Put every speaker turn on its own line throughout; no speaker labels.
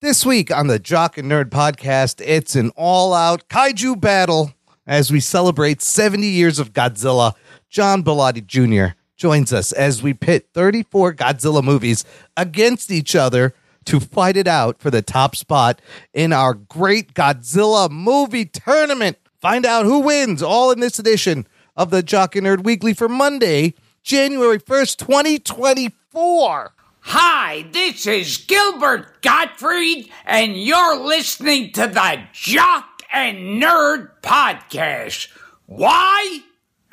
This week on the Jock and Nerd podcast, it's an all out kaiju battle as we celebrate 70 years of Godzilla. John Bellotti Jr. joins us as we pit 34 Godzilla movies against each other to fight it out for the top spot in our great Godzilla movie tournament. Find out who wins all in this edition of the Jock and Nerd Weekly for Monday, January 1st, 2024.
Hi, this is Gilbert Gottfried, and you're listening to the Jock and Nerd Podcast. Why?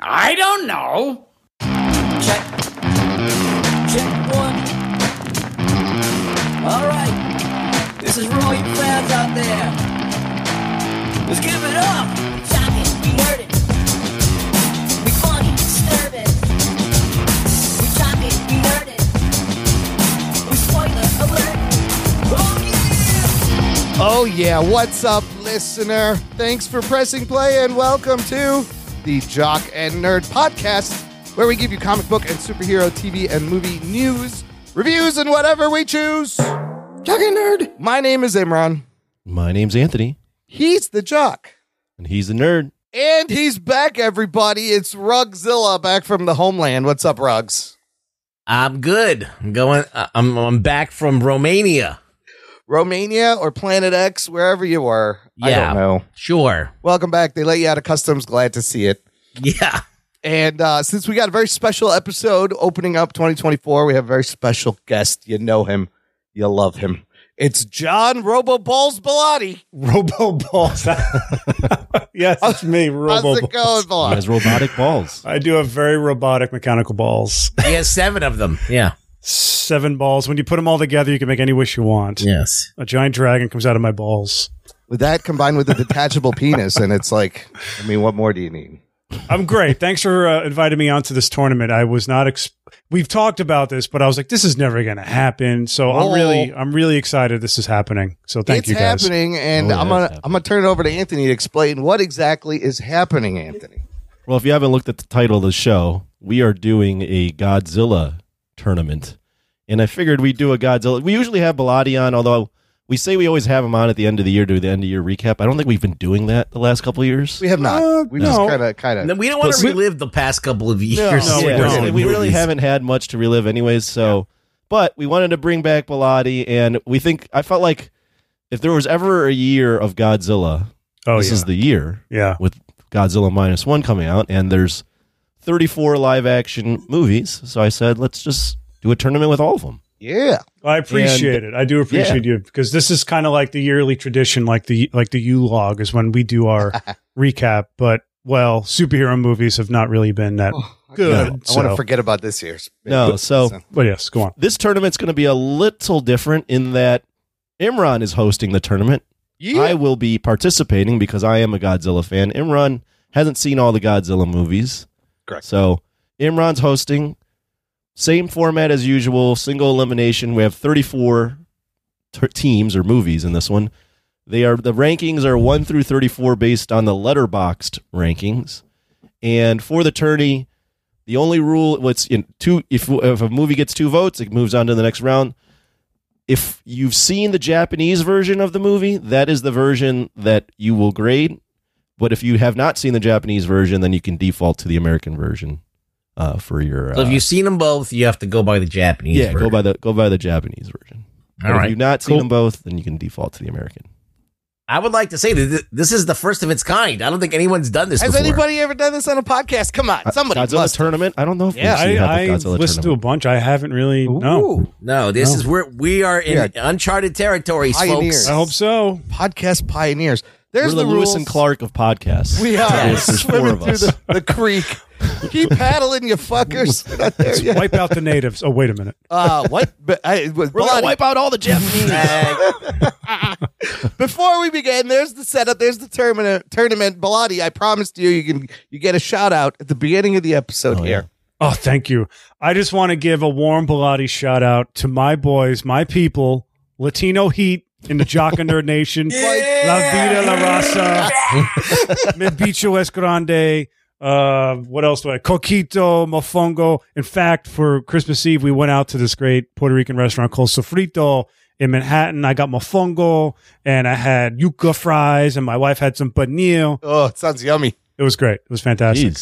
I don't know.
Check. Check one. All right. This is for all you fans out there. Let's give it up.
Shocking, we heard it. We funky, disturbing. We shocking, we heard it. We spoiler alert.
Oh
Oh, yeah. What's up, listener? Thanks for pressing play and welcome to the Jock and Nerd Podcast, where we give you comic book and superhero TV and movie news, reviews, and whatever we choose. Jock and Nerd. My name is Imran.
My name's Anthony,
He's the Jock.
and he's a nerd.
And he's back, everybody. It's Rugzilla back from the homeland. What's up, Rugs?
I'm good. I'm going. I- I'm I'm back from Romania.
Romania or Planet X, wherever you were. I
Yeah.
don't know.
Sure.
Welcome back. They let you out of customs. Glad to see it.
Yeah.
And uh, since we got a very special episode opening up 2024, we have a very special guest. You know him, you love him. It's John Robo Balls Bellotti.
Robo balls. yes, it's me,
How's
Robo
it going,
balls.
He
Bellotti?
has robotic balls.
I do have very robotic mechanical balls.
He has seven of them. Yeah.
Seven balls. When you put them all together, you can make any wish you want.
Yes.
A giant dragon comes out of my balls.
With that combined with a detachable penis, and it's like, I mean, what more do you need?
I'm great. Thanks for uh, inviting me onto this tournament. I was not. Ex- We've talked about this, but I was like, this is never going to happen. So
Oh.
I'm really, I'm really excited. This is happening. So thank
it's
you guys.
happening, and
Oh, yeah,
I'm
it's
gonna
happening.
I'm gonna turn it over to Anthony to explain what exactly is happening, Anthony.
Well, if you haven't looked at the title of the show, we are doing a Godzilla tournament. And I figured we'd do a Godzilla. We usually have Bellotti on, although we say we always have him on at the end of the year, do the end of year recap. I don't think we've been doing that the last couple of years.
We have not.
Uh,
we just
no.
kind of kind
And
of.
then we don't want to
Listen-
relive the past couple of years.
No, we
Yeah,
don't.
and we really haven't had much to relive anyways, so but we wanted to bring back Bellotti and we think I felt like if there was ever a year of Godzilla,
Oh
this
yeah.
is the year.
yeah.
with Godzilla minus one coming out, and there's 34 live action movies. So I said, let's just do a tournament with all of them.
Yeah,
I appreciate it. I do appreciate you because this is kind of like the yearly tradition, like the like the U log is when we do our recap. But well, superhero movies have not really been that good.
I want to
so-
forget about this year's.
No, so-
But yes, go on.
This tournament's going to be a little different in that Imran is hosting the tournament.
yeah,
I will be participating because I am a Godzilla fan. Imran hasn't seen all the Godzilla movies.
Correct.
So Imran's hosting. Same format as usual, single elimination. We have 34 t- teams or movies in this one. They are the rankings are 1 through 34 based on the letterboxed rankings. And for the tourney, the only rule what's in two if if a movie gets two votes, it moves on to the next round if you've seen the Japanese version of the movie, that is the version that you will grade. But if you have not seen the Japanese version, then you can default to the American version uh, for your. Uh,
So if you've seen them both, you have to go by the Japanese.
yeah,
version.
go by the go by the Japanese version. But
All right.
If you've not seen
Cool.
them both, then you can default to the American.
I would like to say that thi- this is the first of its kind. I don't think anyone's done this.
Has
before.
anybody ever done this on a podcast? Come Uh, on, somebody
Godzilla
must.
tournament. I don't know if
Yeah,
we've seen
I,
how the
I
Godzilla
listened to a
tournament.
bunch. I haven't really. No,
Ooh. No, this
No.
is where we are in
Yeah.
uncharted territories,
Pioneers.
folks.
I hope so.
podcast pioneers.
We're
There's
the,
the
Lewis
rules.
and Clark of podcasts.
We are
There's, there's four
swimming
of
through
us.
the, the creek. Keep paddling, you fuckers. We're not there yet.
Wipe out the natives. Oh wait a minute.
Uh, what? But I, it was
We're gonna
bloody.
wipe out all the Japanese.
Uh,
Before we begin, there's the setup. There's the tournament. Tournament, Bilotti. I promised you, you can you get a shout out at the beginning of the episode
Oh, yeah.
here.
Oh, thank you. I just want to give a warm Bilotti shout out to my boys, my people, Latino Heat in the Jock and Nerd Nation. La Vida La Raza. Me bicho es grande. Uh, what else do I? Coquito, mofongo. In fact, for Christmas Eve, we went out to this great Puerto Rican restaurant called Sofrito in Manhattan. I got mofongo and I had yuca fries, and my wife had some panil.
Oh, it sounds yummy.
It was great. It was fantastic.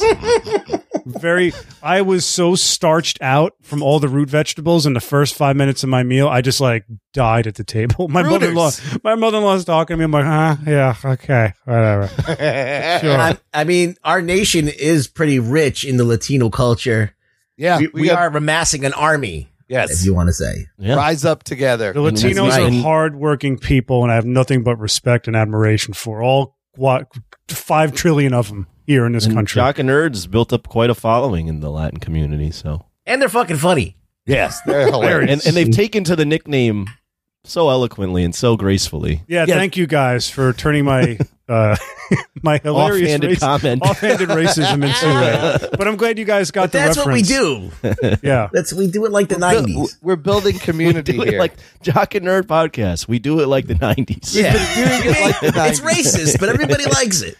Very. I was so starched out from all the root vegetables in the first five minutes of my meal. I just like died at the table. My mother in law. My mother in law's talking to me. I'm like, huh? Yeah. Okay. Whatever. Sure.
I, I mean, our nation is pretty rich in the Latino culture.
Yeah,
We, we,
got-
are amassing an army, if
Yes,
you want to say.
Yeah.
rise up together.
The
And that's
Latinos
right.
are hardworking people, and I have nothing but respect and admiration for all what five trillion of them here in this
And
country.
Jock and Nerds built up quite a following in the Latin community. So
And they're fucking funny.
Yes, they're hilarious.
and, and they've taken to the nickname so eloquently and so gracefully.
yeah,
Yeah.
thank you guys for turning my uh, my hilarious
Offhanded
race-
comment.
offhanded racism into that. But I'm glad you guys
But
got the
that's what we
reference.
do.
we do. Yeah,
That's we do it like the
We're bu-
nineties.
We're building community
Do it
here.
like Jock and Nerd podcast. We do it like the nineties.
Yeah.
it like the
it's racist, but everybody likes it.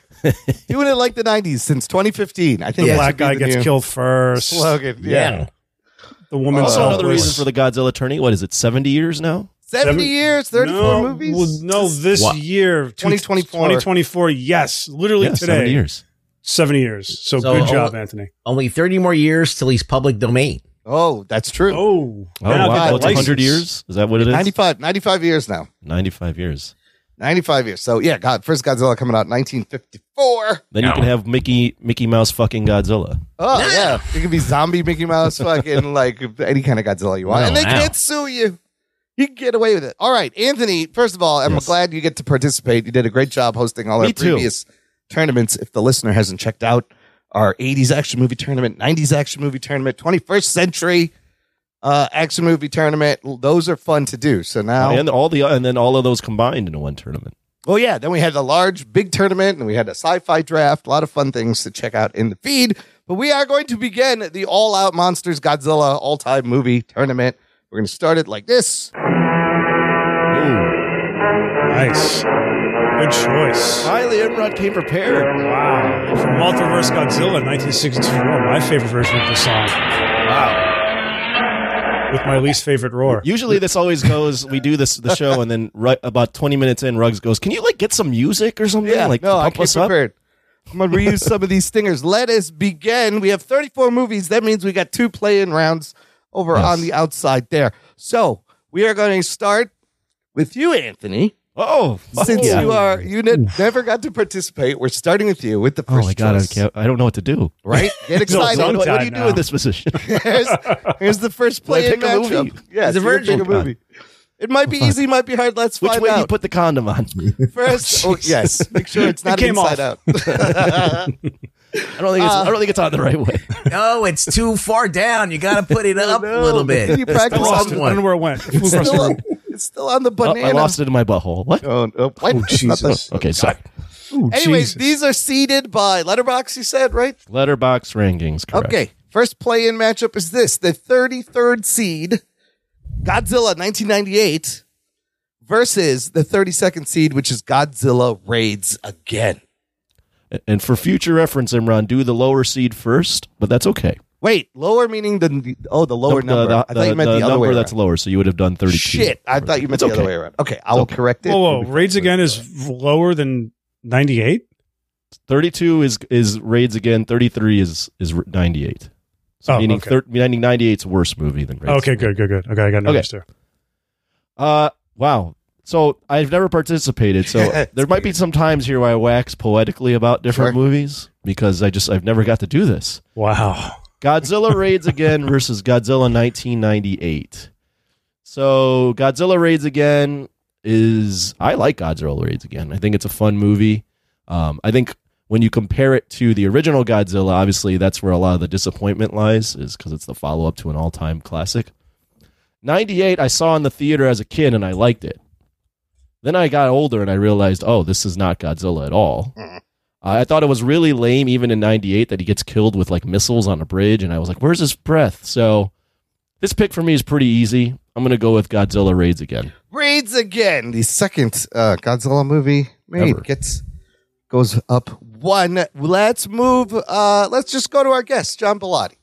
doing it like the '90s since 2015. I think
the
that
black
should be
guy
the
gets
new
killed first.
Slogan. Yeah.
The woman's
Oh.
Also, another
helpless.
reason for the Godzilla tourney. What is it? Seventy years now.
70
Seven-
years, 34
no,
movies.
well, no, this
Wow.
year, two-
2024.
2024, yes, literally
yeah,
today,
seventy years.
70 years. So,
So,
good job,
oh,
Anthony.
Only thirty more years till he's public domain.
oh, that's true.
Oh,
Oh
then I'll get
wow,
the
it's hundred
license.
years. Is that what it is?
95, 95 years now.
Ninety-five years.
95 years. So yeah, God, first Godzilla coming out 1954.
Then you can have Mickey Mickey Mouse fucking Godzilla.
Oh yeah, it could be zombie Mickey Mouse, fucking like any kind of Godzilla you want,
Oh,
and they
wow.
can't sue you. You can get away with it. All right, Anthony. First of all, I'm
Yes.
glad you get to participate. You did a great job hosting all
Me
our
too.
previous tournaments. If the listener hasn't checked out our 80s action movie tournament, 90s action movie tournament, 21st century uh, action movie tournament, those are fun to do. So now,
And all the and then all of those combined into one tournament.
Oh yeah, then we had a large big tournament and we had a sci-fi draft, a lot of fun things to check out in the feed. But we are going to begin the all-out monsters Godzilla all-time movie tournament. We're going to start it like this.
Ooh.
Nice. Good choice.
Highly Imrod came prepared.
Wow. From Multiverse Godzilla 1964, my favorite version of the song. Wow. With my least favorite roar.
Usually this always goes. We do this the show, and then right about twenty minutes in, Ruggs goes, "Can you like get some music or something? like
no,
to
I
pump
came
us up."
prepared. I'm going to reuse some of these stingers. Let us begin. We have 34 movies. That means we got two play-in rounds over
Yes.
on the outside there. So we are going to start with you, Anthony.
Oh, fuck
Since
yeah.
you are you ne- never got to participate, we're starting with you with the
Oh
first
my god, I,
choice.
can't, I don't know what to do.
right? Get excited.
what, what do you
tongue-tied
do
now.
in this position?
here's, here's the first
Well,
play in
pick a movie.
matchup. Yeah,
He's a
you gotta pick
virgin.
a movie. It might be easy, might be hard. Let's
Which
find
way do you
out.
put the condom on?
first? Oh, yes, make sure it's not
came
inside
off.
out.
I don't think it's, I don't think it's on the right way.
No, Oh, it's too far down. You got to put it up a little bit.
You practice
Lost
on
Lost it.
the,
I
one.
don't know where it went. It flew across the
still
room.
on, it's still on the
Oh,
banana.
I lost it in my butthole. What?
Oh, no. What?
Oh, Jesus.
Okay, sorry.
Ooh,
Anyways,
Jesus.
these are seeded by letterbox. You said right?
Letterbox rankings. Correct.
Okay. First play in matchup is this the 33rd seed, Godzilla 1998, versus the 32nd seed, which is Godzilla Raids Again.
And for future reference, Imran, do the lower seed first, but that's okay.
Wait, lower meaning the oh the lower
The-
number.
The,
I thought you meant the, other
number
way.
that's
around.
lower, so you would have done thirty-two.
Shit, I thought you meant
It's
the
okay.
other way around. Okay, I will
okay.
correct it.
Whoa, whoa. Raids Again is lower than 98?
Thirty-two is is raids again. Thirty-three is is ninety-eight. So
Oh,
meaning
okay.
thir- meaning ninety-eight's worse movie than raids.
Okay, good, good, good. Okay, I got no
Okay.
okay.
Uh, wow. So I've never participated. So there might be some times here where I wax poetically about different
Sure.
movies because I just I've never got to do this.
Wow.
Godzilla raids again versus Godzilla 1998. So Godzilla raids again is I like Godzilla raids again. I think it's a fun movie. Um, I think when you compare it to the original Godzilla, obviously that's where a lot of the disappointment lies, is because it's the follow up to an all time classic. 98, I saw in the theater as a kid and I liked it. Then I got older and I realized, oh, this is not Godzilla at all. I thought it was really lame, even in '98, that he gets killed with like missiles on a bridge, and I was like, "Where's his breath?" So this pick for me is pretty easy. I'm gonna go with Godzilla raids again.
Raids again. The second uh, Godzilla movie made
Ever.
gets goes up one. Let's move. Uh, let's just go to our guest, John Bellotti.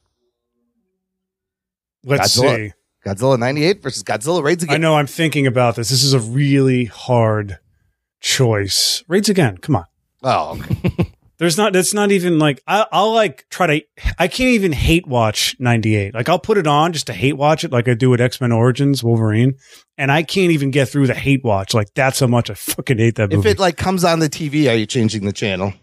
Let's
Godzilla.
see.
Godzilla 98 versus Godzilla Raids
I
Again.
know I'm thinking about this. This is a really hard choice. Raids again. Come on.
Oh, okay.
There's not. That's not even like I, I'll like try to. I can't even hate watch '98. Like I'll put it on just to hate watch it, like I do with X Men Origins Wolverine, and I can't even get through the hate watch. Like that's how much I fucking hate that
if
movie.
it like comes on the TV, are you changing the channel?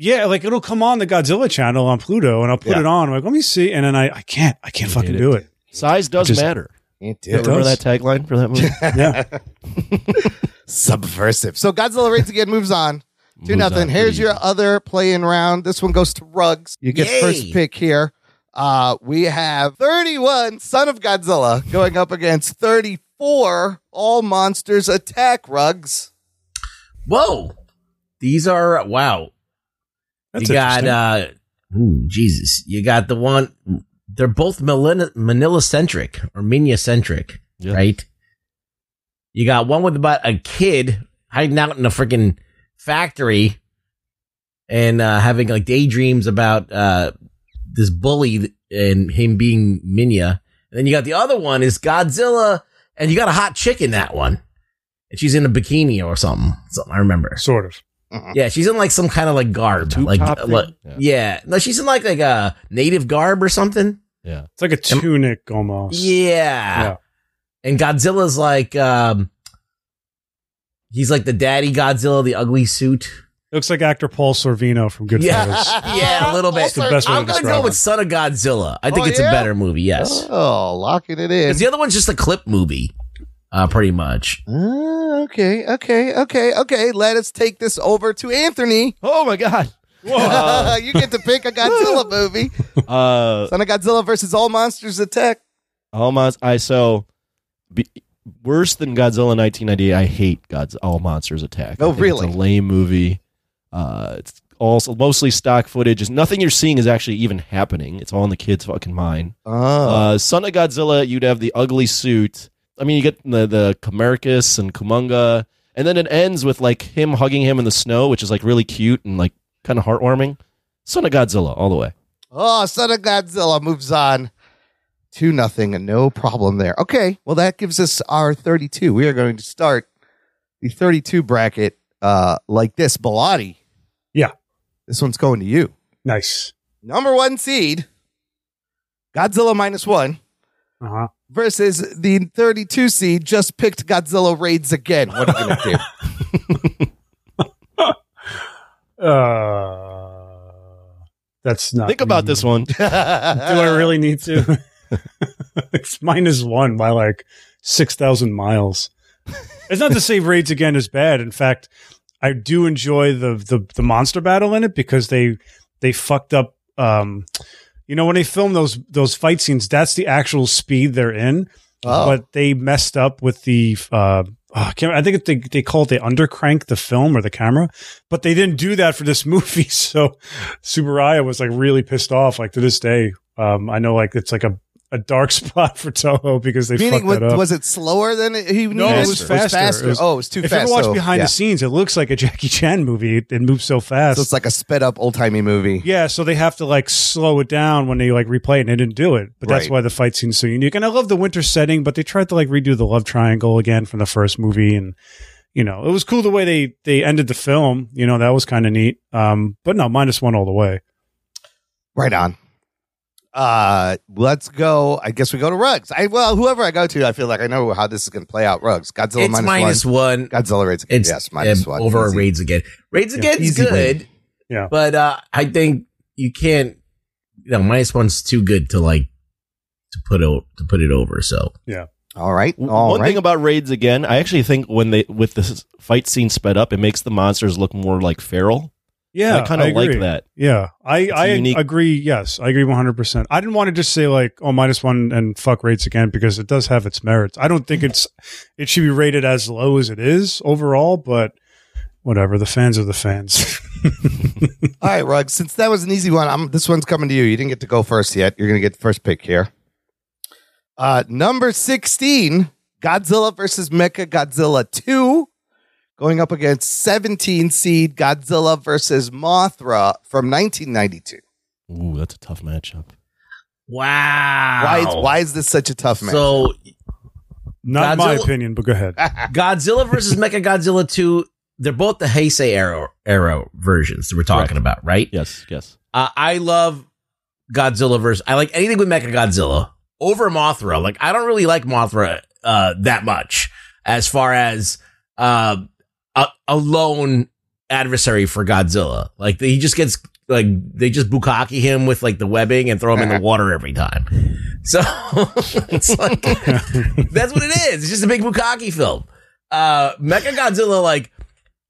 yeah, like it'll come on the Godzilla channel on Pluto, and I'll put
Yeah.
it on. I'm like, let me see, and then I I can't. I can't fucking
hate
do it.
Size does
Just-
matter.
Can't do
You
it.
remember
does.
that tagline for that movie?
Yeah.
Subversive. So Godzilla Raids Again moves on. Two
Moves
nothing.
on
Here's
pretty
your
easy.
other playing round. This one goes to Rugs. You get
Yay.
first pick here. Uh, we have 31 Son of Godzilla going up against 34 All Monsters Attack Rugs.
Whoa. These are wow.
That's
you got
interesting.
uh ooh, Jesus. You got the one they're both Manila, Manila centric or Minya centric,
Yeah.
right? You got one with about a kid hiding out in a freaking factory and uh having like daydreams about uh this bully and him being Minya. And then you got the other one is Godzilla and you got a hot chick in that one. And she's in a bikini or something. Something I remember.
sort of.
Yeah, she's in like some kind of like garb,
Tube
like,
uh,
top thing?
like-
Yeah.
yeah. No, she's in like like a native garb or something.
Yeah.
It's like a tunic almost.
Yeah.
Yeah.
And Godzilla's like, um, he's like the daddy Godzilla, the ugly suit.
Looks like actor Paul Sorvino from Goodfellas.
Yeah, yeah, a little bit.
That's the
best way to
I'm gonna
describe
go with
it.
Son of Godzilla. I think
Oh,
it's
yeah?
a better movie. Yes,
Oh, locking it in.
'Cause the other one's just a clip movie, uh, pretty much.
Ah, okay, okay, okay, okay. Let us take this over to Anthony.
Oh my god.
you get to pick a Godzilla movie.
Uh,
Son of Godzilla versus All Monsters Attack.
All Monst- I so be, worse than Godzilla 1998. I hate God's All Monsters Attack.
Oh,
I think
really?
It's a lame movie. Uh, it's also mostly stock footage. It's nothing you're seeing is actually even happening. It's all in the kid's fucking mind.
Oh,
Uh, Son of Godzilla, you'd have the ugly suit. I mean, you get the the Comericus and Kumunga, and then it ends with like him hugging him in the snow, which is like really cute and like kind of heartwarming. Son of Godzilla, all the way.
oh, Son of Godzilla moves on. Two nothing, no problem there. Okay, well that gives us our thirty-two. We are going to start the thirty-two bracket uh, like this. Bilotti.
Yeah.
this one's going to you.
Nice.
Number one seed, Godzilla minus one
Uh huh.
versus the thirty-two seed. Just picked Godzilla raids again. What are you going to do?
Uh, that's not.
Think about this one.
Do I really need to? it's minus one by like six thousand miles. It's not to say raids again is bad. In fact, I do enjoy the the, the monster battle in it because they they fucked up. Um, you know when they film those those fight scenes, that's the actual speed they're in.
Oh.
But they messed up with the. Uh, oh, I, can't, I think they they call it the undercrank the film or the camera, but they didn't do that for this movie. So Subaraya was like really pissed off. Like to this day, um, I know like it's like a, a dark spot for Toho because they
Uh, Meaning,
fucked
was,
that up.
was it slower than it, he
No,
needed?
it was faster. It was-
oh, it was too
if
fast.
you watch
so-
behind
yeah.
the scenes, it looks like a Jackie Chan movie. It, it moves so fast.
So it's like a sped up old timey movie.
yeah, so they have to like slow it down when they like replay it, and they didn't do it. But that's
Right.
why the fight scene's so unique. And I love the winter setting, but they tried to like redo the love triangle again from the first movie, and you know it was cool the way they they ended the film. You know that was kind of neat. Um, but no, minus one all the way.
Right on. Uh, let's go. I guess we go to Rugs. I well, whoever I go to, I feel like I know how this is going to play out. Rugs, Godzilla
it's
minus
minus
one.
one.
Godzilla rates.
It's
yes, minus
um,
one
over
Easy.
raids again. Raids
Yeah,
again's
easy
good.
Yeah.
But uh, I think you can't you know, minus one's too good to like to put o- to put it over, so
All right,
W-
all
One
right.
thing about raids again, I actually think when they with this fight scene sped up, it makes the monsters look more like feral.
Yeah,
I kind of like
agree.
that.
Yeah, I
a
I
unique-
agree. Yes, I agree one hundred percent. I didn't want to just say like oh minus one and fuck rates again because it does have its merits. I don't think it's it should be rated as low as it is overall, but whatever. The fans are the fans.
all right, Rugs. Since that was an easy one, I'm, this one's coming to you. You didn't get to go first yet. You're going to get the first pick here. Uh, number sixteen, Godzilla versus Mecha Godzilla two, going up against seventeen seed Godzilla versus Mothra from 1992.
Ooh, that's a tough matchup.
Wow.
Why, is, why is this such a tough match?
So
Not my
Godzilla-
opinion, but go ahead.
Godzilla versus Mechagodzilla 2, they're both the Heisei Arrow Arrow versions that we're talking
Correct.
about, right?
Yes, yes.
Uh, I love Godzilla versus I like anything with Mechagodzilla over Mothra. Like I don't really like Mothra uh, that much as far as uh, a, a lone adversary for Godzilla. Like he just gets like they just bukkake him with like the webbing and throw him in the water every time. So it's like that's what it is. It's just a big bukkake film. Uh, Mechagodzilla like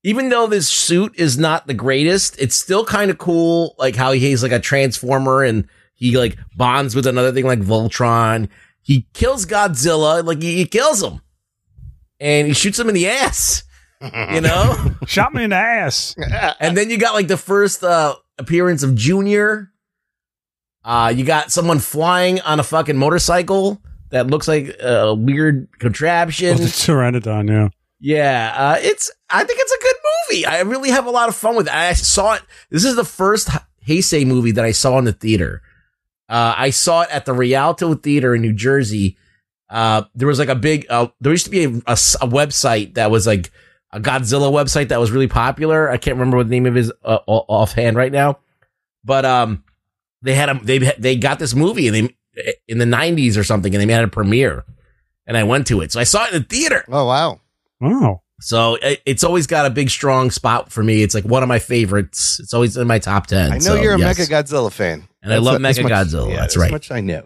even though this suit is not the greatest, it's still kind of cool. Like how he's like a transformer and he like bonds with another thing like Voltron. He kills Godzilla, like he, he kills him, and he shoots him in the ass, you know.
Shot me in the ass.
and then you got like the first uh, appearance of Junior. Uh, you got someone flying on a fucking motorcycle that looks like a weird
Oh,
contraption.
the Pteranodon, yeah.
Yeah, uh, it's. I think it's a good movie. I really have a lot of fun with it. I saw it. This is the first Heisei movie that I saw in the theater. Uh, I saw it at the Rialto Theater in New Jersey. Uh, there was like a big. Uh, there used to be a, a s- a website that was like a Godzilla website that was really popular. I can't remember what the name of his uh, o- offhand right now, but um, they had a, they they got this movie and they in the '90s or something, and they had a premiere, and I went to it. So I saw it in the theater.
oh, wow.
Wow.
So it, it's always got a big, strong spot for me. It's like one of my favorites. It's always in my top ten.
I know
So,
you're a
yes.
Mecha Godzilla fan.
And I love
that's much-
Mechagodzilla, that's right.
much I know.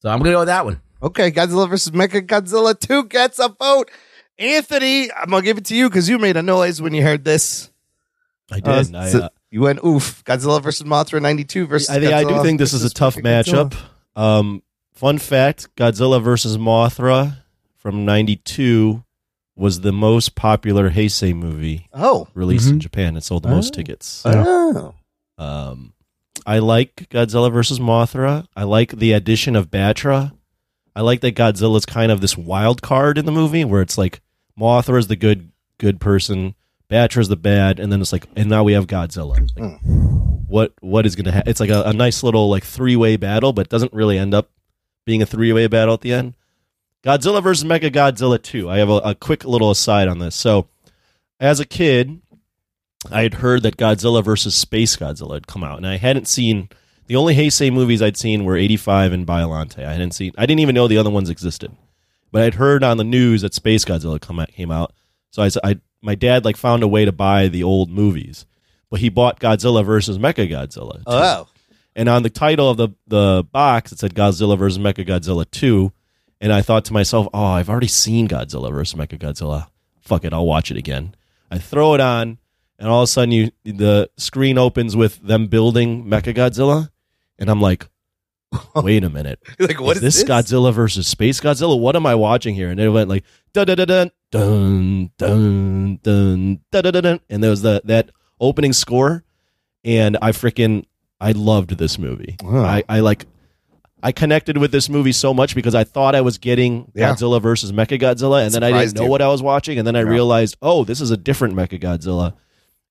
So I'm gonna go with that one.
Okay, Godzilla versus Mecha Godzilla 2 gets a vote. Anthony, I'm going to give it to you because you made a noise when you heard this.
I did.
Uh,
I,
so
uh,
you went oof. Godzilla versus Mothra 92 versus
I, think- I do
Godzilla
think this is a
versus
tough
Mechagodzilla.
matchup. Um, fun fact: Godzilla versus Mothra from '92 was the most popular Heisei movie
Oh.
released in
Mhm.
Japan. It sold the
Oh.
most tickets.
Yeah.
Oh.
Um, I like Godzilla versus Mothra. I like the addition of Batra. I like that Godzilla's kind of this wild card in the movie, where it's like Mothra's the good good person, Batra's the bad, and then it's like, and now we have Godzilla. Like, What what is gonna happen? It's like a, a nice little like three way battle, but doesn't really end up being a three way battle at the end. Godzilla versus Mega Godzilla two. I have a, a quick little aside on this. So, as a kid, I had heard that Godzilla versus Space Godzilla had come out, and I hadn't seen the only Heisei movies I'd seen were '85 and Biolante. I hadn't seen, I didn't even know the other ones existed, but I'd heard on the news that Space Godzilla come out, came out. So I, s- I- my dad like found a way to buy the old movies, but he bought Godzilla versus Mecha Godzilla.
Oh.
And on the title of the, the box, it said Godzilla versus Mechagodzilla 2. And I thought to myself, oh, I've already seen Godzilla versus Mechagodzilla. Fuck it, I'll watch it again. I throw it on, and all of a sudden, you the screen opens with them building Mechagodzilla. And I'm like, wait a minute.
Like, what
Is
is
this, Godzilla versus Space Godzilla? What am I watching here? And it went like dun dun dun dun dun dun dun dun dun, dun, dun. and there was the that opening score, and I freaking I loved this movie.
Wow.
I, I like I connected with this movie so much because I thought I was getting
Yeah.
Godzilla versus Mechagodzilla, and then I didn't
Surprised
know
you.
what I was watching, and then I realized, oh, this is a different Mechagodzilla,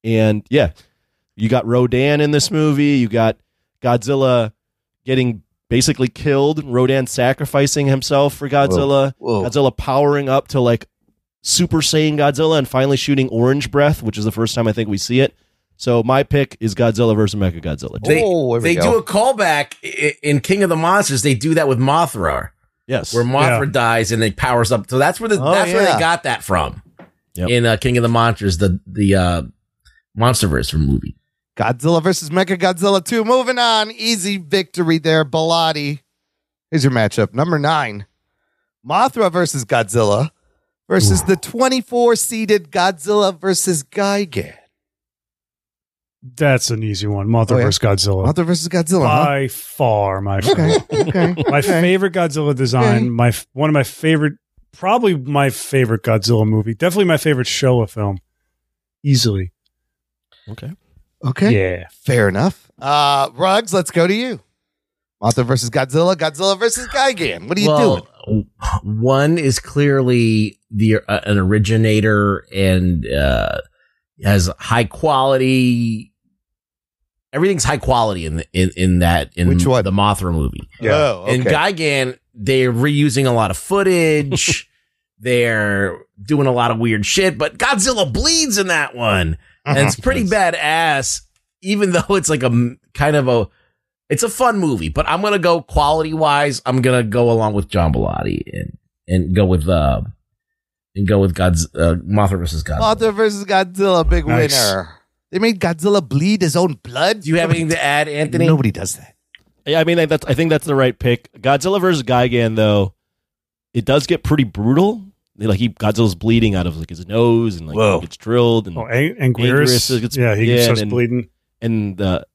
and yeah, you got Rodan in this movie. You got Godzilla getting basically killed. Rodan sacrificing himself for Godzilla.
Whoa.
Godzilla powering up to like Super Saiyan Godzilla and finally shooting Orange Breath, which is the first time I think we see it. So my pick is Godzilla versus Mechagodzilla.
They,
Oh, there we
they
go.
do a callback i- in King of the Monsters. They do that with Mothra,
Yes.
where Mothra dies and it powers up. So that's where the,
Oh,
that's where
yeah.
they got that from
Yep.
in uh, King of the Monsters, the the uh, MonsterVerse from movie.
Godzilla versus Mecha Godzilla 2. Moving on. Easy victory there, Bilotti. Here's your matchup. Number nine Mothra versus Godzilla versus the 24 seeded Godzilla versus Gigan.
That's an easy one. Mothra
Oh, yeah.
versus Godzilla.
Mothra versus Godzilla, huh?
By far, my friend.
Okay.
my favorite Godzilla design.
Okay.
My f- one of my favorite, probably my favorite Godzilla movie. Definitely my favorite Showa film. Easily,
okay.
Okay.
yeah.
Fair enough. Uh Ruggs, let's go to you. Mothra versus Godzilla, Godzilla versus Gigan. What are you doing?
One is clearly the uh, an originator and uh, has high quality everything's high quality in the, in in that in
Which one?
the Mothra movie.
Yeah. Oh, okay.
And Gigan, they're reusing a lot of footage. they're doing a lot of weird shit, but Godzilla bleeds in that one. And it's pretty badass, even though it's like a m- kind of a it's a fun movie, but I'm gonna go quality wise, I'm gonna go along with John Belotti and and go with uh and go with God's uh, Mothra versus Godzilla.
Mothra versus Godzilla, big
Nice.
winner. They made Godzilla bleed his own blood.
Do you have anything to add, Anthony?
Nobody does that.
Yeah, I mean, I- that's, I think that's the right pick. Godzilla versus Gigan, though, it does get pretty brutal. They, Like he, Godzilla's bleeding out of like his nose, and like
Whoa.
gets drilled, and
Oh, Ang- Anguirus.
Anguirus gets-
yeah, he
yeah,
starts
and-
bleeding.
and the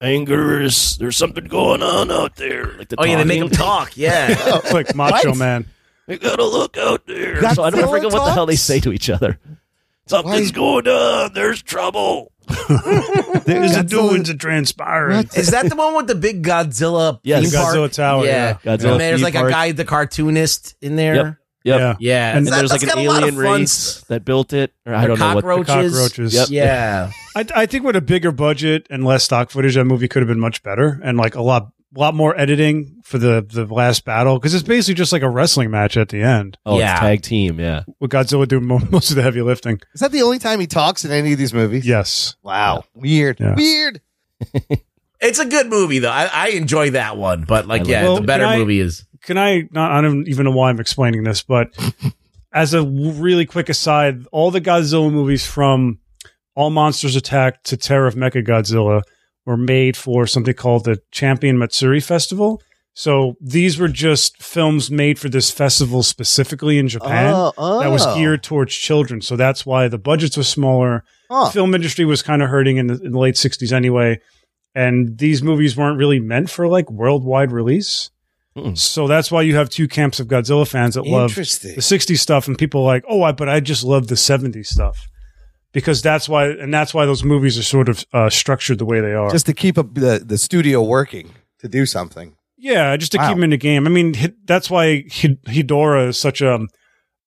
angerous. There's something going on out there. Like the
oh yeah, they make him
talking.
talk. Yeah.
Oh,
It's like Macho Man.
We gotta look out there.
Godzilla
so I don't forget what the hell they
talks?
say to each other. Something's going on. There's trouble.
There's a
Godzilla-
doings a transpiring.
Is that the one with the big Godzilla
Yes.
theme park?
Godzilla Tower, yeah.
Godzilla
and there's
theme
like
park.
a guy, the cartoonist, in there.
Yep. Yep.
Yeah.
Yeah,
And
And there's like
that's
an
got a lot of
alien
fun
race
s-
that built it, or I
the
don't know what.
cockroaches.
Cockroaches.
Yep.
Yeah,
I, I think with a bigger budget and less stock footage, that movie could have been much better, and like a lot, lot more editing for the the last battle because it's basically just like a wrestling match at the end
Oh,
Yeah.
it's tag team. Yeah.
with Godzilla doing mo- most of the heavy lifting.
Is that the only time he talks in any of these movies?
Yes,
Wow. Weird.
Yeah.
Weird.
it's a good movie though. I, I enjoy that one, but
I
like,
love
yeah,
it.
Well,
the better
can I-
movie is
can I not? I don't even know why I'm explaining this, but as a w- really quick aside, all the Godzilla movies from All Monsters Attack to Terror of Mechagodzilla were made for something called the Champion Matsuri Festival. So these were just films made for this festival specifically in Japan. that was
oh.
geared towards children. So that's why the budgets were smaller.
Huh.
Film industry was kind of hurting in the, in the late '60s anyway, and these movies weren't really meant for like worldwide release.
Mm.
So that's why you have two camps of Godzilla fans that love the
Interesting.
'60s stuff, and people are like, oh, I, but I just love the '70s stuff because that's why, and that's why those movies are sort of uh, structured the way they are.
Just to keep up the, the studio working to do something.
Yeah, just to
Wow.
keep him in the game. I mean, hi- that's why Hid- Hidora is such a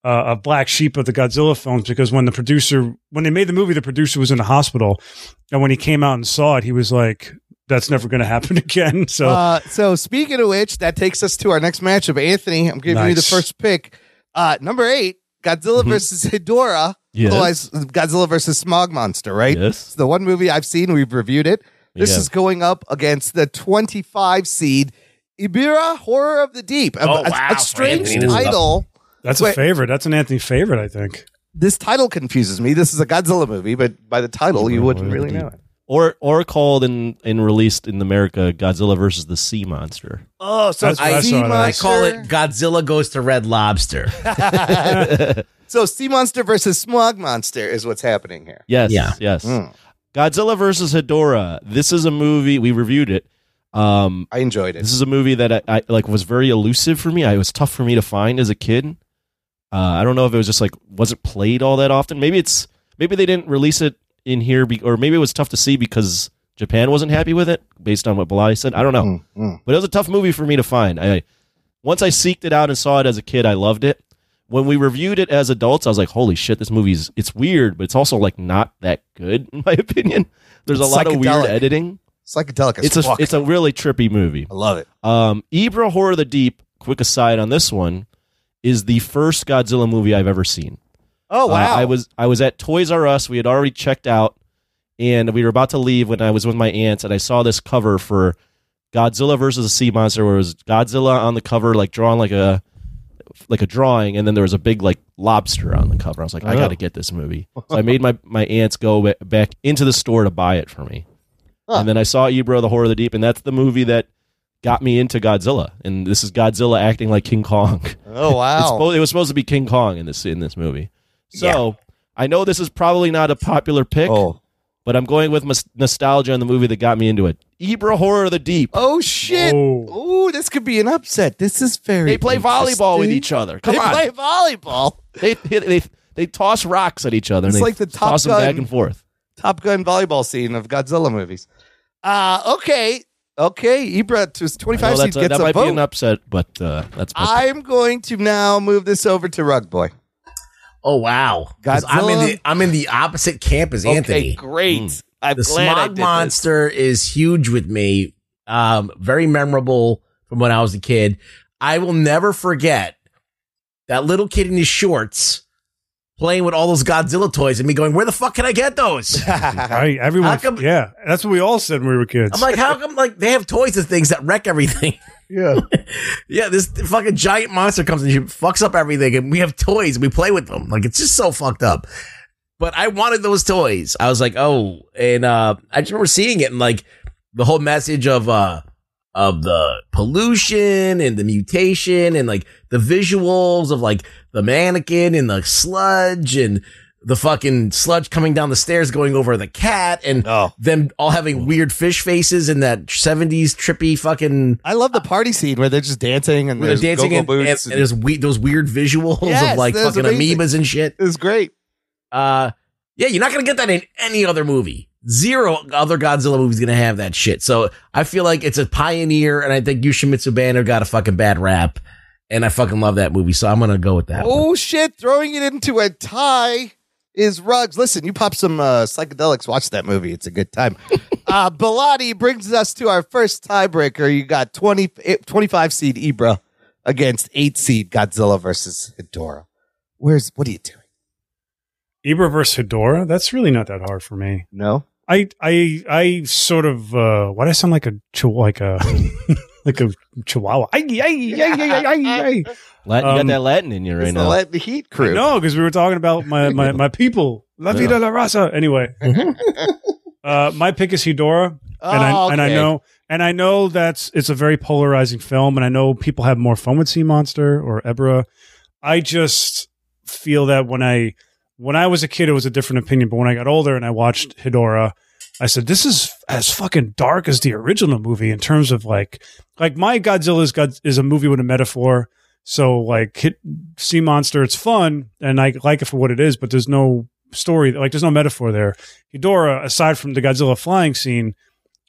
uh, a black sheep of the Godzilla films because when the producer when they made the movie, the producer was in the hospital, and when he came out and saw it, he was like, "That's never going to happen again." So
Uh, so speaking of which, that takes us to our next matchup. Anthony, I'm giving you the
Nice. Mm-hmm.
first pick. Uh, number eight, Godzilla
Mhm.
versus Hedora.
Yes.
Otherwise, Godzilla versus Smog Monster, right? It's
Yes.
the one movie I've seen. We've reviewed it. This
Yeah.
is going up against the 25 seed Ibira Horror of the Deep. A,
Oh,
a- a
wow.
strange
Anthony, this is
title.
that's
wait.
a favorite. That's an Anthony favorite, I think.
This title confuses me. This is a Godzilla movie, but by the title, you wouldn't really know it.
Or or called and and released in America, Godzilla versus the Sea Monster.
Oh, so
That's what I
Sea
saw it as.
I call it Godzilla goes to Red Lobster.
So Sea Monster versus Smog Monster is what's happening here.
Yes.
Yeah.
Yes.
Mm.
Godzilla versus Hedorah. This is a movie we reviewed it. Um,
I enjoyed it.
This is a movie that I, I like was very elusive for me. I, it was tough for me to find as a kid. Uh, I don't know if it was just like wasn't played all that often. Maybe it's maybe they didn't release it in here, be, or maybe it was tough to see because Japan wasn't happy with it, based on what Belay said. I don't know,
Mm, mm.
but it was a tough movie for me to find. I once I seeked it out and saw it as a kid, I loved it. When we reviewed it as adults, I was like, "Holy shit, this movie's it's weird, but it's also like not that good in my opinion." There's a
It's
lot of weird
psychedelic.
editing.
Psychedelic as
It's a
fuck.
it's a really trippy movie.
I love it.
Um, Ibra Horror of the Deep, quick aside on this one, is the first Godzilla movie I've ever seen.
Oh,
Uh,
wow.
I was I was at Toys R Us. We had already checked out, and we were about to leave when I was with my aunts, and I saw this cover for Godzilla versus the Sea Monster, where it was Godzilla on the cover, like drawn like a like a drawing, and then there was a big like lobster on the cover. I was like, I
Oh.
got to get this movie. So I made my my aunts go ba- back into the store to buy it for me,
Huh.
and then I saw Ebro the Horror of the Deep, and that's the movie that got me into Godzilla. And this is Godzilla acting like King Kong.
oh,
It's
wow.
suppo- it was supposed to be King Kong in this in this movie. So I know this is probably not a popular pick,
Oh.
but I'm going with mas- nostalgia on the movie that got me into it. Ibra Horror of the Deep.
Oh, shit.
Oh,
Ooh, this could be an upset. This is very.
They play volleyball with each other. Come
they
on,
play volleyball.
they, they they they toss rocks at each other.
It's
and they
like the Top
toss them back
Gun.
and forth.
Top Gun volleyball scene of Godzilla movies. Uh okay, okay. Ibra to
I know
25 seed
that's a-
gets
that
a
might be an
vote.
upset, but uh, that's
I'm going to now move this over to Rug Boy.
Oh wow, 'Cause I'm in
Godzilla?
the I'm in the opposite camp as Anthony.
Okay, great.
I'm
the
glad I
smog
did
monster is huge with me. Um, very memorable from when I was a kid. I will never forget that little kid in his shorts playing with all those Godzilla toys and me going, "Where the fuck can I get those?"
Right, everyone.
How come-
yeah, that's what we all said when we were kids.
I'm like, "How come like they have toys and things that wreck everything?"
yeah,
yeah, this fucking giant monster comes and she fucks up everything, and we have toys and we play with them. Like it's just so fucked up. But I wanted those toys. I was like, oh, and uh, I just remember seeing it and like the whole message of uh of the pollution and the mutation and like the visuals of like the mannequin and the sludge and the fucking sludge coming down the stairs going over the cat and
Oh.
them all having weird fish faces and that 70s trippy fucking
I love the party scene where they're just dancing and
where they're
there's
dancing
go-go
and, and,
boots.
and there's we- those weird visuals
Yes,
of like
that's
fucking
amazing.
amoebas and shit.
it's great.
Uh, yeah, you're not gonna get that in any other movie. Zero other Godzilla movie's gonna have that shit. So I feel like it's a pioneer, and I think Yushimitsu Banner got a fucking bad rap, and I fucking love that movie. So I'm gonna go with that. one.
Oh shit! Throwing it into a tie is rugs. Listen, you pop some uh, psychedelics. Watch that movie; it's a good time. uh, Bilotti brings us to our first tiebreaker. You got 20, eh, 25 seed Ibra against eight seed Godzilla versus Hedorah. Where's what are you doing?
Ibra versus Hedorah. That's really not that hard for me.
No,
I I I sort of uh why do I sound like a chihu- like a like a chihuahua? I,
Latin, you
Um,
got that Latin in you right
it's the
now.
Let the Heat crew.
no, because we were talking about my my, my people. La vida la raza. Anyway. uh my pick is Hedora.
Oh,
And I and I
okay.
know and I know that's it's a very polarizing film, and I know people have more fun with Sea Monster or Ebra. I just feel that when I when I was a kid, it was a different opinion, but when I got older and I watched Hedora, I said this is as fucking dark as the original movie in terms of like like my Godzilla is God, is a movie with a metaphor. So like hit Sea Monster, it's fun and I like it for what it is, but there's no story like there's no metaphor there. Hedora, aside from the Godzilla flying scene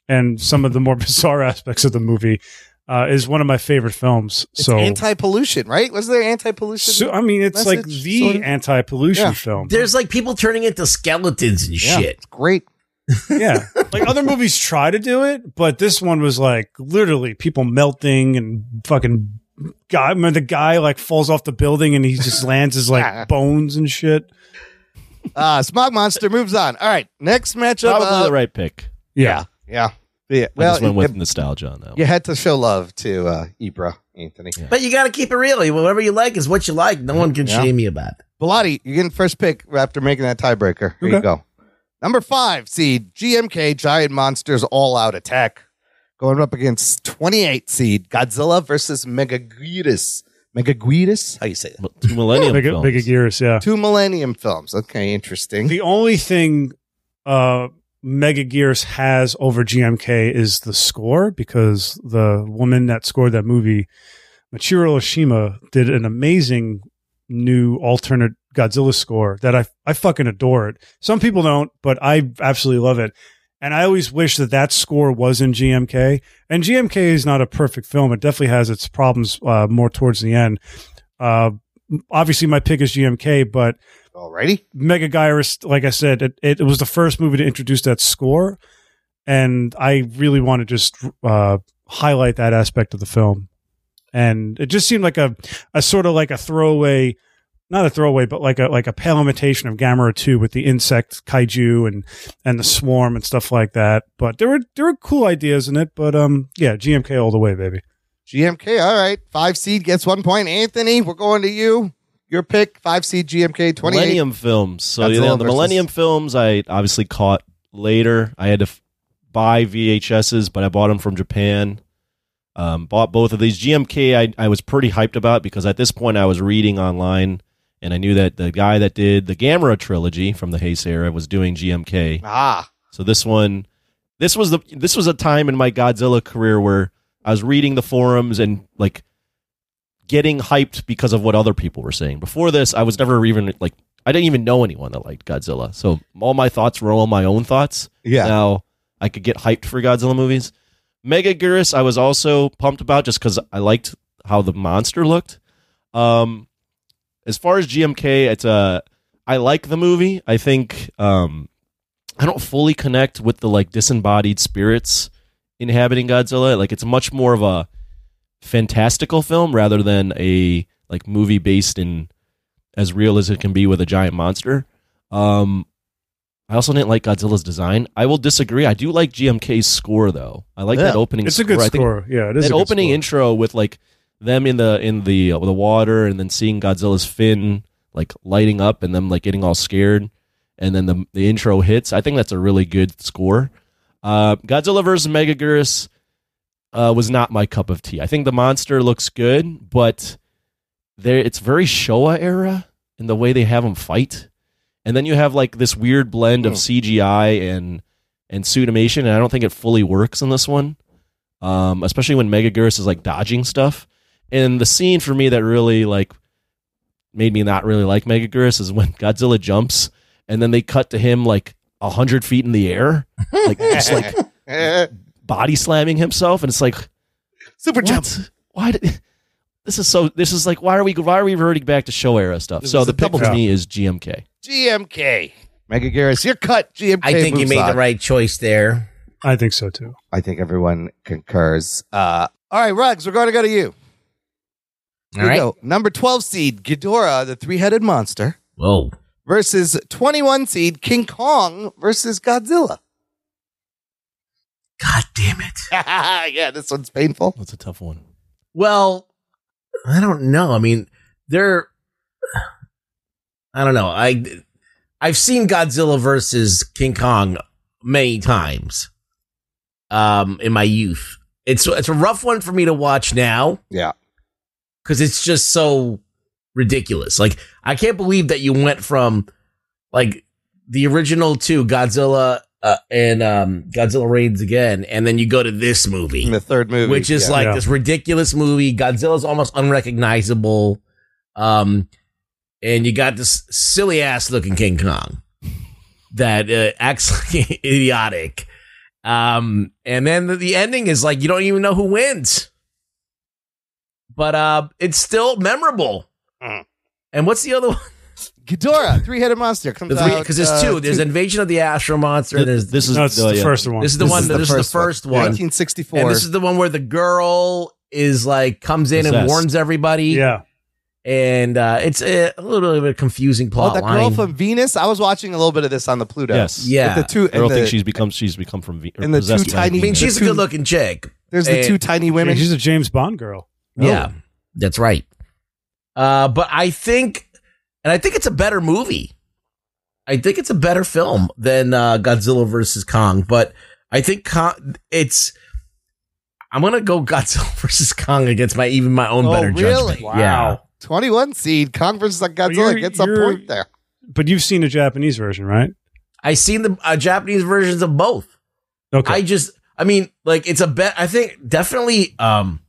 and some of the more bizarre aspects of the movie, uh, is one of my favorite films.
It's
so
anti-pollution, right? Was there anti-pollution?
so, I mean, it's like
message,
the
sort of?
anti-pollution
Yeah.
film.
There's like people turning into skeletons and
Yeah,
shit.
it's great.
yeah, like other movies try to do it, but this one was like literally people melting and fucking guy. I mean, the guy like falls off the building and he just lands his like bones and shit.
Uh, Smog Monster moves on. All right, next matchup.
Probably
uh,
the right pick.
Yeah,
Yeah, yeah.
I just
Well, you,
went with nostalgia on that one.
you had to show love to uh, Ibra, Anthony.
But you gotta keep it real. Whatever you like is what you like. No one can
Yeah.
shame you about it.
Bilotti, you're getting first pick after making that tiebreaker. Here you
Okay.
go. Number five seed GMK Giant Monsters All Out Attack, going up against 28 seed Godzilla versus Megaguirus. Megaguirus, how you say that?
M- Two millennium
big
films.
big Aguirre's, Yeah,
Two Millennium films. Okay, interesting.
the only thing uh, Mega Gears has over GMK is the score because the woman that scored that movie, Machiro Oshima, did an amazing new alternate Godzilla score that I I fucking adore it. Some people don't, but I absolutely love it. And I always wish that that score was in GMK. And GMK is not a perfect film. It definitely has its problems uh, more towards the end. Uh, obviously, my pick is GMK, but
Alrighty.
Mega Gyrus, like I said, it, it was the first movie to introduce that score, and I really want to just uh, highlight that aspect of the film. And it just seemed like a, a sort of like a throwaway, not a throwaway, but like a like a pale imitation of Gamera Two with the insect kaiju and and the swarm and stuff like that. But there were there were cool ideas in it. But um, yeah, GMK all the way, baby.
GMK, all right. Five seed gets one point. Anthony, we're going to you. Your pick, five seed GMK 28.
Millennium films. So
Godzilla
you know, the
versus-
Millennium films I obviously caught later. I had to f- buy VHSs, but I bought them from Japan. Um, bought both of these. GMK I, I was pretty hyped about because at this point I was reading online and I knew that the guy that did the Gamera trilogy from the Hayes era was doing GMK.
Ah,
So this one, this was the this was a time in my Godzilla career where I was reading the forums and like getting hyped because of what other people were saying. Before this, I was never even like I didn't even know anyone that liked Godzilla. So all my thoughts were all my own thoughts.
yeah.
Now I could get hyped for Godzilla movies. Mega Gyrus, I was also pumped about just because I liked how the monster looked. Um, as far as GMK, it's uh, I like the movie. I think um, I don't fully connect with the like disembodied spirits inhabiting Godzilla. Like it's much more of a fantastical film rather than a like movie based in as real as it can be with a giant monster. Um I also didn't like Godzilla's design. I will disagree. I do like GMK's score though. I like that
Yeah.
opening
It's
score.
a good
I think
score. Yeah, it is.
that
a good
opening
score.
intro with like them in the in the uh, the water and then seeing Godzilla's fin like lighting up and them like getting all scared and then the the intro hits. I think that's a really good score. Uh, Godzilla vs Megaguirus uh, was not my cup of tea. I think the monster looks good, but there it's very Showa era in the way they have them fight. And then you have like this weird blend
Hmm.
of CGI and and pseudimation, and I don't think it fully works in this one um, especially when Megaguirus is like dodging stuff. And the scene for me that really like made me not really like Megaguirus is when Godzilla jumps and then they cut to him like a hundred feet in the air, like just like body slamming himself, and it's like
Super jump.
what? Why did this is so? This is like why are we why are we reverting back to show era stuff? so the pickle to
picture.
me is GMK.
GMK. Mega Garris, you're cut. GMK.
I think you
moves
made
on.
the right choice there.
I think so too.
I think everyone concurs. Uh, all right, Ruggs, we're going to go to you.
All
Here we
right.
go. Number 12 seed, Ghidorah, the three headed monster,
Whoa.
versus 21 seed, King Kong versus Godzilla.
God damn it.
yeah, this one's painful.
That's a tough one.
Well, I don't know. I mean, they're I don't know. I I've seen Godzilla versus King Kong many times um in my youth. It's it's a rough one for me to watch now.
Yeah.
Cuz it's just so ridiculous. Like I can't believe that you went from like the original two Godzilla uh, and um Godzilla Raids again and then you go to this movie
In the third movie.
which is
yeah.
like
Yeah.
this ridiculous movie. Godzilla's almost unrecognizable. Um, and you got this silly ass looking King Kong that uh, acts like idiotic. Um, and then the, the ending is like you don't even know who wins, but uh, it's still memorable.
Mm.
And what's the other one?
Ghidorah, three headed monster. Comes out.
Because there's
uh,
two. There's Invasion of the Astro Monster. And there's this.
This is uh,
No, it's the
yeah.
first one.
This is the
this
one.
is
that
the
this is
first
the
one.
first one.
1964.
And this is the one where the girl is like comes in and
Possessed.
warns everybody.
yeah,
and uh, it's a, a little bit confusing
Oh,
plot
that girl
line.
from Venus. I was watching a little bit of this on the Pluto.
Yes.
yeah,
With the two,
I don't
and the,
think she's become she's become from Ve- or
and the two
possessed by
tiny-
I mean,
Venus.
she's
the
a
two-
good-looking chick.
there's the
and-
two tiny women.
she's a James Bond girl.
Oh.
Yeah, that's right. Uh, but I think, and I think it's a better movie. I think it's a better film than uh, Godzilla versus Kong. But I think Kong, it's. I'm gonna go Godzilla versus Kong against my even my own
Oh,
better
really?
judgment. Yeah.
21 seed. Kong versus
you're-
Godzilla gets a
you're-
point there.
But you've seen a Japanese version, right?
I seen the uh, Japanese versions of both.
Okay.
I just, I mean, like it's a bet. I think definitely um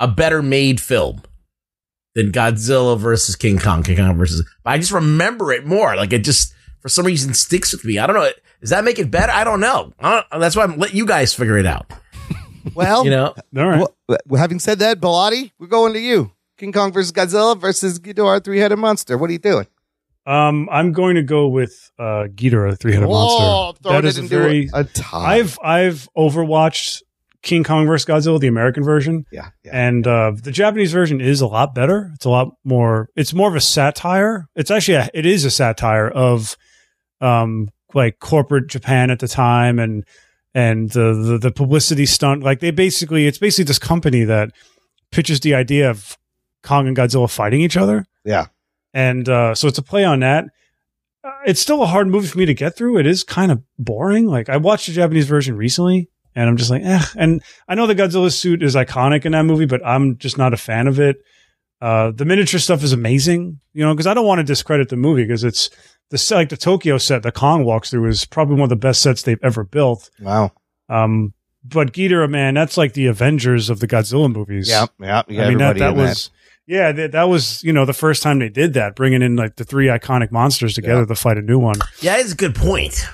a better made film than Godzilla versus King Kong, King Kong versus. But I just remember it more. Like it just for some reason sticks with me. I don't know. Does that make it better? I don't know. I don't, that's why I'm let you guys figure it out.
Well,
You know,
All right.
Well, well, having said that, Bilotti, we're going to you. King Kong versus Godzilla versus Ghidorah, three-headed monster. What are you doing?
Um, I'm going to go with uh, Ghidorah, three headed
Whoa,
monster.
throwing
That
it
is a
into
very.
a tie.
I've I've overwatched King Kong vs Godzilla, the American version,
yeah, yeah.
and uh, the Japanese version is a lot better. It's a lot more. It's more of a satire. It's actually a, it is a satire of, um, like corporate Japan at the time and and the the, the publicity stunt. Like they basically, it's basically this company that pitches the idea of Kong and Godzilla fighting each other.
Yeah.
And uh, so it's a play on that. Uh, It's still a hard movie for me to get through. It is kind of boring. Like I watched the Japanese version recently, and I'm just like, eh. And I know the Godzilla suit is iconic in that movie, but I'm just not a fan of it. Uh, the miniature stuff is amazing, you know, because I don't want to discredit the movie because it's the set, like the Tokyo set that Kong walks through is probably one of the best sets they've ever built.
Wow.
Um, but Ghidorah, man, that's like the Avengers of the Godzilla movies.
Yeah, yeah. You got
I mean, that,
everybody
that
in that.
was, yeah, that, that was, you know, the first time they did that, bringing in like the three iconic monsters together to fight a new one.
yeah, it's a good point.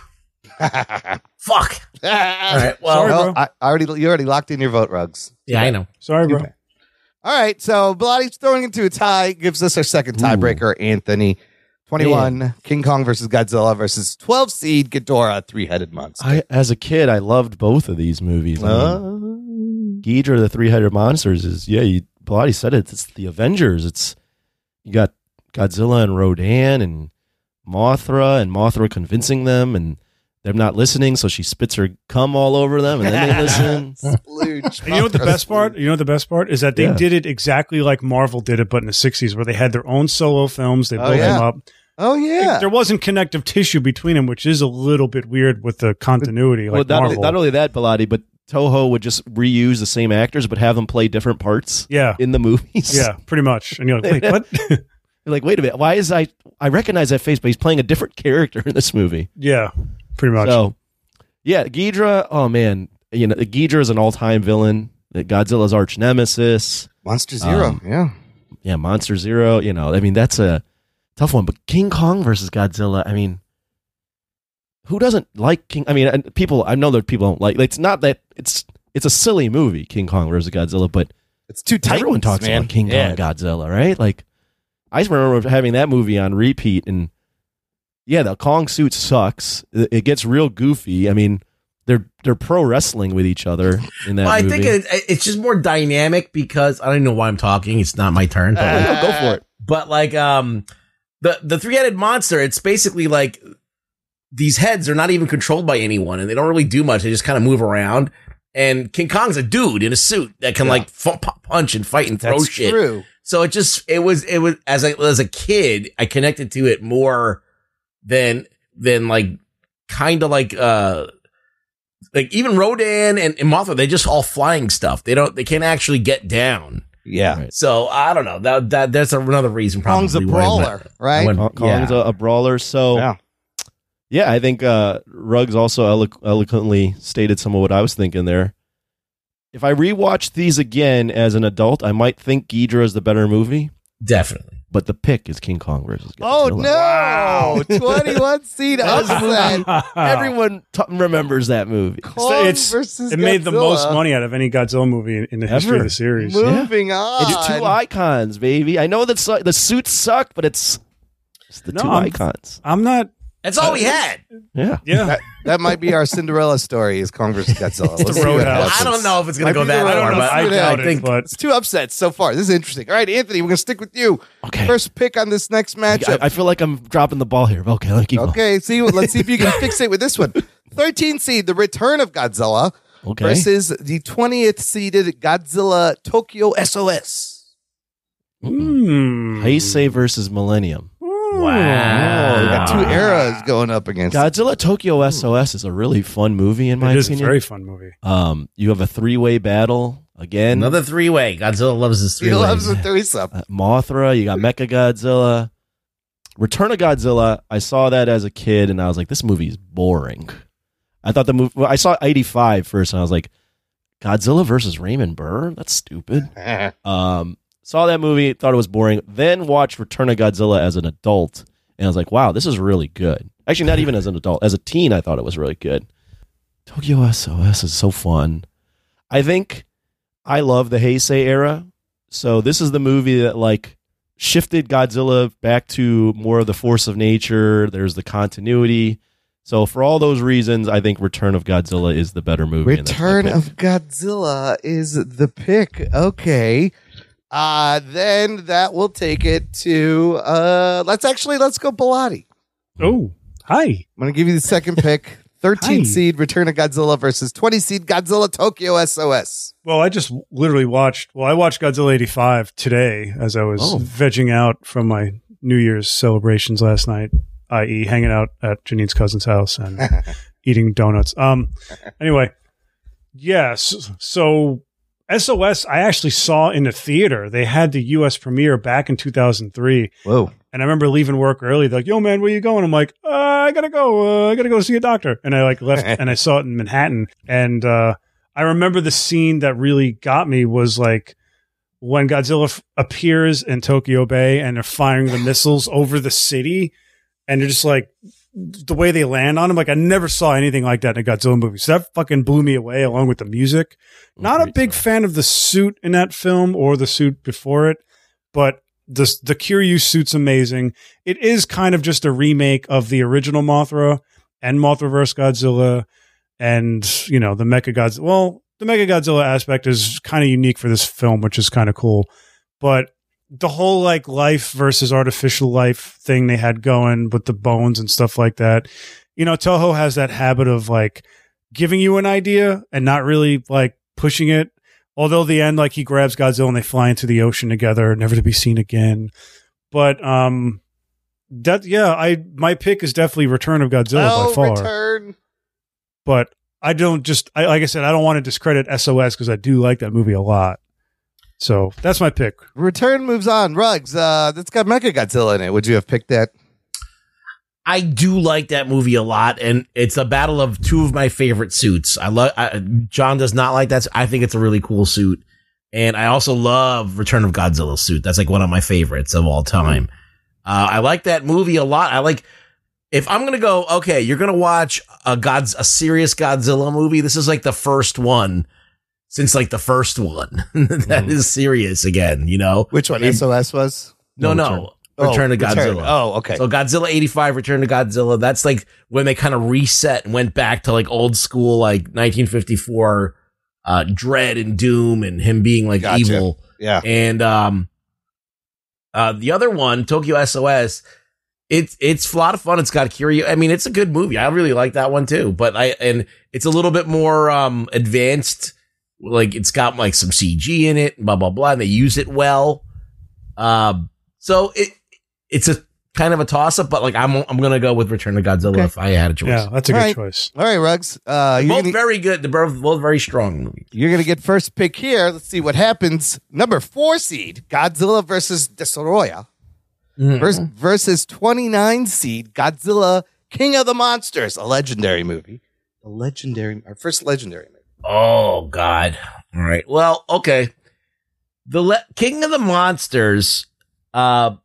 Fuck. All right. Well,
Sorry,
Well,
bro.
I, I already you already locked in your vote, Rugs.
yeah, I know.
Sorry, bro.
Okay. All right, so Bilotti's throwing into a tie, gives us our second tiebreaker, Anthony. 21, King Kong versus Godzilla versus 12 seed Ghidorah, three headed monster.
I, as a kid, I loved both of these movies. I mean, Ghidra, the three headed monsters, is yeah. You, Pilates said it. It's the Avengers. It's you got Godzilla and Rodan and Mothra and Mothra convincing them and them not listening, so she spits her cum all over them and then they listen.
Splooge.
And you know what the best part? You know what the best part is that they
Yeah.
did it exactly like Marvel did it, but in the '60s, where they had their own solo films. They
Oh,
built
yeah.
them up.
Oh, yeah.
There wasn't connective tissue between them, which is a little bit weird with the continuity,
well,
like
not, only,
Marvel.
not only that, Pilati, but Toho would just reuse the same actors but have them play different parts
yeah,
in the movies.
yeah, pretty much. And you're like, wait, what?
You're like, wait a minute, why is I I recognize that face, but he's playing a different character in this movie.
yeah, pretty much.
So, yeah, Ghidra. Oh man, you know, Ghidra is an all-time villain. That Godzilla's arch nemesis.
Monster Zero.
Um,
yeah.
Yeah, Monster Zero. You know, I mean, that's a tough one. But King Kong versus Godzilla. I mean, who doesn't like King? I mean, and people. I know that people don't like. It's not that it's it's a silly movie, King Kong versus Godzilla. But
It's two titans,
everyone talks
man.
about King Kong
Yeah.
Godzilla, right? Like I just remember having that movie on repeat and yeah, the Kong suit sucks. It it gets real goofy. I mean, they're they're pro wrestling with each other in that
Well, I
movie.
think it, it's just more dynamic because I don't know why I'm talking. It's not my turn.
Oh, no, go for it.
but like um the the three-headed monster it's basically like these heads are not even controlled by anyone and they don't really do much they just kind of move around and king kong's a dude in a suit that can like fu- pu- punch and fight and throw
That's
shit
true.
so it just it was it was as i as a kid i connected to it more than than like kind of like uh like even rodan and, and mothra they just all flying stuff they don't they can't actually get down
Yeah.
Right.
so I don't know. That that that's another reason. Probably
Kong's a
why I went-
brawler, right?
I went-
Kong- Kong's
yeah.
a, a brawler. So
Yeah.
yeah, I think uh, Ruggs also eloqu- eloquently stated some of what I was thinking there. If I rewatched these again as an adult, I might think Ghidra is the better movie,
definitely.
but the pick is King Kong versus
Oh
Godzilla.
no! Twenty-one seed upset.
Uh,
Everyone t- remembers that movie.
Kong
it's-
versus
it made the
Godzilla.
most money out of any Godzilla movie in, in the history of
Ever.
the series.
Moving on.
It's two icons, baby. I know that su- the suits suck, but it's, it's the
No,
2
I'm-
icons.
I'm not.
That's all we had.
Yeah.
Yeah,
that might be our Cinderella story. Is Kong versus Godzilla? Let's see what
Roadhouse.
happens.
I don't know if it's gonna
Might
go
be
that
the right
far,
one.
but
I
I,
doubt
I
it,
think
but
It's two upsets so far. This is interesting. All right, Anthony, we're gonna stick with you.
Okay.
First pick on this next
I,
matchup.
I feel like I'm dropping the ball here. but Okay, let me keep going.
okay, see. Let's see if you can fix it with this one. Thirteen seed, the return of Godzilla
Okay.
versus the twentieth seeded Godzilla Tokyo SOS.
Hmm.
Heisei versus Millennium.
Oh, we
wow.
got two
Ah.
eras going up against.
Godzilla Tokyo SOS is a really fun movie in my
it is a
opinion.
very fun movie.
um, you have a three-way battle again.
Another three way. Godzilla loves his three
he
way.
loves a threesome.
Uh, Mothra. You got Mecha Godzilla. Return of Godzilla. I saw that as a kid, and I was like, this movie's boring. I thought the movie. Well, I saw '85 first, and I was like, Godzilla versus Raymond Burr. That's stupid. Um, saw that movie, thought it was boring. Then watched Return of Godzilla as an adult, and I was like, wow, this is really good. Actually, not even as an adult. As a teen, I thought it was really good. Tokyo SOS is so fun. I think I love the Heisei era. So this is the movie that like shifted Godzilla back to more of the force of nature. There's the continuity. So for all those reasons, I think Return of Godzilla is the better movie. and that's my
Return
pick.
of Godzilla is the pick. Okay. Uh then that will take it to uh let's actually let's go Pilati.
Oh, hi.
I'm gonna give you the second pick. 13
Hi.
seed Return of Godzilla versus 20 seed Godzilla Tokyo SOS.
Well, I just literally watched. Well, I watched Godzilla '85 today as I was
Oh.
vegging out from my New Year's celebrations last night, i.e., hanging out at Janine's cousin's house and eating donuts. Um. Anyway, yes. So SOS, I actually saw in the theater. They had the U.S. premiere back in 2003,
Whoa.
and I remember leaving work early. They're like, "Yo, man, where you going?" I'm like, uh, "I gotta go. Uh, I gotta go see a doctor." And I like left, and I saw it in Manhattan. And uh, I remember the scene that really got me was like when Godzilla f- appears in Tokyo Bay, and they're firing the missiles over the city, and they're just like the way they land on him. Like I never saw anything like that in a Godzilla movie. So that fucking blew me away, along with the music not a
Great
big
stuff.
fan of the suit in that film or the suit before it, but the the Kiryu suit's amazing. It is kind of just a remake of the original Mothra and Mothra vs Godzilla, and you know the Mecha Godzilla. Well, the Mecha Godzilla aspect is kind of unique for this film, which is kind of cool. But the whole like life versus artificial life thing they had going with the bones and stuff like that. You know, Toho has that habit of like giving you an idea and not really like pushing it. Although the end, like he grabs Godzilla and they fly into the ocean together, never to be seen again. But um that yeah, I my pick is definitely Return of Godzilla by far.
Oh, return.
But I don't just I, like I said, I don't want to discredit SOS because I do like that movie a lot. So that's my pick.
Return moves on. Rugs. Uh, that's got Mecha Godzilla in it. Would you have picked that?
I do like that movie a lot, and it's a battle of two of my favorite suits. I love I- John does not like that. suit. I think it's a really cool suit, and I also love Return of Godzilla suit. That's like one of my favorites of all time. Uh, I like that movie a lot. I like if I'm gonna go okay, you're gonna watch a God's a serious Godzilla movie. This is like the first one since like the first one that is serious again. You know?
Which one? SOS was.
No, no. Return
Oh,
of Godzilla.
Oh, okay.
So Godzilla 85, Return to Godzilla, that's like when they kind of reset and went back to like old school, like 1954, uh, dread and doom and him being like
Gotcha.
evil.
yeah.
And, um, uh, the other one, Tokyo SOS, it's, it's a lot of fun. It's got Curio. I mean, it's a good movie. I really like that one too, but I, and it's a little bit more, um, advanced. Like it's got like some CG in it, blah, blah, blah. And they use it well. Um, so it, it's a kind of a toss up, but like I'm, I'm going to go with Return to Godzilla if I had a choice.
Yeah, that's a good
Alright.
choice.
All right, Rugs. Uh, you're
Both
gonna,
very good. They're both, both very strong movies.
you're gonna get first pick here. Let's see what happens. Number four seed Godzilla versus Destoroyah vers- versus 29 seed Godzilla King of the Monsters, a legendary movie. A legendary, our first legendary movie.
Oh God! All right. Well, okay. The le- King of the Monsters uh,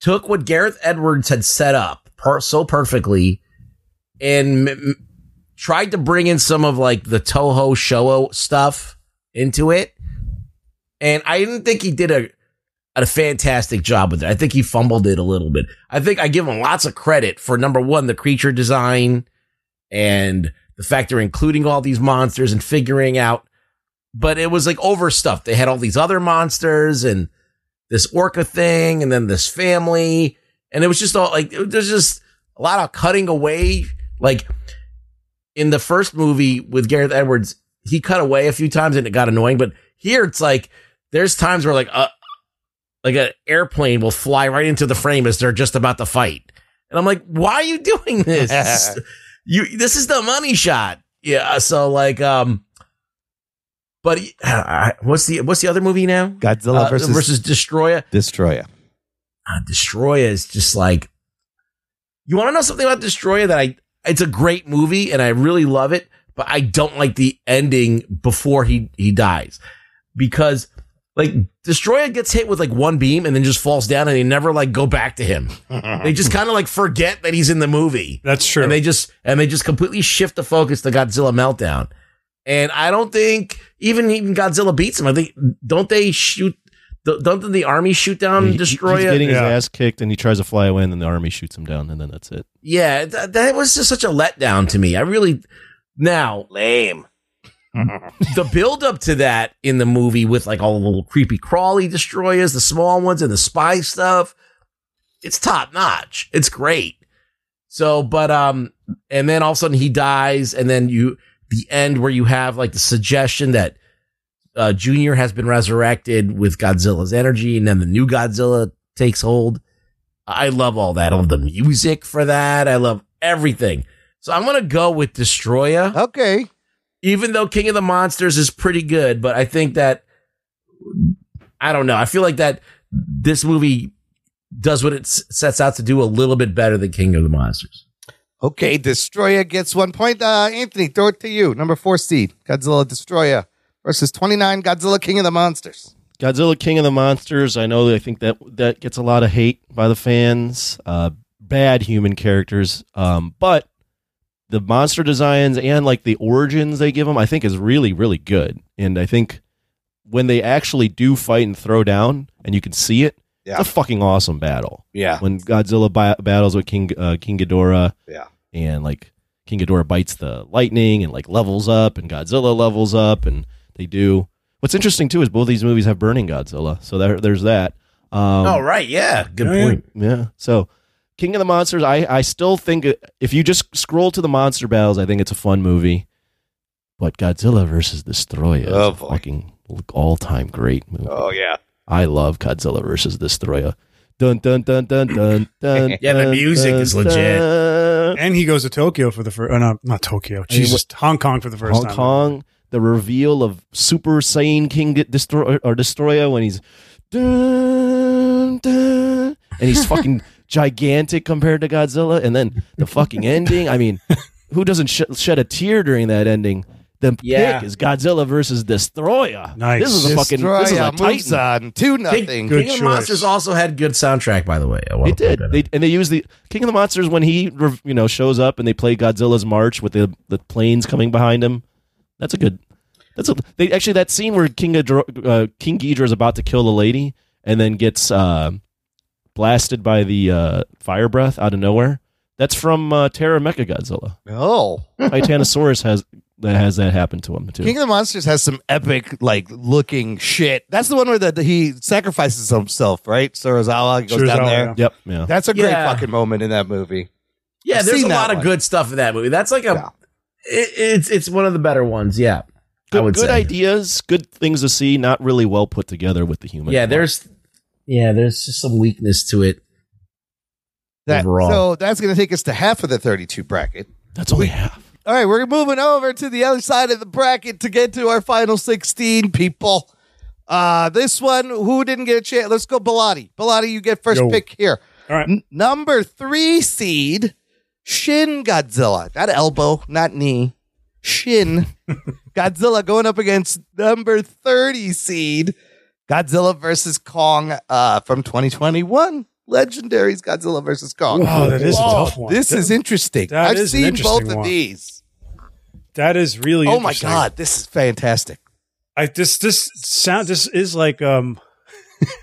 took what Gareth Edwards had set up per- so perfectly, and m- m- tried to bring in some of like the Toho Showa stuff into it. And I didn't think he did a a fantastic job with it. I think he fumbled it a little bit. I think I give him lots of credit for number one, the creature design, and the fact they're including all these monsters and figuring out but it was like overstuffed they had all these other monsters and this orca thing and then this family and it was just all like it- there's just a lot of cutting away like in the first movie with gareth edwards he cut away a few times and it got annoying but here it's like there's times where like a like an airplane will fly right into the frame as they're just about to fight and i'm like why are you doing this This is- you this is the money shot yeah so like um but uh, what's the what's the other movie now
Godzilla
Uh, versus destroyer
Destroyer.
uh, Destroyer is just like you want to know something about Destroyer that I it's a great movie and I really love it, but I don't like the ending before he he dies because like Destroyer gets hit with like one beam and then just falls down and they never like go back to him. they just kind of like forget that he's in the movie.
That's true.
And they just and they just completely shift the focus to Godzilla meltdown. And I don't think even even Godzilla beats him. I think don't they shoot? Don't don't the army shoot down
He- he-
Um, Destroyer?
He's getting
Yeah.
his ass kicked, and he tries to fly away, and then the army shoots him down, and then that's it.
Yeah, th- that was just such a letdown to me. I really now lame. the build up to that in the movie with like all the little creepy crawly destroyers, the small ones, and the spy stuff. It's top notch. It's great. So, but um, and then all of a sudden he dies, and then you the end where you have like the suggestion that uh, Junior has been resurrected with Godzilla's energy, and then the new Godzilla takes hold. I love all that. I love the music for that. I love everything. So I'm gonna go with Destroyer,
Okay.
even though King of the Monsters is pretty good, but I think that I don't know. I feel like that this movie does what it s- sets out to do a little bit better than King of the Monsters.
Okay, Destroyer gets one point. Uh, Anthony, throw it to you. Number four seed, Godzilla Destroyer versus 29 Godzilla King of the Monsters.
Godzilla King of the Monsters. I know. I think that that gets a lot of hate by the fans. Uh, bad human characters, um, but the monster designs and like the origins they give them, I think, is really really good. And I think when they actually do fight and throw down, and you can see it,
Yeah.
it's a fucking awesome battle.
Yeah.
When Godzilla bi- battles with King uh, King Ghidorah,
Yeah.
and like King Ghidorah bites the lightning and like levels up, and Godzilla levels up, and they do. What's interesting too is both these movies have burning Godzilla, so there, there's that. Um,
oh, right. Yeah. Good
Yeah, yeah.
point.
yeah. So King of the Monsters, I, I still think it- if you just scroll to the monster battles, I think it's a fun movie. But Godzilla versus Destroyer is
Oh,
a
boy.
fucking all time great movie.
Oh yeah.
I love Godzilla versus Destroyer. Dun dun dun dun dun dun.
Yeah, the
dun,
music
dun,
is legit.
dun.
And he goes to Tokyo for the first. Oh, no, not Tokyo. Jesus, Hong Kong for the first
Hong
time.
Kong, the reveal of Super Saiyan King Ge- Destroyer or Destroyer when he's dun, dun, and he's fucking gigantic compared to Godzilla, and then the fucking ending. I mean, who doesn't sh- shed a tear during that ending? The
Yeah.
pick is Godzilla versus Destroyer.
Nice.
This is a fucking this is a
Destroyer moves
titan.
on two
King,
nothing.
Good
King of the Monsters
choice.
also had good soundtrack, by the way. I wanna
They did.
point that
They
out.
and they use the King of the Monsters when he rev- you know shows up and they play Godzilla's march with the the planes coming behind him. That's a good. That's a they actually that scene where King Ghidorah, uh, King Ghidorah is about to kill the lady and then gets uh, blasted by the uh, fire breath out of nowhere. That's from uh, Terra Mecha Godzilla.
No.
Titanosaurus has that has that happen to him too.
King of the Monsters has some epic like looking shit. That's the one where the, he sacrifices himself, right? Sorozawa goes down
Surizawa,
there.
yeah.
yep. Yeah.
That's a great
Yeah.
fucking moment in that movie.
Yeah,
I've
there's
seen
a
that
lot of
one.
good stuff in that movie. That's like a.
Yeah.
It, it's it's one of the better ones. Yeah,
Good,
I would
good
say.
ideas, good things to see. Not really well put together with the human.
Yeah,
plot.
there's. Yeah, there's just some weakness to it.
That,
Overall.
so that's going to take us to half of the 32 bracket.
that's only half.
All right, we're moving over to the other side of the bracket to get to our final 16 people. Uh, this one, who didn't get a chance? Let's go, Bilotti. Bilotti, you get first
Yo.
pick here.
All right.
N- number three seed, Shin Godzilla. Not elbow, not knee. Shin Godzilla going up against number 30 seed, Godzilla versus Kong uh, from 2021. Legendary's Godzilla versus Kong.
Wow, Oh, that is a
Whoa,
tough one.
This
That-
is interesting.
that
I've
is an
seen
interesting
both of
one.
these.
That is really.
Oh my
interesting.
god, this is fantastic.
I this this sound. This is like um.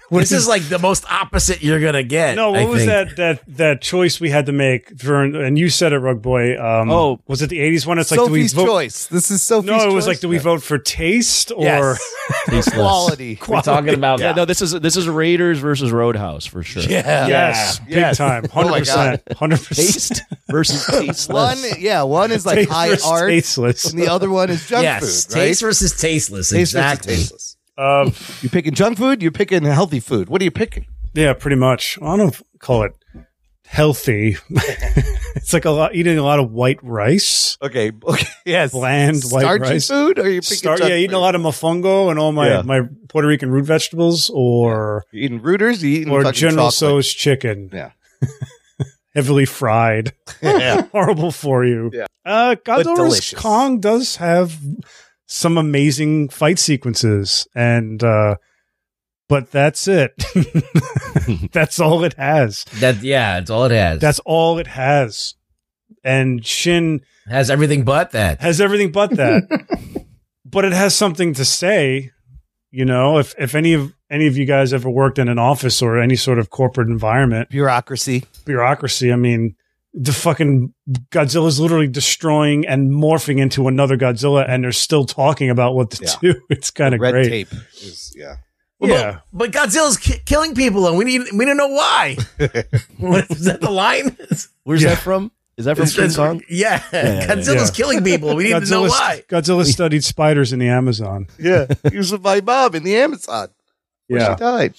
what
This is like the most opposite you're gonna get.
No, what
I
was
think.
that that that choice we had to make for? And you said it, Rug Boy. Um,
Oh.
was it the '80s one? It's like
Sophie's
do we vote?
choice. This is Sophie's
No,
choice.
it was like do we vote for taste or
Yes.
Tasteless.
quality?
We're talking about
Yeah, no, this is this is Raiders versus Roadhouse for sure.
Yeah.
yes, big
Yes.
time,
Oh
hundred
my God.
percent, hundred percent.
Taste versus tasteless.
One, yeah, one is like high art,
tasteless.
and the other one is junk
yes,
food. Right?
taste versus tasteless.
Taste versus
exactly.
tasteless.
Um,
You're picking junk food. You're picking healthy food. What are you picking?
yeah, pretty much. I don't call it healthy. it's like a lot eating a lot of white rice,
Okay, okay, yes,
bland white
starchy
rice.
food, or are you picking
Start
junk
yeah, eating
food?
a lot of mofongo and all my
Yeah.
my Puerto Rican root vegetables or.
You eating rooters, you eating
or
fucking
General
chocolate.
So's chicken.
Yeah.
Heavily fried.
Yeah.
Horrible for you.
Yeah.
Uh, Godzilla's
delicious.
Kong does have some amazing fight sequences, and uh, but that's it. that's all it has.
That yeah, it's all it has.
That's all it has. And Shin
has everything but that.
has everything but that. but it has something to say. You know, if if any of any of you guys ever worked in an office or any sort of corporate environment,
bureaucracy.
bureaucracy. I mean, the fucking Godzilla is literally destroying and morphing into another Godzilla, and they're still talking about what to
Yeah.
do. It's kind of
Red
great.
tape. Is, yeah.
Yeah.
But Godzilla's ki- killing people, and we need we don't know why. what, is that the line?
Where's
Yeah.
that from? Is that from King Kong?
Yeah,
yeah,
Godzilla's
yeah.
killing people. We need to know
Godzilla,
why.
Godzilla studied spiders in the Amazon.
Yeah. He was with my mom in the Amazon. Where She died.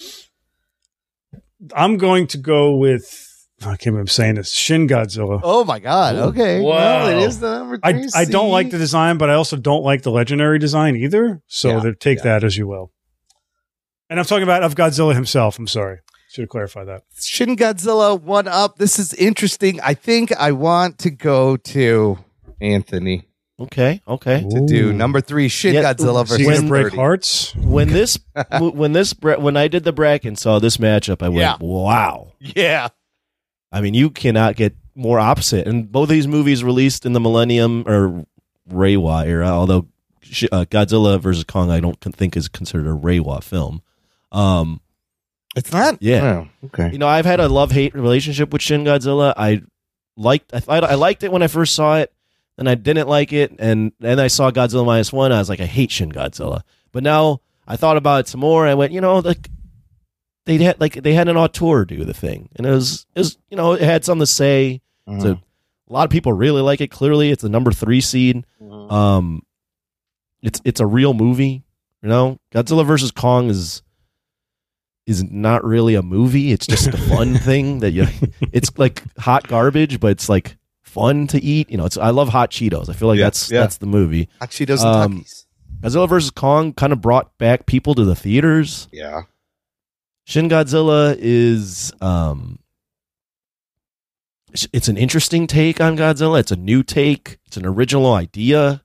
I'm going to go with. I can't believe I'm saying this. Shin Godzilla.
Oh my God. Okay. Well, it
Wow.
is the number
I,
three
I don't
seed.
like the design, but I also don't like the legendary design either. So
Yeah,
there- take that as you will. And I'm talking about of Godzilla himself. I'm sorry. Should have clarified that.
Shin Godzilla one up. This is interesting. I think I want to go to Anthony
Okay, okay.
to do number three Shin
Yeah.
Godzilla
So you're
versus
going to break
30.
hearts?
When this when this bra- when I did the bracket and saw this matchup, I went,
Yeah.
"Wow."
Yeah.
I mean, you cannot get more opposite. And both of these movies released in the millennium or Reiwa era, although sh- uh, Godzilla versus Kong, I don't con- think is considered a Reiwa film. Um,
It's not.
Yeah.
Oh, okay.
you know, I've had a love hate relationship with Shin Godzilla. I liked, I thought I liked it when I first saw it, and I didn't like it, and then I saw Godzilla minus one. I was like, I hate Shin Godzilla. But now I thought about it some more. And I went, you know, like they had like they had an auteur do the thing, and it was, it was you know, it had something to say. So a lot of people really like it. Clearly, it's a number three seed. Um, it's it's a real movie. You know, Godzilla versus Kong is is not really a movie. It's just a fun thing that you. It's like hot garbage, but it's like fun to eat. You know, it's I love hot Cheetos. I feel like
Yeah,
that's
yeah.
that's the movie.
Actually, doesn't.
Um, Godzilla versus Kong kind of brought back people to the theaters.
yeah.
Shin Godzilla is um it's- it's an interesting take on Godzilla. It's a new take. It's an original idea.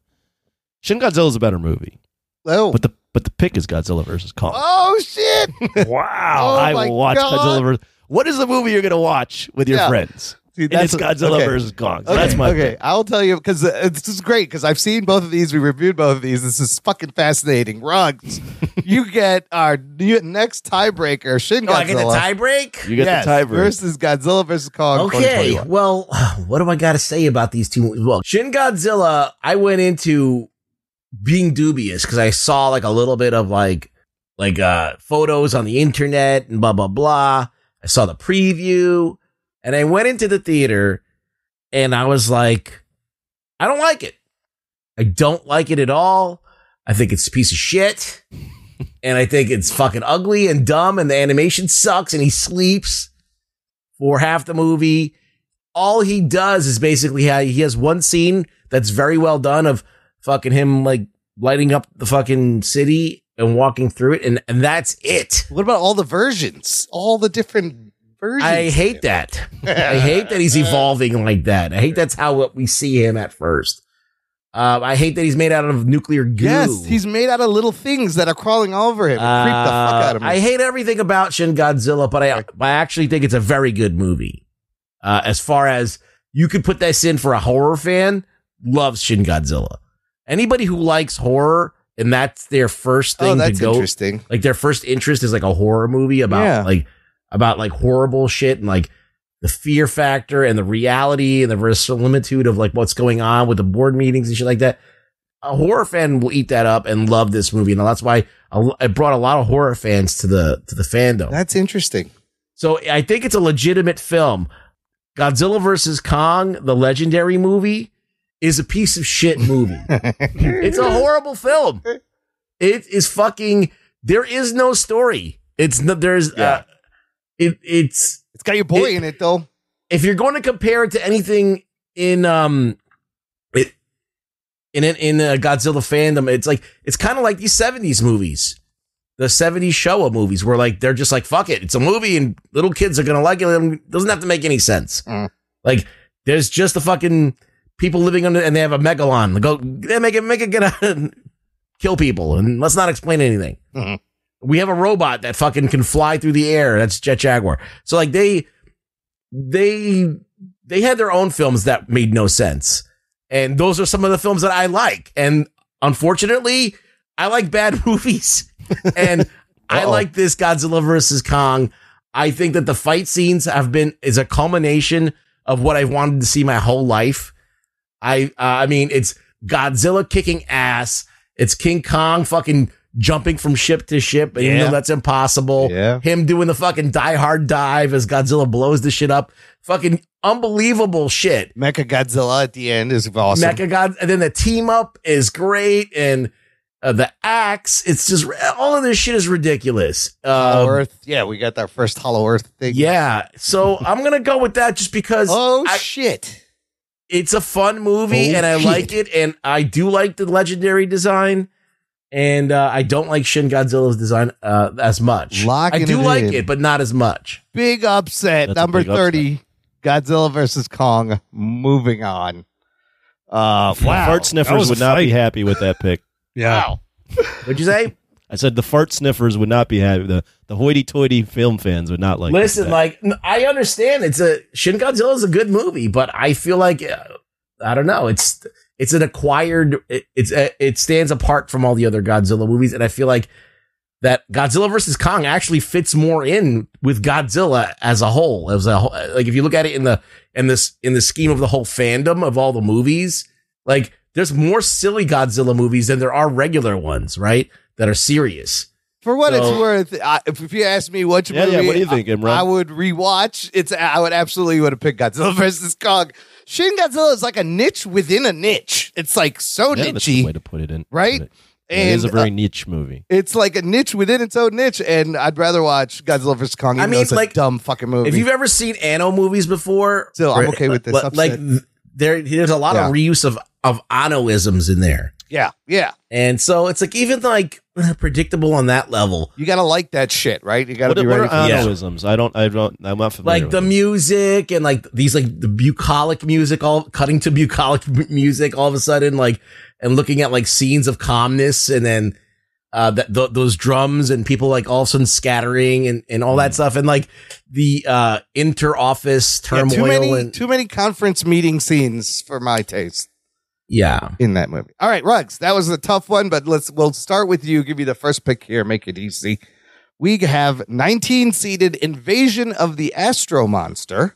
Shin Godzilla is a better movie,
Oh.
but the but the pick is Godzilla versus Kong.
oh shit.
Wow.
Oh
I
my
will watch
God.
Godzilla versus. What is the movie you're going to watch with your
Yeah.
friends?
See,
And it's Godzilla
okay.
versus Kong. So
Okay,
that's my
okay.
pick.
I'll tell you because uh, this is great because I've seen both of these. We reviewed both of these. This is fucking fascinating. Rugs, you get our new- next tiebreaker. Shin
Oh,
Godzilla
I get the tie break?
You get
Yes,
the tie verse.
versus Godzilla versus Kong.
Okay,
2021.
well, what do I got to say about these two? Well, Shin Godzilla, I went into being dubious because I saw like a little bit of like like uh photos on the internet and blah blah blah. I saw the preview and I went into the theater and I was like I don't like it. I don't like it at all. I think it's a piece of shit. and I think it's fucking ugly and dumb and the animation sucks and he sleeps for half the movie. All he does is basically ha- he has one scene that's very well done of fucking him like lighting up the fucking city and walking through it, and, and that's it.
What about all the versions? All the different versions.
I hate that. I hate that he's evolving like that. I hate that's how what we see him at first. Um, I hate that he's made out of nuclear goo.
Yes, he's made out of little things that are crawling all over him. It creeped the fuck
Uh,
out of me.
I hate everything about Shin Godzilla, but I I actually think it's a very good movie. Uh, as far as you could put this in for a horror fan, loves Shin Godzilla. Anybody who likes horror and that's their first
oh,
thing
that's
to go,
interesting.
like their first interest is like a horror movie about
Yeah.
like about like horrible shit and like the fear factor and the reality and the verisimilitude of like what's going on with the board meetings and shit like that. A horror fan will eat that up and love this movie, and that's why I- I brought a lot of horror fans to the to the fandom.
That's interesting.
So I think it's a legitimate film. Godzilla versus Kong, the legendary movie, is a piece of shit movie. it's a horrible film. It is fucking. There is no story. It's no, there's. Uh, it it's
It's got your boy
It-
in it though.
if you're going to compare it to anything in um it in in, in uh, Godzilla fandom, it's like it's kind of like these '70s movies, the '70s Showa movies, where like they're just like fuck it, it's a movie and little kids are gonna like it. It doesn't have to make any sense.
Mm.
Like there's just the fucking people living under and they have a megalon. Go they make it make it get out and kill people and let's not explain anything.
Mhm.
We have a robot that fucking can fly through the air. That's Jet Jaguar. So like they they they had their own films that made no sense. And those are some of the films that I like. And unfortunately, I like bad movies. And I
Uh-oh.
like this Godzilla versus Kong. I think that the fight scenes have been is a culmination of what I've wanted to see my whole life. I uh, I mean, it's Godzilla kicking ass. It's King Kong fucking jumping from ship to ship, and even
Yeah.
though that's impossible.
Yeah.
Him doing the fucking die hard dive as Godzilla blows the shit up. Fucking unbelievable shit.
Mecha Godzilla at the end is awesome.
Mecha God, and then the team up is great, and uh, the axe. It's just all of this shit is ridiculous.
Hollow
Um,
Earth. Yeah, we got that first Hollow Earth thing.
yeah, so I'm gonna go with that just because
Oh
I-
shit.
it's a fun movie
Oh,
and I
shit.
like it and I do like the legendary design and uh, I don't like Shin Godzilla's design uh, as much.
Locking
I do
it
like
in.
it, but not as much.
Big upset.
That's a
Number
big upset.
thirty. Godzilla versus Kong. Moving on. Uh, wow.
Fart
That
sniffers
was a
would not be
fight.
happy with that pick.
Yeah.
What'd you say?
I said the fart sniffers would not be happy. The the hoity-toity film fans would not like.
Listen,
that.
like n- I understand it's a Shin Godzilla's a good movie, but I feel like uh, I don't know. It's it's an acquired. It, it's uh, it stands apart from all the other Godzilla movies, and I feel like that Godzilla versus Kong actually fits more in with Godzilla as a whole. As a whole, like if you look at it in the in this in the scheme of the whole fandom of all the movies, like there's more silly Godzilla movies than there are regular ones, right? That are serious.
For what
So-
it's worth, I, if if you ask me which
Yeah,
movie
yeah, what do you think, Imran?
I, I would rewatch, it's I would absolutely would have picked Godzilla versus Kong. Shin Godzilla is like a niche within a niche. It's like so
Yeah, that's the way
nichey,
to put it in.
right?
It is a
And,
very
uh,
niche movie.
it's like a niche within its own niche, and I'd rather watch Godzilla vs Kong. Even I mean, it's like a dumb fucking movie.
If you've ever seen Anno movies before,
Still, I'm
or-
okay with this
Like, like
upset.
th- there, there's a lot of reuse of of Annoisms in there,
yeah, yeah,
and so it's like even like eh, predictable on that level.
you gotta like that shit, right? You gotta
What,
be
what
ready.
are um,
for that.
Yeah.
annoisms? I don't. I don't. I'm not familiar.
Like the
with
music and like these like the bucolic music, all cutting to bucolic m- music all of a sudden, like and looking at like scenes of calmness and then uh that th- those drums and people like all of a sudden scattering and and all that stuff and like the uh inter office
Yeah,
turmoil
too many,
and
too many conference meeting scenes for my taste.
yeah.
in that movie. All right, Rugs, that was a tough one, but let's we'll start with you. Give you the first pick here, make it easy. We have 19 seeded Invasion of the Astro Monster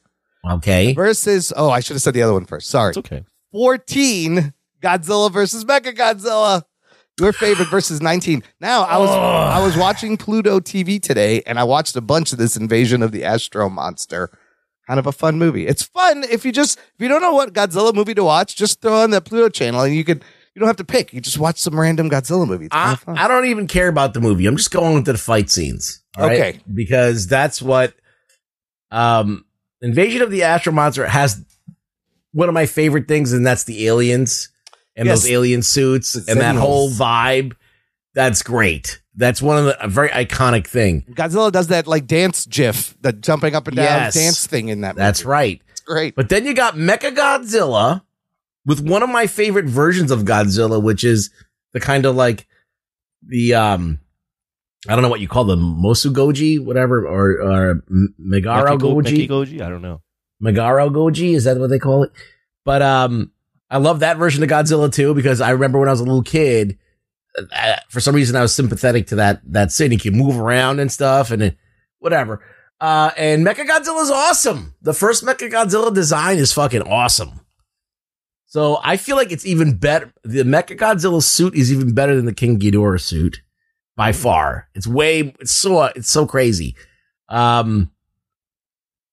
Okay.
versus oh, I should have said the other one first. Sorry.
It's okay.
14 Godzilla versus Mechagodzilla. Your favorite versus 19. Now, I was I was watching Pluto TV today and I watched a bunch of this Invasion of the Astro Monster. Kind of a fun movie. It's fun if you just if you don't know what Godzilla movie to watch, just throw on the Pluto channel and you could you don't have to pick. You just watch some random Godzilla movie. It's kind
I,
of fun.
I don't even care about the movie. I'm just going to the fight scenes. all right?
Okay.
Because that's what um Invasion of the Astro Monster has one of my favorite things, and that's the aliens and
Yes.
those alien suits
The
and that
Sentinels.
whole vibe. That's great. That's one of the a very iconic thing.
Godzilla does that like dance gif, the jumping up and down
Yes.
dance thing in that movie.
That's right.
It's great.
But then you got Mecha Godzilla with one of my favorite versions of Godzilla, which is the kind of like the um I don't know what you call them, Mosugoji, whatever, or or M- Megaro
Mekiko-
Goji.
Mekikoji? I don't know.
Megaro Goji, is that what they call it? But um I love that version of Godzilla too because I remember when I was a little kid, uh, for some reason I was sympathetic to that that city. He could move around and stuff and it, whatever. Uh, and Mecha Godzilla is awesome. The first Mecha Godzilla design is fucking awesome. So I feel like it's even better. The Mecha Godzilla suit is even better than the King Ghidorah suit by far. It's way it's so it's so crazy. Um,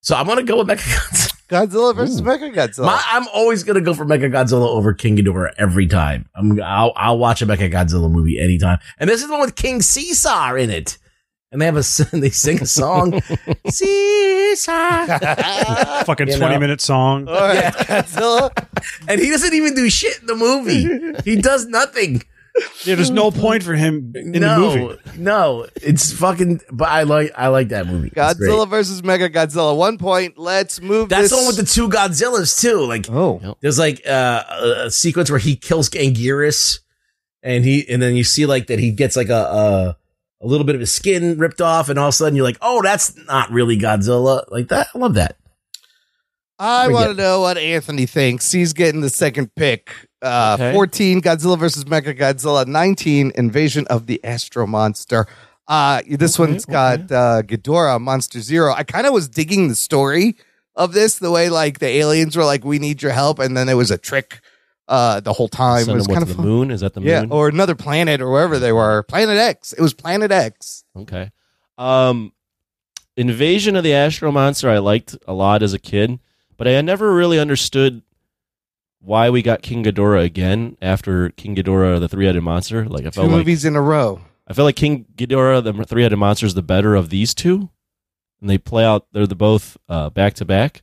so I'm gonna go with Mecha Godzilla.
Godzilla versus
Ooh.
Mechagodzilla.
My, I'm always gonna go for Mecha Godzilla over King Ghidorah every time. I'm I'll, I'll watch a Mecha Godzilla movie anytime. And this is the one with King Caesar in it, and they have a s- they sing a song Caesar,
Fucking
You know?
20 minute song.
All right, Godzilla.
and he doesn't even do shit in the movie. He does nothing.
Yeah, there's no point for him in
no,
the movie.
no, it's fucking. But I like I like that movie. It's great.
Godzilla versus Mechagodzilla. One point. Let's move this.
That's the one with the two Godzillas too. Like
Oh.
There's like uh, a, a sequence where he kills Anguirus, and he and then you see like that he gets like a, a a little bit of his skin ripped off, and all of a sudden you're like, oh, that's not really Godzilla. Like that, I love that.
I
Forget.
want to know what Anthony thinks. He's getting the second pick. Uh,
Okay.
14, Godzilla versus Mechagodzilla. 19, Invasion of the Astro Monster. Uh, this one's got uh, Ghidorah, Monster Zero. I kind of was digging the story of this, the way like the aliens were like, we need your help. And then it was a trick uh, the whole time. it
Send
was
them what,
kind
to
of
the
fun.
moon. Is that the
Yeah,
moon?
or another planet or wherever they were. Planet X. It was Planet X.
Okay. Um, Invasion of the Astro Monster I liked a lot as a kid, but I never really understood why we got King Ghidorah again after King Ghidorah the Three Headed Monster. Like I
Two
felt like
movies in a row.
I felt like King Ghidorah the Three Headed Monster is the better of these two, and they play out. They're the both uh, back to back.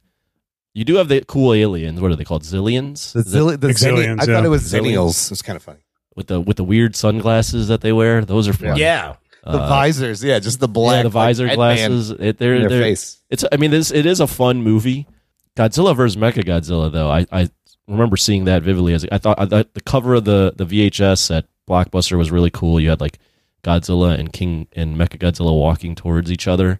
You do have the cool aliens. What are they called? Zillions
The,
Is that-
zilli- the Zenni-
Exilians,
I thought
yeah.
it was
Exilians.
Zennials. It's kind of funny.
with the with the weird sunglasses that they wear. Those are fun.
Yeah,
Uh,
the visors, yeah, just the black,
yeah, the
like,
visor
headband
glasses. It,
in
they're,
their
they're,
face.
It's I mean this it is a fun movie. Godzilla vs Mechagodzilla though. I, I remember seeing that vividly as I thought I thought the cover of the the VHS at Blockbuster was really cool. You had like Godzilla and King and Mechagodzilla walking towards each other.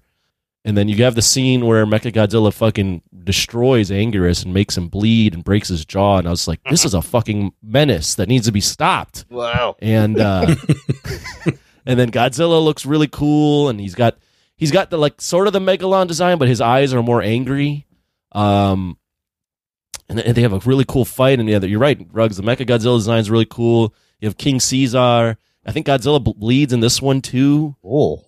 And then you have the scene where Mecha Godzilla fucking destroys Anguirus and makes him bleed and breaks his jaw. And I was like, this is a fucking menace that needs to be stopped.
Wow.
And uh, and then Godzilla looks really cool, and he's got he's got the like sort of the Megalon design, but his eyes are more angry. Um, and, and they have a really cool fight. And yeah, you're right, Rugs. The Mecha Godzilla design is really cool. You have King Caesar. I think Godzilla ble- bleeds in this one too.
Oh.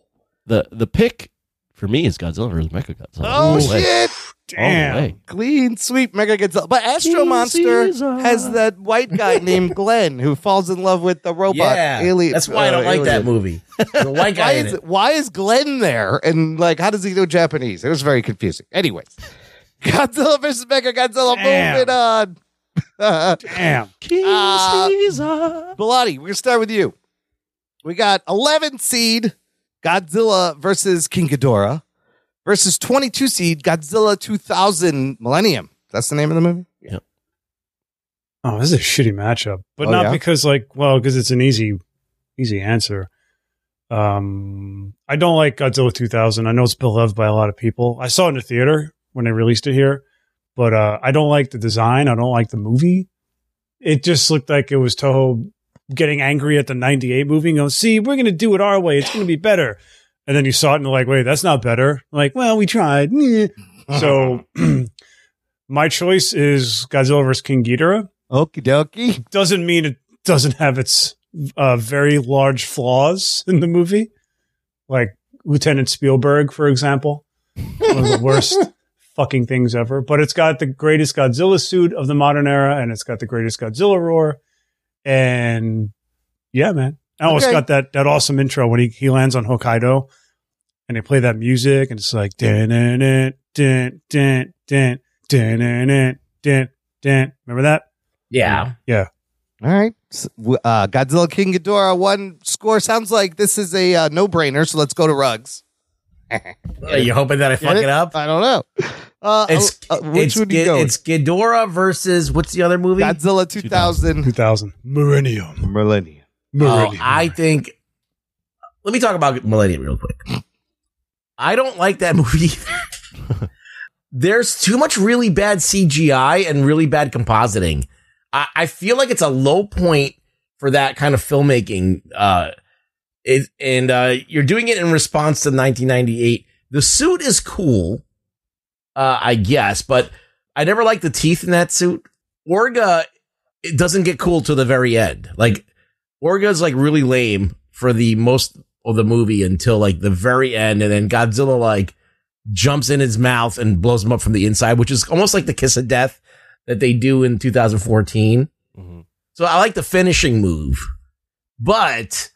The the pick for me is Godzilla versus Mecha Godzilla.
Oh, shit!
Damn.
Clean sweep Mega Godzilla. But Astro Monster has that white guy named Glenn who falls in love with the robot
yeah,
alien.
that's why I don't
uh,
like that
alien.
movie. The white guy
Why
in
is,
it.
why is Glenn there? And like, how does he know Japanese? It was very confusing. Anyways, Godzilla versus Mega Godzilla.
Damn.
Moving on.
Damn.
King
Uh,
Caesar.
Bilotti, we're gonna start with you. We got 11 seed Godzilla versus King Ghidorah versus 22 seed Godzilla 2000 Millennium. That's the name of the movie.
Oh, this is a shitty matchup, but
Oh,
not
yeah?
because like well, because it's an easy, easy answer. Um, I don't like Godzilla 2000. I know it's beloved by a lot of people. I saw it in the theater when they released it here, but uh, I don't like the design. I don't like the movie. It just looked like it was Toho getting angry at the 98 movie and going, see, we're going to do it our way. It's going to be better. And then you saw it and you're like, wait, that's not better. Like, well, we tried. Meh. so my choice is Godzilla vs. King Ghidorah
Okie dokie.
doesn't mean it doesn't have its uh, very large flaws in the movie, like Lieutenant Spielberg, for example, one of the worst fucking things ever. But it's got the greatest Godzilla suit of the modern era, and it's got the greatest Godzilla roar, and yeah, man. I always
Okay.
got that that awesome intro when he, he lands on Hokkaido, and they play that music, and it's like dun dun dun dun dun dun dun dun dun dun. Remember that?
Yeah.
All right. S- w- Uh, Godzilla King Ghidorah, one score. Sounds like this is a uh, no brainer. So let's go to Rugs.
Are you hoping that I fuck it up?
I don't know. Uh,
It's
uh, which
it's,
would you
Gi-
go?
it's Ghidorah versus what's the other movie?
with? Godzilla 2000
Two thousand millennium.
Millennium.
Oh, I think. Let me talk about Millennium real quick. I don't like that movie. either. There's too much really bad CGI and really bad compositing. I, I feel like it's a low point for that kind of filmmaking. Uh, it, and uh, you're doing it in response to 1998. The suit is cool, uh, I guess, but I never liked the teeth in that suit. Orga, it doesn't get cool till the very end. Like Orga's like really lame for the most of the movie until like the very end, and then Godzilla like jumps in his mouth and blows him up from the inside, which is almost like the kiss of death that they do in 2014.
Mhm.
So I like the finishing move, but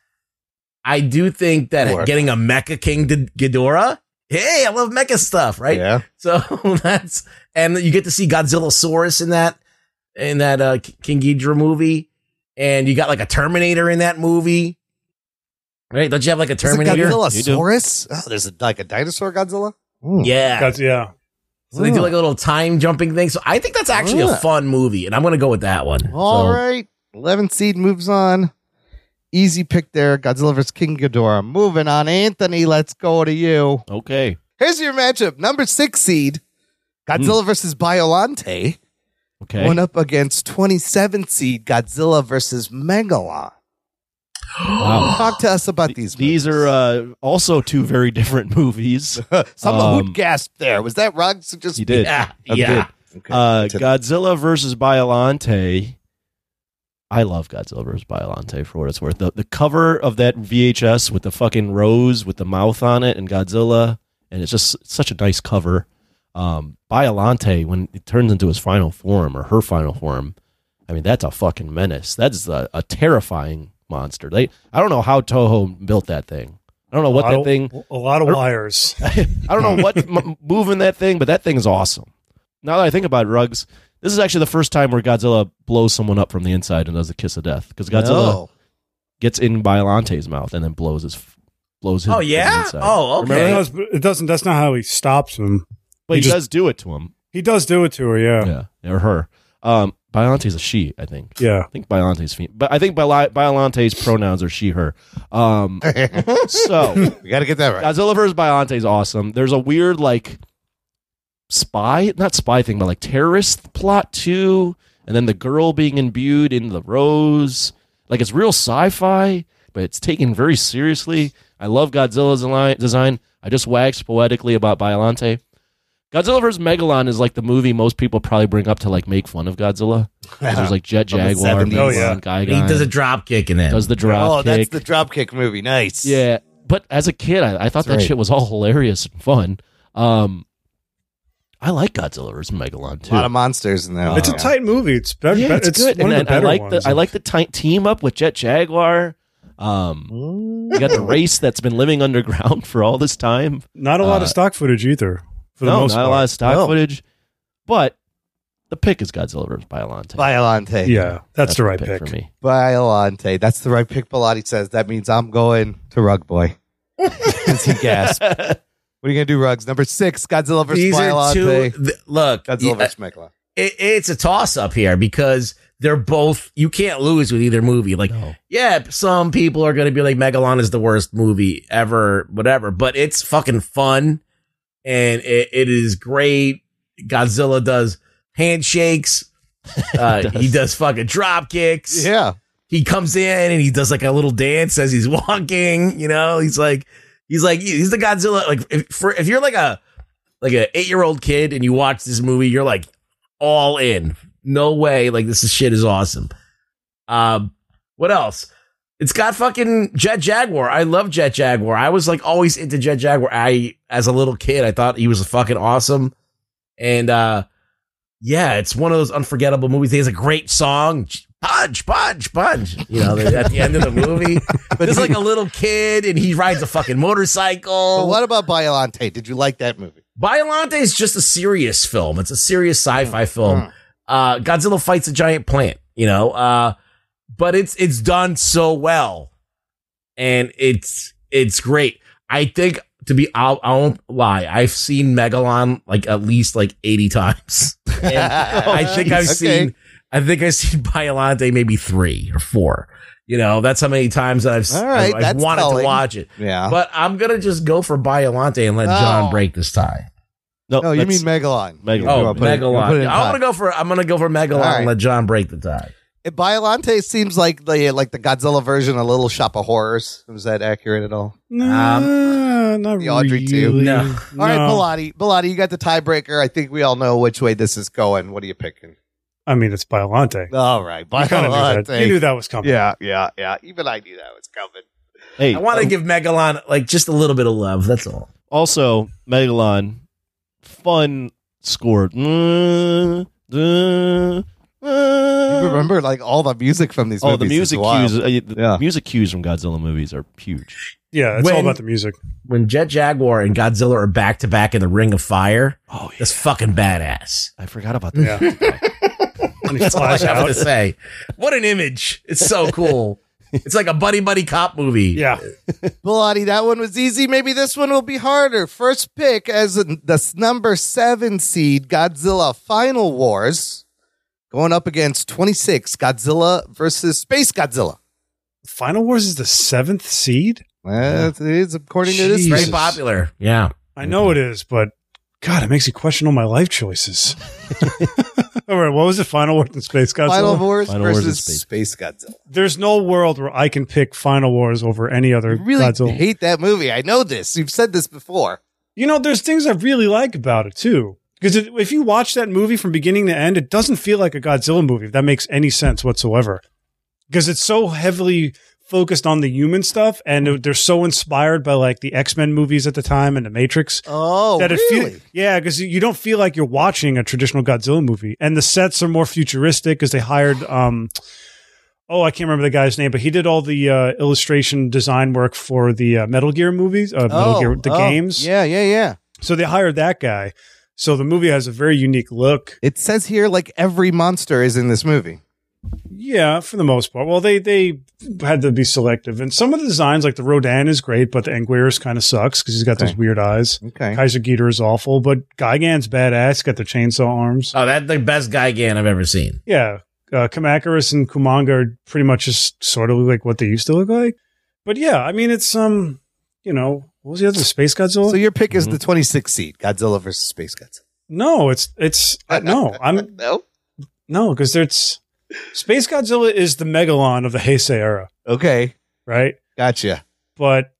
I do think that
Sure.
getting a Mecha King to Ghidorah, hey, I love Mecha stuff, right?
Yeah.
So that's and you get to see Godzilla Saurus in that in that uh, K- King Ghidorah movie, and you got like a Terminator in that movie, right? Don't you have like a Terminator?
Is it Godzilla
You do.
Saurus? Oh, there's a, like a dinosaur Godzilla? Hmm.
Yeah.
That's, yeah.
so they do like a little time jumping thing. So I think that's actually
Yeah.
a fun movie, and I'm gonna go with that one.
All
So-
right. 11 seed moves on. Easy pick there. Godzilla vs. King Ghidorah. Moving on. Anthony, let's go to you.
Okay.
Here's your matchup. Number six seed, Godzilla versus Biolante.
Hmm. Okay.
One up against 27 seed, Godzilla versus Megalon.
Wow.
Talk to us about these.
These
movies.
are uh, also two very different movies.
Someone who
um,
gasped there. Was that Rugs who just
He did.
Yeah.
I
Yeah.
did.
Okay.
Uh, Godzilla versus Biolante. I love Godzilla versus Biolante for what it's worth. The, the cover of that VHS with the fucking rose with the mouth on it and Godzilla, and it's just such a nice cover. Um, Biolante, when it turns into his final form or her final form, I mean, that's a fucking menace. That's a, a terrifying monster. They, I don't know how Toho built that thing. I don't know what
a lot
that
of-
thing.
A lot of wires.
I don't know what's m- moving that thing, but that thing is awesome. Now that I think about it, Rugs, this is actually the first time where Godzilla blows someone up from the inside and does the kiss of death because Godzilla
No.
gets in Biolante's mouth and then blows his blows his.
Oh yeah.
inside.
Oh okay.
Remember, that's- it doesn't. That's not how he stops him.
but he,
he just-
does do it to him.
He does do it to her. Yeah.
Yeah, or her. Um, Biolante's a she, I think.
Yeah.
I think Biolante's fe- but I think Biol- Biolante's pronouns are she, her. Um, so
We got to get that right.
Godzilla vs. Biollante is awesome. There's a weird like spy, not spy thing, but like terrorist plot too. And then the girl being imbued in the rose. Like it's real sci-fi, but it's taken very seriously. I love Godzilla's ali- design. I just waxed poetically about Biollante. Godzilla vs. Megalon is like the movie most people probably bring up to like make fun of Godzilla. 'Cause There's like Jet
Of the
Jaguar,
70s.
Oh, yeah.
Guy
He does a drop kick in that.
does the drop
oh, that's
kick.
the dropkick movie. Nice.
Yeah, but as a kid, I, I
That's
thought that
right.
shit was all hilarious and fun. Um, I like Godzilla vs Megalon
A
too.
lot of monsters in there.
It's a
Oh, Yeah.
tight movie. It's better.
yeah, it's, good.
One
And then
of the
I
better
like
ones.
the I like the ti- team up with Jet Jaguar. Um, you got the race that's been living underground for all this time.
not a lot
uh,
of stock footage either. For the
no, not
most
a lot
part.
of stock
No.
footage, but the pick is Godzilla vs Biollante.
Biolante.
Yeah, that's, the right
the
pick.
for me.
Biolante. That's the right pick. Bilotti says that means I'm going to Rug Boy. Because he gasped. What are you gonna do, Rugs? Number six, Godzilla versus
These are two.
Biolante.
th- look,
Godzilla
y-
versus Megalon.
it, it's a toss up here because they're both. You can't lose with either movie. Like,
No.
yeah, some people are going to be like, "Megalon is the worst movie ever," whatever. But it's fucking fun, and it, it is great. Godzilla does handshakes. Uh, He does fucking drop kicks.
Yeah.
He comes in and he does like a little dance as he's walking. You know, he's like, he's like, he's the Godzilla. Like, if for, if you're like a like a eight year old kid and you watch this movie, you're like all in. No way. Like this is, shit is awesome. Um, what else? It's got fucking Jet Jaguar. I love Jet Jaguar. I was like always into Jet Jaguar. I as a little kid, I thought he was fucking awesome. And uh yeah, it's one of those unforgettable movies. He has a great song. Punch, punch, punch. You know, at the end of the movie. But he's like a little kid and he rides a fucking
But
motorcycle.
what about Biolante? Did you like that movie?
Biolante is just a serious film. It's a serious sci-fi film. Uh, Godzilla fights a giant plant, you know. Uh, but it's it's done so well, and it's it's great. I think to be I'll, I won't lie. I've seen Megalon like at least like eighty times. And uh, I think I've
Oh, Okay.
seen I think I've seen Biolante maybe three or four. You know, that's how many times that I've,
All right,
I've, I've
that's
wanted
telling.
to watch it.
Yeah.
But I'm gonna just go for Biolante and let
Oh.
John break this tie.
No,
no, you
that's-
mean Megalon.
Megalon.
You
Oh,
wanna put it- you wanna
Megalon!
put it in
I
top.
want to go for I'm gonna go for Megalon
All right.
and let John break the tie.
And Biolante seems like the like the Godzilla version of Little Shop of Horrors. Was that accurate at all?
Nah, not
Um, The Audrey
really.
too.
No.
All right, Bilotti. Bilotti, you got the tiebreaker. I think we all know which way this is going. What are you picking?
I mean, it's Biolante.
All right,
You kind of knew that. You knew that was coming.
Yeah, yeah, yeah. Even I knew that was coming.
hey,
I want
um,
to give Megalon like just a little bit of love. That's all.
also Megalon, fun Mm, scored.
Uh,
You remember like all the music from these
mm, Oh,
movies.
the
is
music
wild.
cues. Uh, the
Yeah.
music cues from Godzilla movies are huge.
Yeah, it's all
When-
about the music.
When Jet Jaguar and Godzilla are back to back in the Ring of Fire,
Oh,
that's fucking badass.
I forgot about
Yeah.
that.
And he
That's all I
flies
have
out.
to say. What an image! It's so cool. it's like a buddy buddy cop movie.
Yeah.
Bilotti, that one was easy. Maybe this one will be harder. First pick as in the s- number seven seed Godzilla Final Wars going up against 26 Godzilla versus Space Godzilla.
Final Wars is the seventh seed.
Well, it is according to this.
Jeez.
very
Jesus.
popular. Yeah.
I know it is, but God, it makes you question all my life choices. all right, what was the Final Wars in Space Godzilla?
Final Wars
Final Wars
versus
and
Space. Godzilla.
There's no world where I can pick Final Wars over any other
I really
Godzilla.
hate that movie. I know this. You've said this before.
you know, there's things I really like about it too. Because it, if you watch that movie from beginning to end, it doesn't feel like a Godzilla movie, if that makes any sense whatsoever. Because it's so heavily focused on the human stuff, and it- they're so inspired by like the X Men movies at the time and the Matrix.
Oh,
that
really?
it feel, yeah, because you don't feel like you're watching a traditional Godzilla movie, and the sets are more futuristic because they hired, um, oh, I can't remember the guy's name, but he did all the uh, illustration design work for the uh, Metal Gear movies, uh, Metal Gear the
oh,
games.
Yeah, yeah, yeah.
So they hired that guy. So the movie has a very unique look.
It says here like every monster is in this movie.
Yeah, for the most part. Well, they they had to be selective, and some of the designs, like the Rodan, is great, but the Anguirus kind of sucks because he's got
Okay.
those weird eyes.
Okay.
Kaiser Geeter is awful, but Gigan's badass. Got the chainsaw arms.
Oh, that's the best Gigan I've ever seen.
Yeah, uh, Kamakaris and Kumanga are pretty much just sort of like what they used to look like. But yeah, I mean, it's um, you know, what was the other Space Godzilla?
So your pick is
Mm-hmm.
the 26 seed Godzilla versus Space Godzilla.
no, it's it's uh, no, I'm
No.
no, because there's Space Godzilla is the Megalon of the Heisei era,
Okay.
right?
Gotcha.
but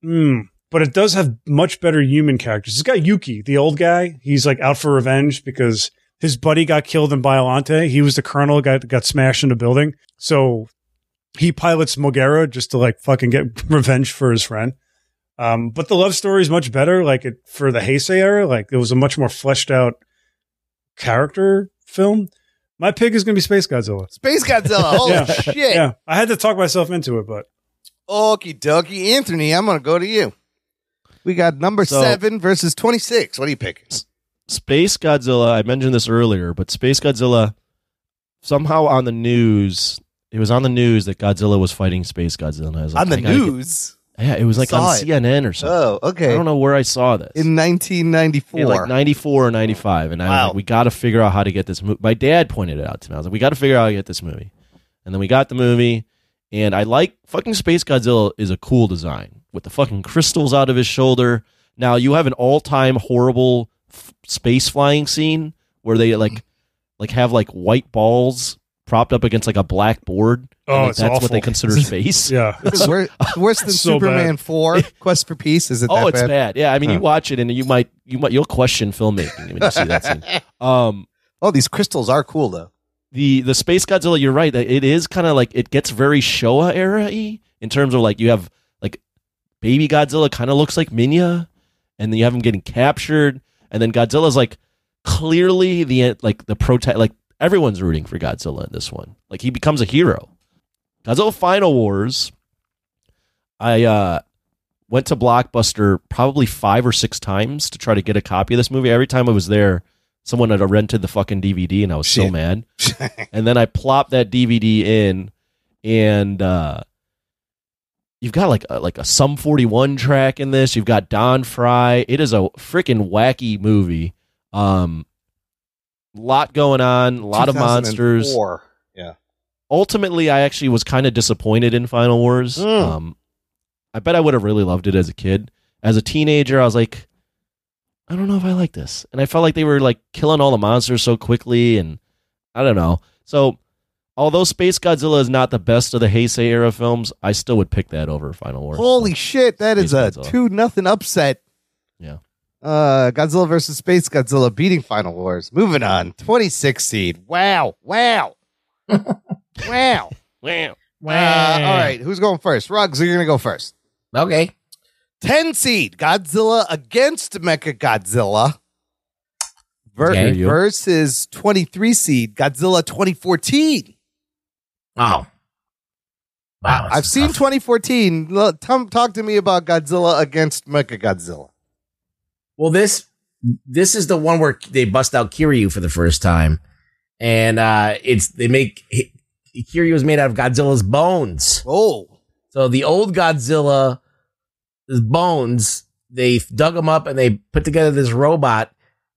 hmm, but it does have much better human characters. It's got Yuki, the old guy. He's like out for revenge because his buddy got killed in Biolante. He was the colonel, got got smashed in a building. So he pilots Mogera just to like fucking get revenge for his friend. Um, but the love story is much better. Like it for the Heisei era, like it was a much more fleshed out character film. My pick is going to be Space Godzilla.
Space Godzilla. Holy
Yeah.
shit.
Yeah, I had to talk myself into it, but
Okie dokie. Anthony, I'm going to go to you. We got number
So-
seven versus 26. What are you picking?
Space Godzilla, I mentioned this earlier, but Space Godzilla somehow on the news, it was on the news that Godzilla was fighting Space Godzilla. And I was like,
On the
I gotta
news.
Get, yeah, it was like
Saw
on
it.
CNN or something.
Oh, okay.
I don't know where I saw this.
In 1994.
Yeah, like 94 or 95. And I was
Wow.
like, we got to figure out how to get this movie. My dad pointed it out to me. I was like, we got to figure out how to get this movie. And then we got the movie. And I like fucking Space Godzilla is a cool design with the fucking crystals out of his shoulder. Now, you have an all time horrible f- space flying scene where they like like have like white balls propped up against like a black board.
Oh,
And, like,
it's
that's
awful.
what they consider space.
yeah.
Wor- worse than
So
Superman 4, Quest for Peace. Is it
Oh,
that
it's
bad?
bad. Yeah, I mean, you
Huh.
watch it and you might you might you'll question filmmaking when you see that scene. Um,
Oh, these crystals are cool, though.
the the Space Godzilla, you're right. that It is kind of like it gets very Showa era y in terms of like you have like baby Godzilla kind of looks like Minya, and then you have him getting captured, and then Godzilla's like clearly the like the protest like everyone's rooting for Godzilla in this one. Like he becomes a hero. Godzilla Final Wars. I uh went to Blockbuster probably five or six times to try to get a copy of this movie. Every time I was there, someone had rented the fucking DVD, and I was so
Shit.
mad and then I plop that DVD in, and uh, you've got like a, like a Sum Forty One track in this. You've got Don Fry. It is a freaking wacky movie. Um, lot going on, a lot of monsters.
2004. Yeah.
Ultimately, I actually was kind of disappointed in Final Wars.
Mm.
Um, I bet I would have really loved it as a kid. As a teenager, I was like, I don't know if I like this, and I felt like they were like killing all the monsters so quickly, and I don't know. So, although Space Godzilla is not the best of the Heisei era films, I still would pick that over Final Wars.
Holy shit, that is
Space
a
Godzilla.
two nothing upset.
Yeah.
Uh, Godzilla versus Space Godzilla beating Final Wars. Moving on, twenty six seed. Wow, wow, wow.
Wow.
Uh, all right, who's going first? Rugs, you're gonna go first.
Okay.
Ten seed Godzilla against Mecha Godzilla
Okay.
versus twenty three seed Godzilla twenty fourteen.
Wow. Wow.
I've
this is
seen
tough.
twenty fourteen. Talk to me about Godzilla against Mecha Godzilla.
Well, this this is the one where they bust out Kiryu for the first time, and uh it's they make Kiryu is made out of Godzilla's bones.
Oh,
So the old Godzilla, his bones, they dug him up and they put together this robot,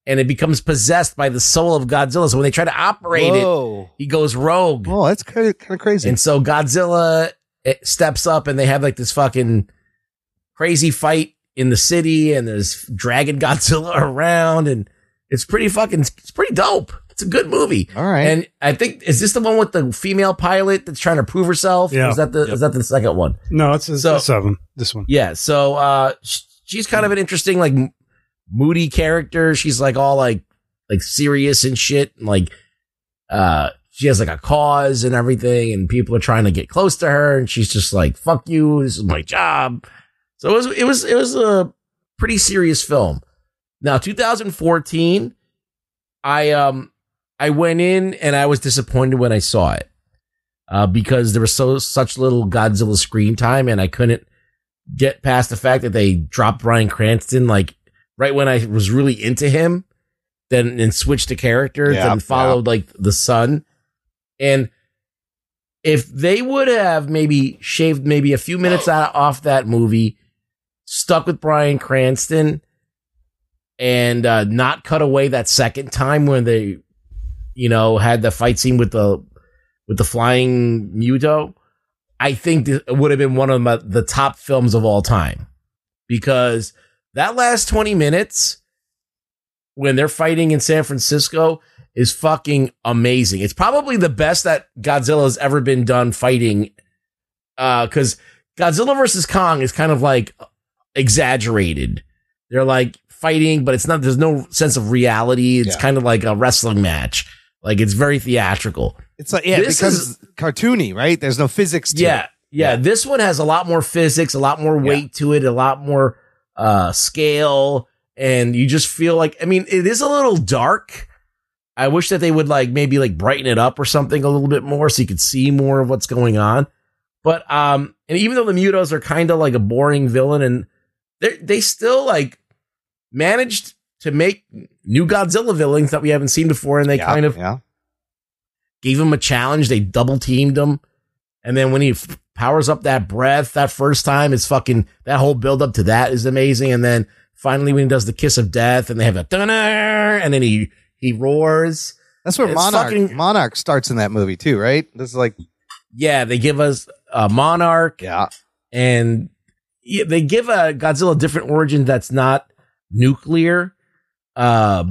and it becomes possessed by the soul of Godzilla. So when they try to operate
Whoa.
it, he goes rogue,
Oh, that's kind of, kind of crazy.
and so Godzilla eh, steps up, and they have like this fucking crazy fight in the city, and there's Dragon Godzilla around, and it's pretty fucking, it's pretty dope. It's a good movie.
All right.
And I think is this the one with the female pilot that's trying to prove herself?
Yeah.
Is that the is that the second one?
No, it's a
So-
seven. This one.
Yeah. So uh, sh- she's kind of an interesting, like, m- moody character. She's like all like, like serious and shit, and like, uh, she has like a cause and everything, and people are trying to get close to her, and she's just like, "Fuck you, this is my job." So it was, it was, it was a pretty serious film. Now, 2014, I um, I went in and I was disappointed when I saw it. Uh, because there was so such little Godzilla screen time, and I couldn't get past the fact that they dropped Brian Cranston like right when I was really into him, then and switched to characters
Yeah,
and followed like the sun. And if they would have maybe shaved maybe a few minutes out off that movie, stuck with Brian Cranston, and uh, not cut away that second time when they, you know, had the fight scene with the with the flying muto, I think th- it would have been one of my, the top films of all time because that last twenty minutes when they're fighting in San Francisco is fucking amazing. It's probably the best that Godzilla's ever been done fighting. Uh, cause Godzilla versus Kong is kind of like uh, exaggerated. They're like fighting, but it's not, there's no sense of reality. It's
Yeah.
kind of like a wrestling match. Like it's very theatrical.
It's like yeah,
This
because it's cartoony, right? There's no physics to
Yeah,
it.
yeah. This one has a lot more physics, a lot more weight to it, a lot more uh scale, and you just feel like I mean, it is a little dark. I wish that they would like maybe like brighten it up or something a little bit more so you could see more of what's going on. But um and even though the Mutos are kind of like a boring villain and they they still like managed to make new Godzilla villains that we haven't seen before and they
Yeah,
kind of
yeah.
gave him a challenge. They double teamed him. And then when he f- powers up that breath that first time, it's fucking that whole build up to that is amazing. And then finally, when he does the kiss of death and they have a dunner and then he, he roars.
That's where
It's
Monarch
fucking-
Monarch starts in that movie too, right? This is like
Yeah. They give us a monarch
yeah,
and yeah, they give a Godzilla a different origin that's not nuclear. Uh,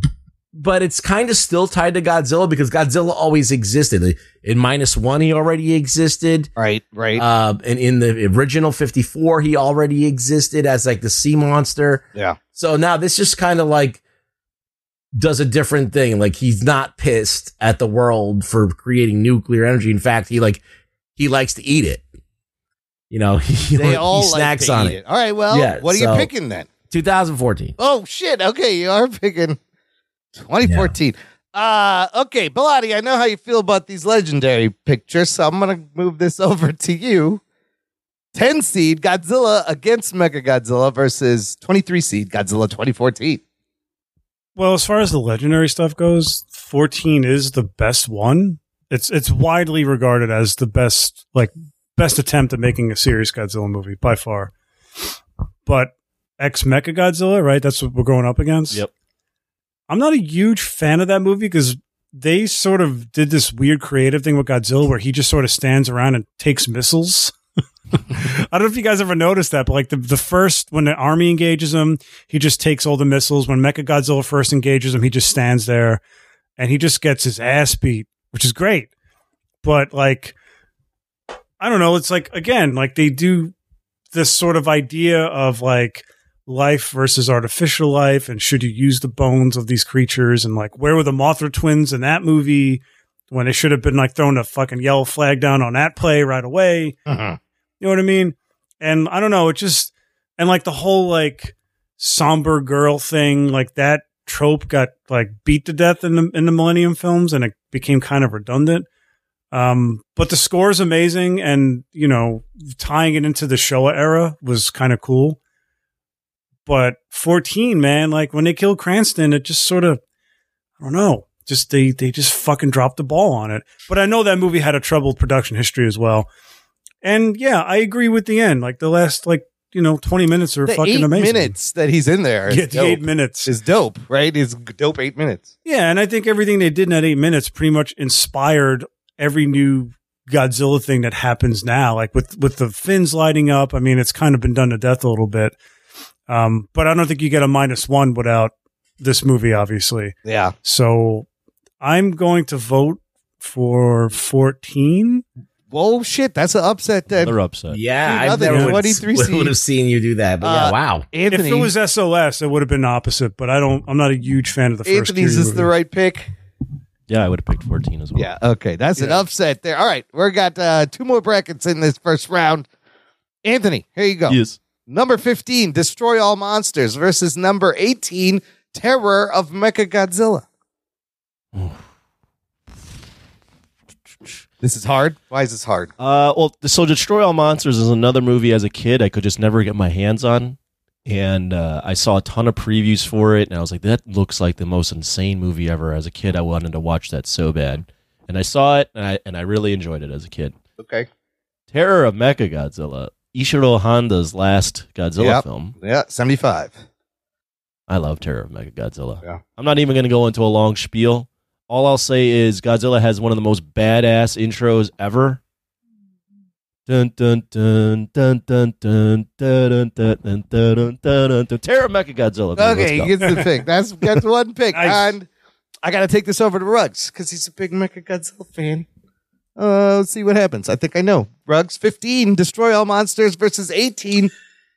b- but it's kind of still tied to Godzilla because Godzilla always existed. In minus one, he already existed.
right, right.
Uh, and in the original 54, he already existed as like the sea monster.
Yeah.
So now this just kind of like does a different thing. Like he's not pissed at the world for creating nuclear energy. In fact, he like he likes to eat it. You know, he,
they
like,
all
he snacks
like to
on
eat
it.
All right, well,
Yeah,
what are
so-
you picking then?
2014.
Oh shit! Okay, you are picking 2014. Uh okay, Bilotti, I know how you feel about these legendary pictures, so I'm gonna move this over to you. 10 seed Godzilla against Mega Godzilla versus 23 seed Godzilla 2014.
Well, as far as the legendary stuff goes, 14 is the best one. It's it's widely regarded as the best like best attempt at making a serious Godzilla movie by far. But X Mecha Godzilla, right? That's what we're going up against.
Yep.
I'm not a huge fan of that movie because they sort of did this weird creative thing with Godzilla where he just sort of stands around and takes missiles. I don't know if you guys ever noticed that, but like the, the first when the army engages him, he just takes all the missiles. When Mechagodzilla first engages him, he just stands there and he just gets his ass beat, which is great. But like, I don't know. It's like again, like they do this sort of idea of like life versus artificial life, and should you use the bones of these creatures? And like, where were the Mothra twins in that movie when they should have been like throwing a fucking yellow flag down on that play right away? You know what I mean? And I don't know. It just and like the whole like somber girl thing, like that trope got like beat to death in the in the Millennium films, and it became kind of redundant. Um, but the score is amazing, and you know, tying it into the Showa era was kind of cool. But fourteen, man, like when they killed Cranston, it just sort of, I don't know, just they they just fucking dropped the ball on it. But I know that movie had a troubled production history as well. And yeah, I agree with the end. Like the last like you know twenty minutes are
The
fucking
eight
amazing.
minutes that he's in there is,
Yeah, the
dope.
eight minutes.
is dope, right? Is dope eight minutes.
Yeah, and I think everything they did in that eight minutes pretty much inspired every new Godzilla thing that happens now. Like with with the fins lighting up, I mean, it's kind of been done to death a little bit. Um, but I don't think you get a minus one without this movie, obviously.
Yeah.
So I'm going to vote for 14.
Whoa, shit, that's an upset then.
They're upset.
Yeah, I
Another
never would,
23 seed.
would have seen you do that. But yeah,
Uh,
wow.
Anthony,
If it was SOS, it would have been opposite. But I don't. I'm not a huge fan of the first.
Anthony's
Fury
is the
movie.
right pick.
Yeah, I would have picked 14 as well.
Yeah. Okay. That's an
Yeah.
upset there. All right. We've got uh, two more brackets in this first round. Anthony, here you go.
Yes.
Number 15, Destroy All Monsters versus number 18, Terror of Mechagodzilla. this is hard. Why is this hard?
Uh, well, so Destroy All Monsters is another movie as a kid I could just never get my hands on. And uh, I saw a ton of previews for it, and I was like, that looks like the most insane movie ever. As a kid, I wanted to watch that so bad. and I saw it, and I and I really enjoyed it as a kid.
Okay.
Terror of Mecha Godzilla, Ishiro Honda's last Godzilla
Yep.
film.
Yeah, 75.
I love Terror of Mecha Godzilla.
Yeah.
I'm not even going to go into a long spiel. All I'll say is Godzilla has one of the most badass intros ever. Dun dun dun dun dun dun dun dun dun dun dun dun dun dun. Terror of Mecha Godzilla.
Okay, he gets the pick. That's that's one pick.
Nice.
And I got to take this over to Ruggs because he's a big Mecha Godzilla fan. Uh, let's see what happens. I think I know. Ruggs 15, Destroy All Monsters versus 18,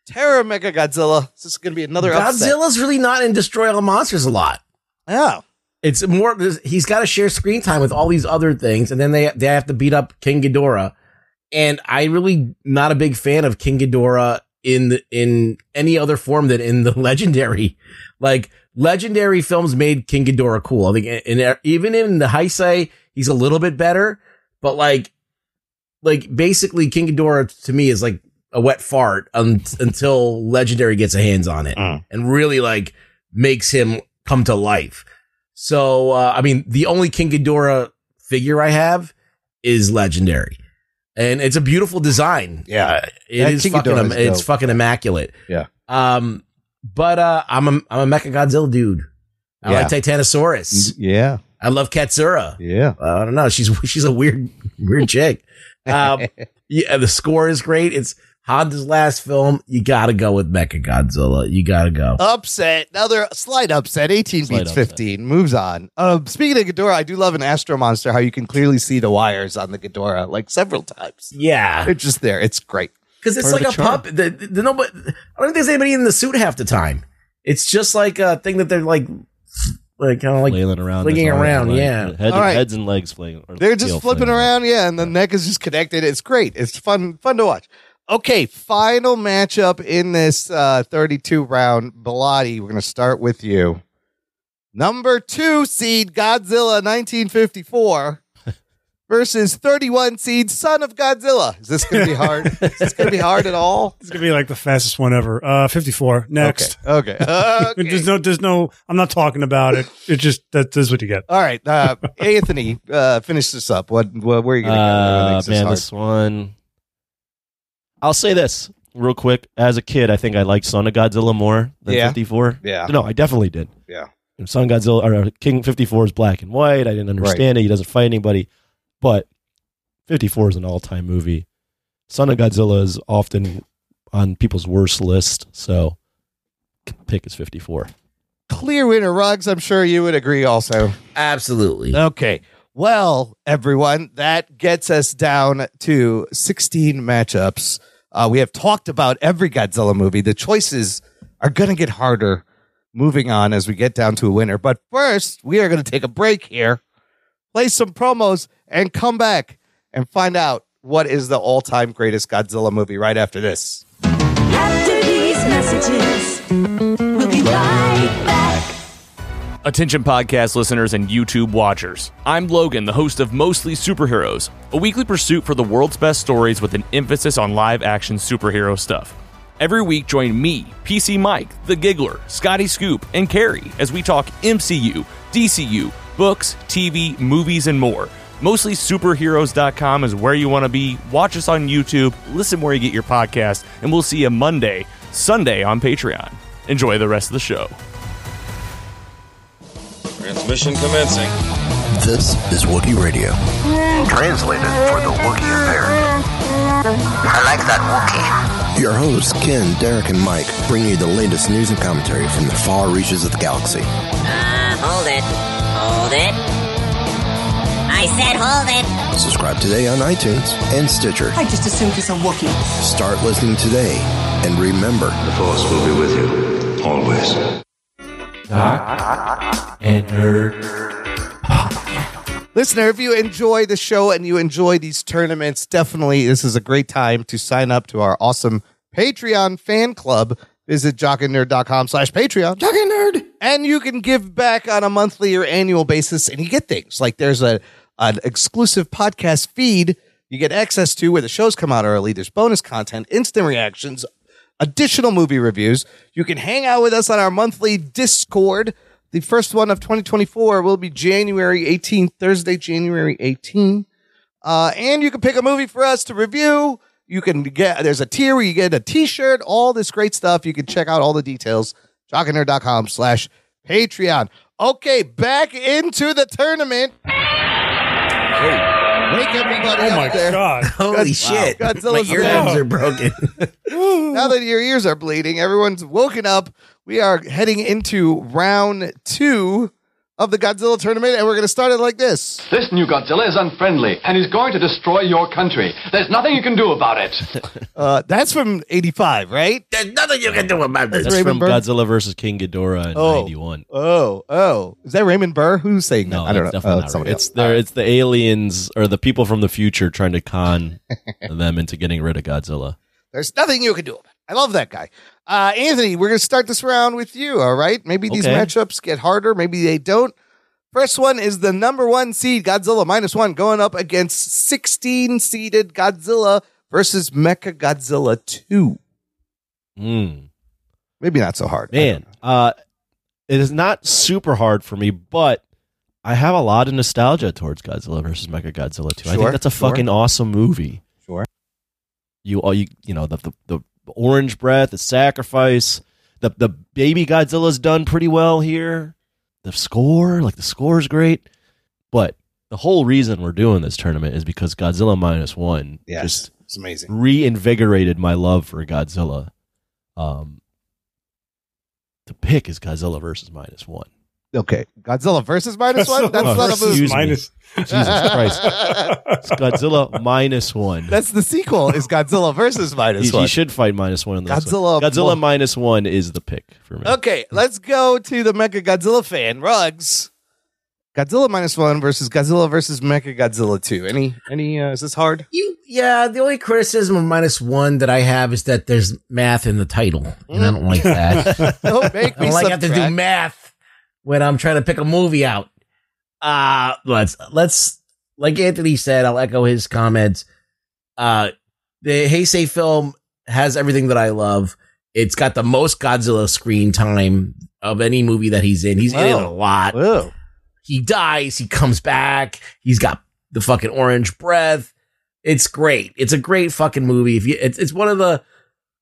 Terror Mecha Godzilla. This is going to be another upset.
Godzilla's really not in Destroy All Monsters a lot.
Oh,
It's more there's- he's got to share screen time with all these other things, and then they they have to beat up King Ghidorah. And I really not a big fan of King Ghidorah in the, in any other form than in the legendary. Like legendary films made King Ghidorah cool. I think in, in- even in the Heisei, he's a little bit better, but like like basically King Ghidorah to me is like a wet fart un- until legendary gets a hands on it
Mm.
and really like makes him come to life. So, uh, I mean, the only King Ghidorah figure I have is legendary, and it's a beautiful design.
Yeah.
Uh, it
That
is
King
fucking.
Ghidorah
im-
is
it's
dope.
fucking immaculate.
Yeah.
Um, but uh, I'm a I'm a Mecha Godzilla dude. I
Yeah.
like Titanosaurus.
yeah,
I love Katsura.
yeah.
I don't know. She's she's a weird weird chick. Um, yeah, the score is great. It's Honda's last film. You got to go with Mecha Godzilla. You got to go.
Uh, Upset. Another slight upset. 18
Slight
beats
upset.
15. Moves on. Uh, speaking of Ghidorah, I do love an Astro Monster, how you can clearly see the wires on the Ghidorah like several times.
yeah,
They're just there. It's great.
because it's
Part of
like a
the charm.
puppet. The, the, nobody, I don't think there's anybody in the suit half the time. It's just like a thing that they're like, like kind of like
flailing around,
flinging
his arms
around,
and legs.
yeah.
Head,
All right.
heads and legs flailing. or
They're just
tail
flipping
flailing.
around, yeah, and the neck is just connected. It's great. It's fun, fun to watch. Okay, final matchup in this uh, 32 round. Bilotti, we're going to start with you. Number two seed Godzilla 1954 versus 31 seed Son of Godzilla. Is this going to be hard? is this going to be hard at all?
It's gonna be like the fastest one ever. Uh, fifty-four. Next.
Okay. Okay. okay.
There's no. There's no. I'm not talking about it. It just that is what you get.
all right, uh, Anthony, uh, finish this up. What? what where are you going to go? That
Uh,
makes this
man,
hard.
this one. I'll say this real quick. As a kid, I think I liked Son of Godzilla more than
Yeah.
54.
Yeah.
No, I definitely did.
Yeah.
And Son of Godzilla or uh, King 54 is black and white. I didn't understand it. He doesn't fight anybody. But 54 is an all time movie. Son of Godzilla is often on people's worst list. So pick is 54.
Clear winner, Ruggs. I'm sure you would agree also.
absolutely.
Okay. Well, everyone, that gets us down to 16 matchups. Uh, we have talked about every Godzilla movie. The choices are going to get harder moving on as we get down to a winner. But first, we are going to take a break here, play some promos, and come back and find out what is the all time greatest Godzilla movie right after this.
After these messages, we'll be right back.
Attention podcast listeners and YouTube watchers. I'm Logan, the host of Mostly Superheroes, a weekly pursuit for the world's best stories with an emphasis on live action superhero stuff. Every week, join me, PC Mike, The Giggler, Scotty Scoop, and Carrie as we talk MCU, DCU, books, TV, movies, and more. MostlySuperheroes.com is where you want to be. Watch us on YouTube, listen where you get your podcast, and we'll see you Monday, Sunday on Patreon. Enjoy the rest of the show.
Transmission commencing.
This is Wookiee Radio. Translated for the Wookiee impaired. I like that Wookiee. Your hosts, Ken, Derek, and Mike, bring you the latest news and commentary from the far reaches of the galaxy.
Uh, hold it. Hold it. I said hold it.
Subscribe today on iTunes and Stitcher.
I just assumed he's a Wookiee.
Start listening today. And remember,
The Force will be with you, always.
Listener, if you enjoy the show and you enjoy these tournaments, definitely this is a great time to sign up to our awesome Patreon fan club. Visit jockandnerd.com slash Patreon. Jock and Nerd. And you can give back on a monthly or annual basis and you get things like there's a an exclusive podcast feed you get access to where the shows come out early. There's bonus content, instant reactions, additional movie reviews. You can hang out with us on our monthly Discord. The first one of 2024 will be January 18th, Thursday, January 18th. Uh, and you can pick a movie for us to review. You can get there's a tier where you get a t-shirt, all this great stuff. You can check out all the details. Jockandnerd.com slash Patreon. Okay, back into the tournament. Wake everybody
Oh
up
my
there.
god!
Holy shit.
Godzilla's
My eardrums
back.
are broken.
now that your ears are bleeding, everyone's woken up. We are heading into round two of the Godzilla tournament, and we're going to start it like this.
This new Godzilla is unfriendly and is going to destroy your country. There's nothing you can do about it.
Uh, that's from '85, right?
There's nothing you can do about this.
That's from
Raymond Burr?
Godzilla versus King Ghidorah in
Oh.
'91.
Oh, oh, is that Raymond Burr? Who's saying
No,
that? I don't know.
that's definitely
Oh,
not
it's
right.
somebody
It's
else.
the it's the aliens or the people from the future trying to con them into getting rid of Godzilla.
There's nothing you can do about it. I love that guy. Uh, Anthony, we're going to start this round with you, all right? Maybe these
Okay.
matchups get harder. Maybe they don't. First one is the number one seed, Godzilla minus one, going up against 16 seeded Godzilla versus Mecha Godzilla 2.
Hmm.
Maybe not so hard. I don't
Man, uh, it is not super hard for me, but I have a lot of nostalgia towards Godzilla versus Mechagodzilla too. I
Sure,
think that's a
sure.
fucking awesome movie.
Sure.
You all you you know the the, the orange breath, the sacrifice, the the baby Godzilla's done pretty well here. The score, like the score is great, but the whole reason we're doing this tournament is because Godzilla minus one
Yes.
just
It's amazing.
reinvigorated my love for Godzilla. Um, the pick is Godzilla versus minus one.
Okay. Godzilla versus minus
Godzilla
one? That's not a
versus
movie.
Excuse me.
minus-
Jesus Christ. It's Godzilla minus one.
That's the sequel, is Godzilla versus minus
He,
one.
he should fight minus one. In the next
Godzilla-
one. Godzilla minus one is the pick for me.
Okay, let's go to the Mecha Godzilla fan, Rugs. Godzilla minus one versus Godzilla versus Mecha Godzilla two. Any, any? Uh, is this hard?
You, yeah, the only criticism of minus one that I have is that there's math in the title, and I don't like that.
Don't make
I
me
don't like have to do
Mm. subtract.
math when I'm trying to pick a movie out. Uh let's let's like Anthony said, I'll echo his comments. Uh the Heisei film has everything that I love. It's got the most Godzilla screen time of any movie that he's in. He's in it a
Wow.
lot
Whoa.
he dies, he comes back, he's got the fucking orange breath. It's great. It's a great fucking movie. If you, it's, it's one of the,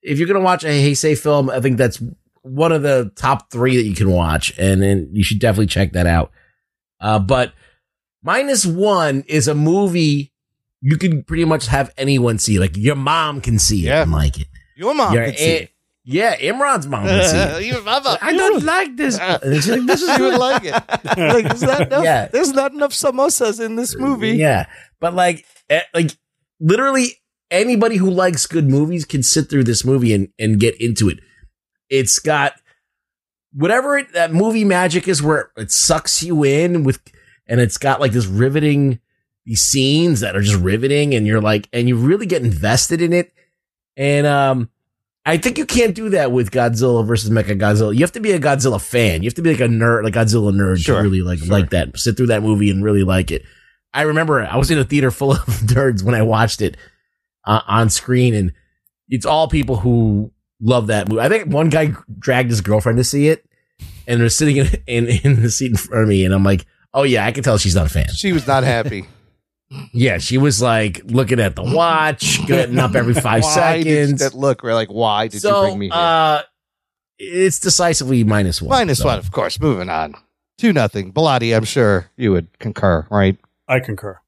if you're gonna watch a Heisei film, I think that's one of the top three that you can watch, and then you should definitely check that out. Uh, but minus one is a movie you can pretty much have anyone see. Like your mom can see
Yeah.
it and like it.
Your mom
Your
could see
aunt- Yeah, Imran's mom can see it.
it. Your mama.
I don't like this. And she's like, this is
She would like it. Like, there's, not enough,
Yeah.
there's not enough samosas in this movie.
Yeah, but like, eh, like literally anybody who likes good movies can sit through this movie and and get into it. It's got whatever it, that movie magic is, where it sucks you in with, and it's got like this riveting these scenes that are just riveting, and you're like, and you really get invested in it, and um. I think you can't do that with Godzilla versus Mechagodzilla. You have to be a Godzilla fan. You have to be like a nerd, like Godzilla nerd,
Sure,
to really like
sure.
like that. Sit through that movie and really like it. I remember I was in a theater full of nerds when I watched it uh, on screen, and it's all people who love that movie. I think one guy dragged his girlfriend to see it, and they're sitting in, in in the seat in front of me, and I'm like, "Oh yeah, I can tell she's not a fan."
She was not happy.
Yeah, she was like looking at the watch, getting up every five
why Did you,
seconds.
that look, we're like, why did
so,
you bring me here?
uh, it's decisively minus one.
Minus
So-
one, of course. Moving on. Two nothing. Bilotti, I'm sure you would concur, right?
I concur.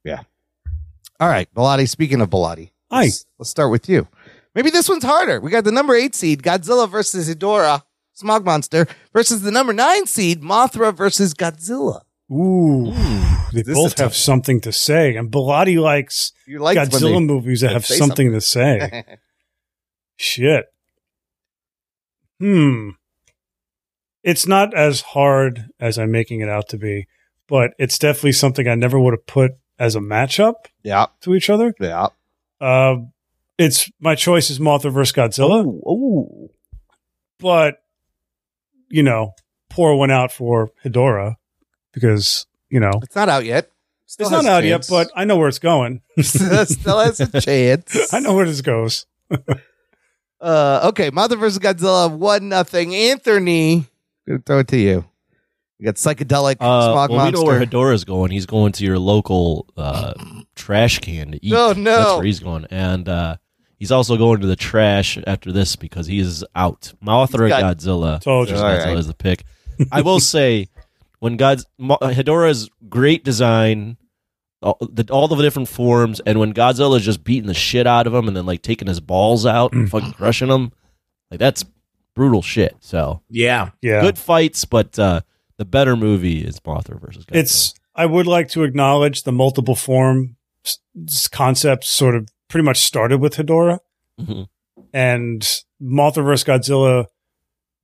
All right, Bilotti. Speaking of Bilotti,
Hi.
Let's, let's start with you. Maybe this one's harder. We got the number eight seed, Godzilla versus Hedorah, Smog Monster, versus the number nine seed, Mothra versus Godzilla.
Ooh, they
This is
both
tough.
have something to say, and Bilotti likes
You like
Godzilla movies that have
say
something, to say. Shit. Hmm. It's not as hard as I'm making it out to be, but it's definitely something I never would have put as a matchup
Yeah,
to each other.
yeah.
Uh, it's my choice is Mothra versus Godzilla,
Oh,
but you know, pour one out for Hedora because you know
it's not out yet. Still
it's not
has a
out
chance.
yet, but I know where it's going.
still has a chance.
I know where this goes.
Uh, okay, Mothra versus Godzilla, one nothing. Anthony, gonna throw it to you. We got psychedelic
Uh,
smog
well, we know where
monster.
Hadora's going. He's going to your local uh, trash can to eat.
Oh,
That's
no.
where he's going, and uh, he's also going to the trash after this because he is out. My author of
He's got-
Godzilla,
Told you.
Godzilla
All right.
is the pick. I will say, when God's Mo- Hadora's great design, all the, all the different forms, and when Godzilla's just beating the shit out of him and then like taking his balls out and fucking crushing him, like that's brutal shit. So
Yeah.
Yeah.
good fights, but uh, the better movie is Mothra versus Godzilla.
It's. I would like to acknowledge the multiple form s- s- concept. Sort of, pretty much started with Hedorah,
Mhm.
and Mothra vs. Godzilla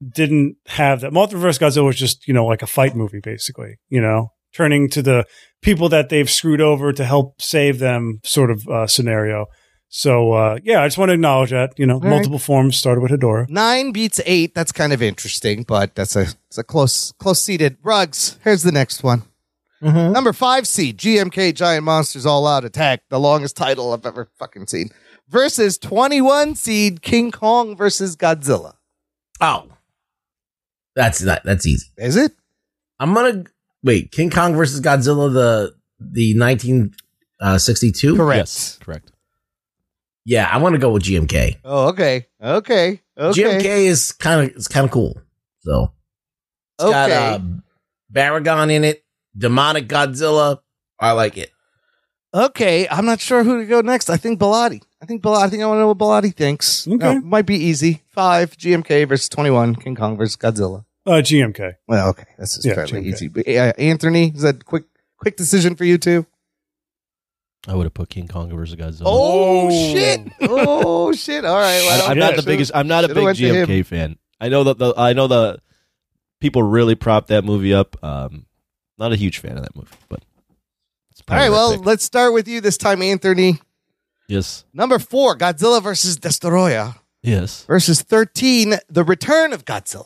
didn't have that. Mothra vs. Godzilla was just you know like a fight movie, basically. You know, turning to the people that they've screwed over to help save them, sort of uh, scenario. So uh, yeah, I just want to acknowledge that. You know,
right.
multiple forms started with Hedorah.
Nine beats eight. That's kind of interesting, but that's a it's a close close seated. Rugs. Here's the next one. Number five seed. GMK Giant Monsters All Out Attack. The longest title I've ever fucking seen. Versus twenty one seed King Kong versus Godzilla.
Oh, that's not that's easy.
Is it?
I'm gonna wait. King Kong versus Godzilla, the the 1962.
Correct.
yes, correct.
Yeah, I want to go with GMK.
Oh, okay, okay, okay.
GMK is kind of it's kind of cool. So it's got
Okay.
uh, Baragon in it, demonic Godzilla. I like it.
Okay, I'm not sure who to go next. I think Bilotti. I think Bilotti. I think I want to know what Bilotti thinks.
Okay.
Uh, might be easy. Five GMK versus 21 King Kong versus Godzilla.
Uh, GMK.
Well, okay, this is
Yeah,
fairly
GMK.
easy. But, uh, Anthony, is that quick quick decision for you two?
I would have put King Kong versus Godzilla.
Oh, shit! Oh shit! All right, well,
I, am not the
should've-
biggest. I'm not a
should've
big
went to him.
GMK fan. I know that the I know the people really prop that movie up. Um, not a huge fan of that movie, but it's
All
probably
right,
my
well,
pick.
let's start with you this time, Anthony.
yes,
Number four, Godzilla versus Destoroyah
yes.
versus 13, The Return of Godzilla.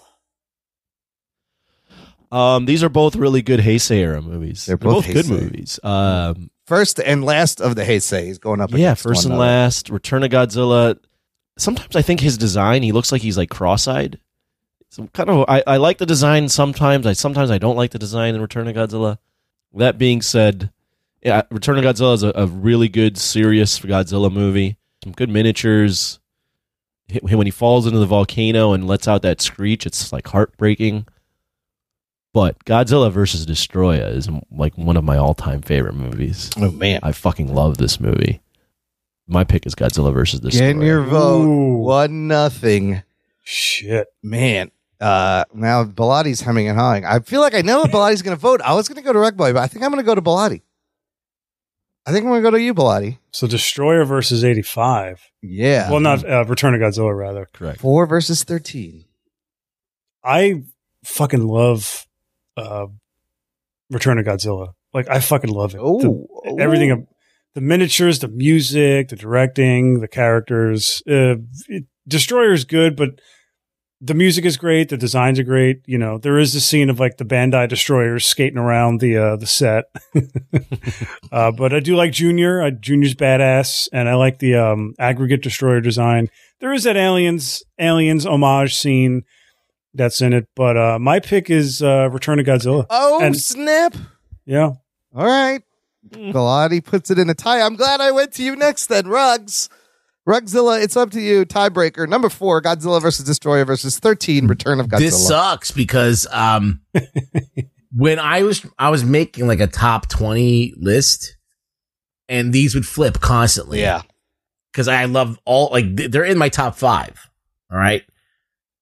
Um, these are both really good Heisei-era movies. They're
both
good
Heisei.
movies. Um,
First and last of the Heisei is going up.
yeah,
against
first
one
and
another.
last, Return of Godzilla. Sometimes I think his design, he looks like he's like cross-eyed. So kind of, I, I like the design sometimes. I sometimes I don't like the design in Return of Godzilla. That being said, yeah, Return of Godzilla is a, a really good, serious Godzilla movie. Some good miniatures. Hi- When he falls into the volcano and lets out that screech, it's like heartbreaking. But Godzilla versus Destroya is like one of my all-time favorite movies.
Oh man,
I fucking love this movie. My pick is Godzilla versus this.
Get in your vote.
Ooh.
One nothing.
Shit.
Man. Uh, now Bilotti's hemming and hawing. I feel like I know what Bilotti's going to vote. I was going to go to Rugboy, but I think I'm going to go to Bilotti. I think I'm going to go to you, Bilotti.
So Destroyer versus 85.
Yeah.
well, not uh, Return of Godzilla, rather.
Correct.
four versus thirteen.
I fucking love uh, Return of Godzilla. Like I fucking love it.
Oh,
The- everything, ab- the miniatures, the music, the directing, the characters. Uh, it, Destroyer is good, but the music is great. The designs are great. You know, there is the scene of like the Bandai destroyers skating around the uh, the set. uh, but I do like Junior. Uh, Junior's badass, and I like the um, aggregate destroyer design. There is that aliens aliens homage scene that's in it. But uh, my pick is uh, Return of Godzilla.
Oh
And-
snap!
Yeah,
All right, Bilotti puts it in a tie. I'm glad I went to you next. Then Rugs, Rugzilla, it's up to you. Tiebreaker number four: Godzilla versus Destroyer versus thirteen. Return of Godzilla.
This sucks because um when I was I was making like a top 20 list and these would flip constantly.
yeah.
Cuz I love all like th- they're in my top 5. All right?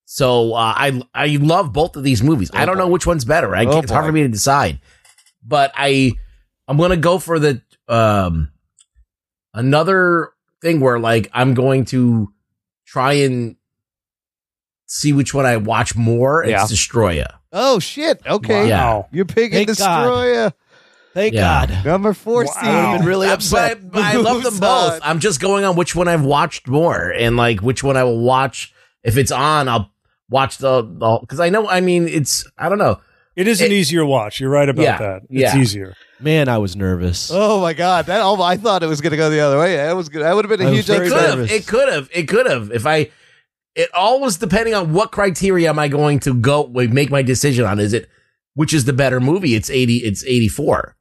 So uh, I I love both of these movies. I don't know which one's better. I
Oh,
can't, it's hard
boy.
for me to decide. But I I'm going to go for the um another thing where like I'm going to try and see which one I watch more.
Yeah.
It's Destroyer.
Oh shit. Okay.
Yeah.
Wow.
You're picking
Thank
Destroyer.
Thank
Yeah.
God.
Number four
Wow.
seed.
I would have been really
Uh,
upset.
But, but I love them
Moves
both.
on.
I'm just going on which one I've watched more and like which one I will watch. If it's on, I'll watch the because I know. I mean, it's I don't know.
it is an
It-
easier watch. You're right about
Yeah,
that. It's
yeah.
easier.
Man, I was nervous.
Oh my god, that oh, I thought it was going to go the other way. That was good. That would have been a
I was
huge
very
It
upset.
could have.
nervous.
It could have. It could have. If I, it all was depending on what criteria am I going to go like, make my decision on. Is it which is the better movie? It's 80, it's 84.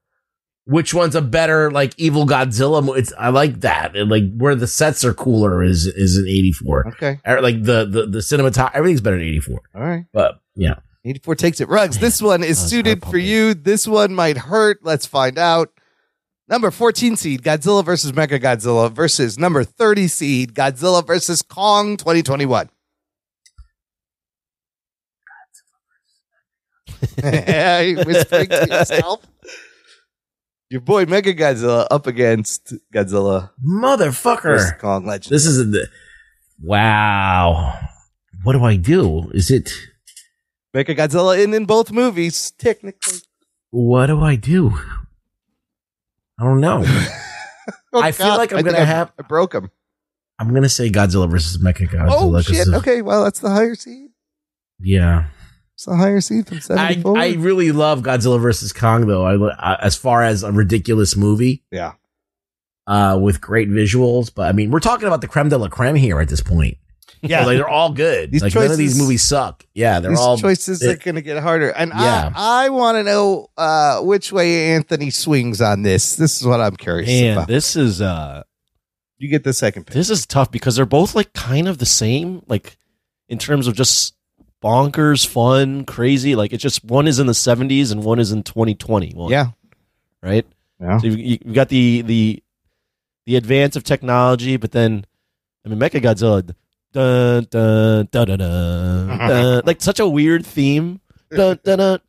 Which one's a better like evil Godzilla? mo- It's I like that. And like where the sets are cooler is is in 84.
Okay.
Or, like the the the cinematography, everything's better in 84.
All right.
But yeah.
84 takes it. Rugs, this one is suited for you. This one might hurt. Let's find out. Number 14 seed Godzilla versus Mega Godzilla versus number 30 seed Godzilla versus Kong 2021. You're whispering to yourself. Your boy Mega Godzilla up against Godzilla versus
Motherfucker.
Kong Legend.
This is the Wow. What do I do? Is it
Mega Godzilla in in both movies, technically.
what do I do? I don't know.
Oh,
I feel
God,
like I'm
I think
gonna
I-
have
I broke him.
I'm gonna say Godzilla versus Mechagodzilla.
Oh
'cause
shit!
of-
Okay, well that's the higher seed.
Yeah.
It's the higher seed from
I,
seventy-four.
I really love Godzilla versus Kong though. I, I as far as a ridiculous movie
yeah,
uh, with great visuals, but I mean we're talking about the creme de la creme here at this point.
Yeah.
like, they're all good.
These
like none of these
choices-
movies suck. Yeah, they're
these
all
choices are
it-
going to get harder. And
Yeah.
I, I want to know uh, which way Anthony swings on this. This is what I'm curious
And
about.
this is uh
you get the second pick.
This is tough because they're both like kind of the same, like in terms of just bonkers, fun, crazy. Like it's just one is in the seventies and one is in twenty twenty one.
Yeah.
right.
Yeah.
So you you got the the the advance of technology, but then I mean, Mechagodzilla, dun dun dun dun dun, dun. like such a weird theme. Dun dun dun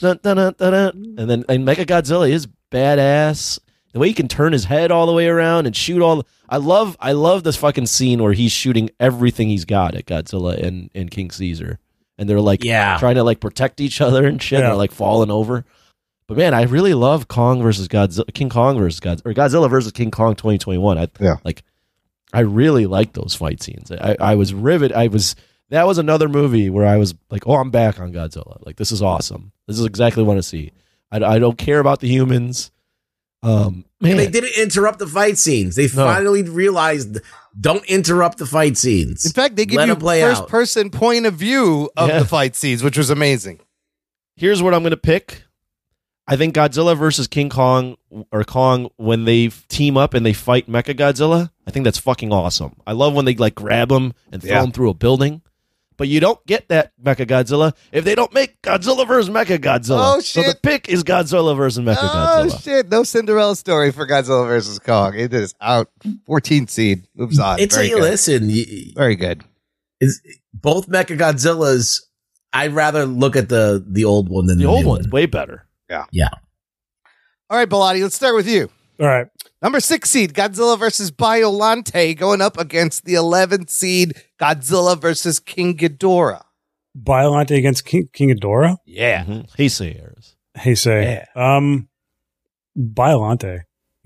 dun dun dun, dun, dun. And then and Mechagodzilla is badass. The way he can turn his head all the way around and shoot all. I love I love this fucking scene where he's shooting everything he's got at Godzilla and and King Caesar, and they're like
Yeah.
trying to like protect each other and shit.
Yeah.
They're like falling over. But man, I really love Kong versus Godzilla, King Kong versus Godzilla, or Godzilla versus King Kong 2021. I
Yeah.
like, I really like those fight scenes. I, I was rivet. I was that was another movie where I was like, oh, I'm back on Godzilla. Like this is awesome. This is exactly what I see. I, I don't care about the humans. Um, man,
And they didn't interrupt the fight scenes. They finally realized don't interrupt the fight scenes.
In fact, they give
Let
you
them play
first
out.
person point of view of
Yeah.
the fight scenes, which was amazing.
here's what I'm gonna pick. I think Godzilla versus King Kong or Kong when they f- team up and they fight Mecha Godzilla. I think that's fucking awesome. I love when they like grab him and throw
Yeah.
him through a building. But you don't get that Mecha Godzilla if they don't make Godzilla versus Mecha Godzilla.
Oh,
So the
shit.
pick is Godzilla versus Mecha
Oh
Godzilla.
shit! No Cinderella story for Godzilla versus Kong. It is out. 14 seed moves on.
It's
Very
a
good.
listen. You,
Very good.
is both Mechagodzillas. I'd rather look at the the old one than
The
the,
old
new
one's way better.
All right, Bilotti, let's start with you.
All right.
Number six seed Godzilla versus Biolante going up against the 11th seed Godzilla versus King Ghidorah.
Biolante against King, King Ghidorah?
Yeah.
Mhm. He says.
Hey, say. Um, Biolante.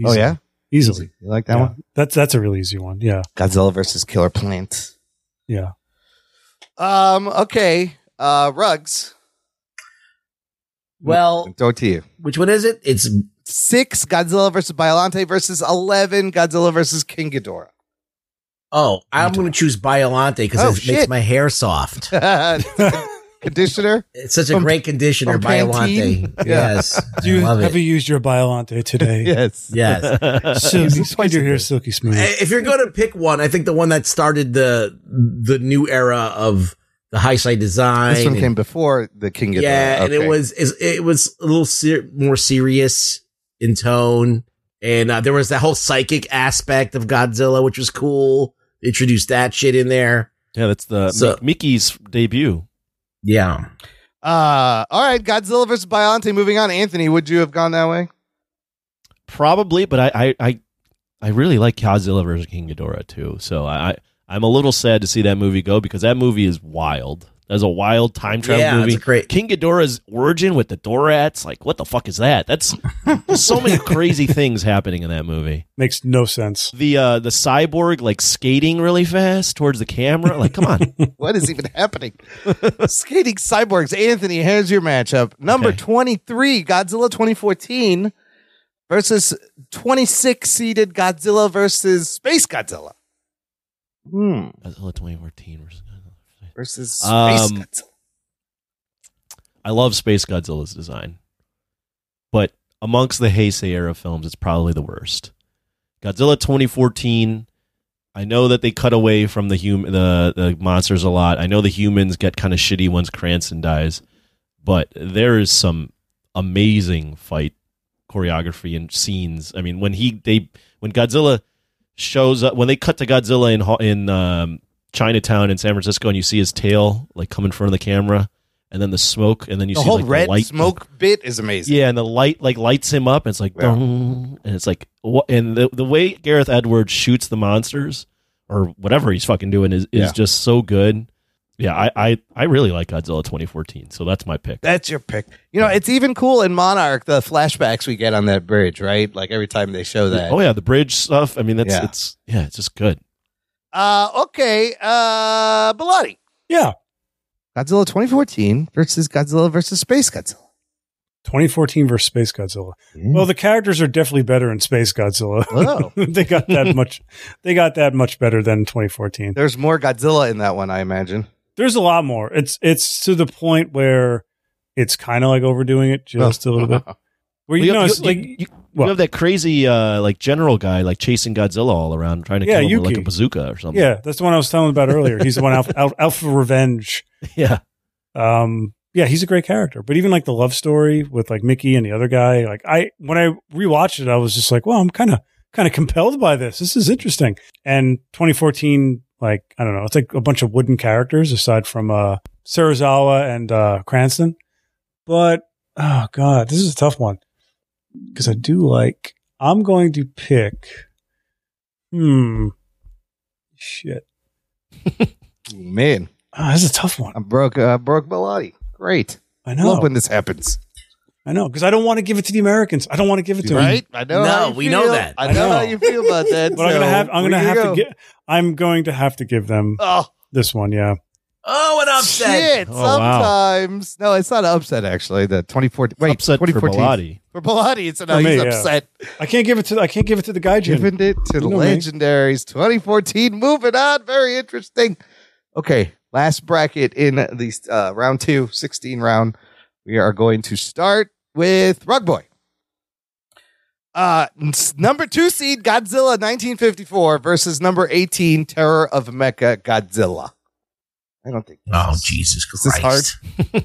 Oh, yeah.
Easily.
You like that
Yeah.
one?
That's, that's a really easy one. Yeah.
Godzilla versus Killer Plant.
Yeah.
Um. Okay. Uh. Rugs.
Well,
Throw it to you.
which one is it? It's
Six Godzilla versus Biolante versus 11 Godzilla versus King Ghidorah.
oh, I'm going to choose Biolante because
Oh,
it
shit.
makes my hair soft.
Conditioner.
It's such a
From-
great conditioner,
from Pantene?
Biolante. Yes,
Do you,
I love
have
it.
you used your Biolante today?
Yes.
yes.
So, this made your hair silky smooth.
If you're going to pick one, I think the one that started the the new era of the high side design.
This one
and-
came before the King Ghidorah.
yeah, and
Okay.
it was is- it was a little ser- more serious in tone, and uh, there was that whole psychic aspect of Godzilla, which was cool. Introduced that shit in there.
Yeah, that's the
So-
Mi- Mickey's debut.
Yeah,
Uh, all right, Godzilla versus Biollante. Moving on, Anthony, would you have gone that way?
Probably, but I I I, I really like Godzilla versus King Ghidorah too. So I I- I'm a little sad to see that movie go because that movie is wild. That's a wild time travel
yeah,
movie.
it's great.
King Ghidorah's origin with the Dorats, like what the fuck is that? That's there's so many crazy things happening in that movie.
Makes no sense.
The uh the cyborg like skating really fast towards the camera. Like, come on.
What is even happening? Skating cyborgs. Anthony, here's your matchup. Number
Okay.
23, Godzilla 2014 versus 26 seeded Godzilla versus Space Godzilla. Hmm.
Godzilla 2014 versus
Versus Space
Um,
Godzilla.
I love Space Godzilla's design, but amongst the Heisei era films, it's probably the worst. Godzilla 2014. I know that they cut away from the hum- the the monsters a lot. I know the humans get kind of shitty once Cranston dies, but there is some amazing fight choreography and scenes. I mean, when he they when Godzilla shows up when they cut to Godzilla in Ho- in um, Chinatown in San Francisco and you see his tail like come in front of the camera and then the smoke and then you
the
see
whole
like,
red
the light
smoke bit is amazing.
yeah, and the light like lights him up. And it's like,
Yeah.
"Dong," and it's like, what? And the the way Gareth Edwards shoots the monsters or whatever he's fucking doing is, is
Yeah.
just so good. Yeah, I, I I really like Godzilla 2014, so that's my pick.
That's your pick. You know, it's even cool in Monarch the flashbacks we get on that bridge, right? Like every time they show that.
Oh yeah, the bridge stuff. I mean, that's
Yeah.
it's yeah, it's just good.
Uh, okay. Uh, Bilotti.
Yeah.
Godzilla 2014 versus Godzilla versus Space Godzilla.
2014 versus Space Godzilla.
Mm.
Well, the characters are definitely better in Space Godzilla.
Oh.
they got that much. They got that much better than 2014.
There's more Godzilla in that one, I imagine.
There's a lot more. It's it's to the point where it's kind of like overdoing it just a little bit. Where you
Well,
know,
you-
it's
you-
like
you- You have that crazy uh, like general guy like chasing Godzilla all around, trying to
Yeah,
kill him with like
Yuki.
a bazooka or something.
yeah, that's the one I was telling about earlier. He's the one Alpha, Alpha, Alpha Revenge.
Yeah.
Um. Yeah, he's a great character. But even like the love story with like Mickey and the other guy, like I when I rewatched it, I was just like, well, I'm kind of kind of compelled by this. This is interesting. And 2014, like I don't know, it's like a bunch of wooden characters aside from uh Sarazawa and uh Cranston. But oh god, this is a tough one because I do like. I'm going to pick. Hmm. Shit.
Man.
Oh, this is a tough one.
I broke uh, broke Bilotti. Great.
I know.
Love when this happens.
I know because I don't want to give it to the Americans. I don't want to give it to 'em.
Right? I know. how
No,
you
we know
feel.
that.
I
I
know,
know.
how you feel about that.
But I'm gonna
so
have. I'm
here
gonna
you
have
go.
to get. I'm going to have to give them
Oh,
this one. Yeah.
Oh, an upset.
shit.
Oh, wow.
sometimes. No, it's not an upset, actually. The 2014. Wait,
upset for
2014.
Bilotti.
For Bilotti, it's an no,
For me,
he's
yeah.
upset.
I can't give it to. I can't give it to the guy.
Giving it to the
know me.
legendaries. 2014. Moving on. Very interesting. Okay. Last bracket in the uh, round two, 16 round. We are going to start with Rug Boy. Uh, n- number two seed Godzilla 1954 versus number 18 Terror of Mecha Godzilla. I don't think
Oh, Jesus Christ.
this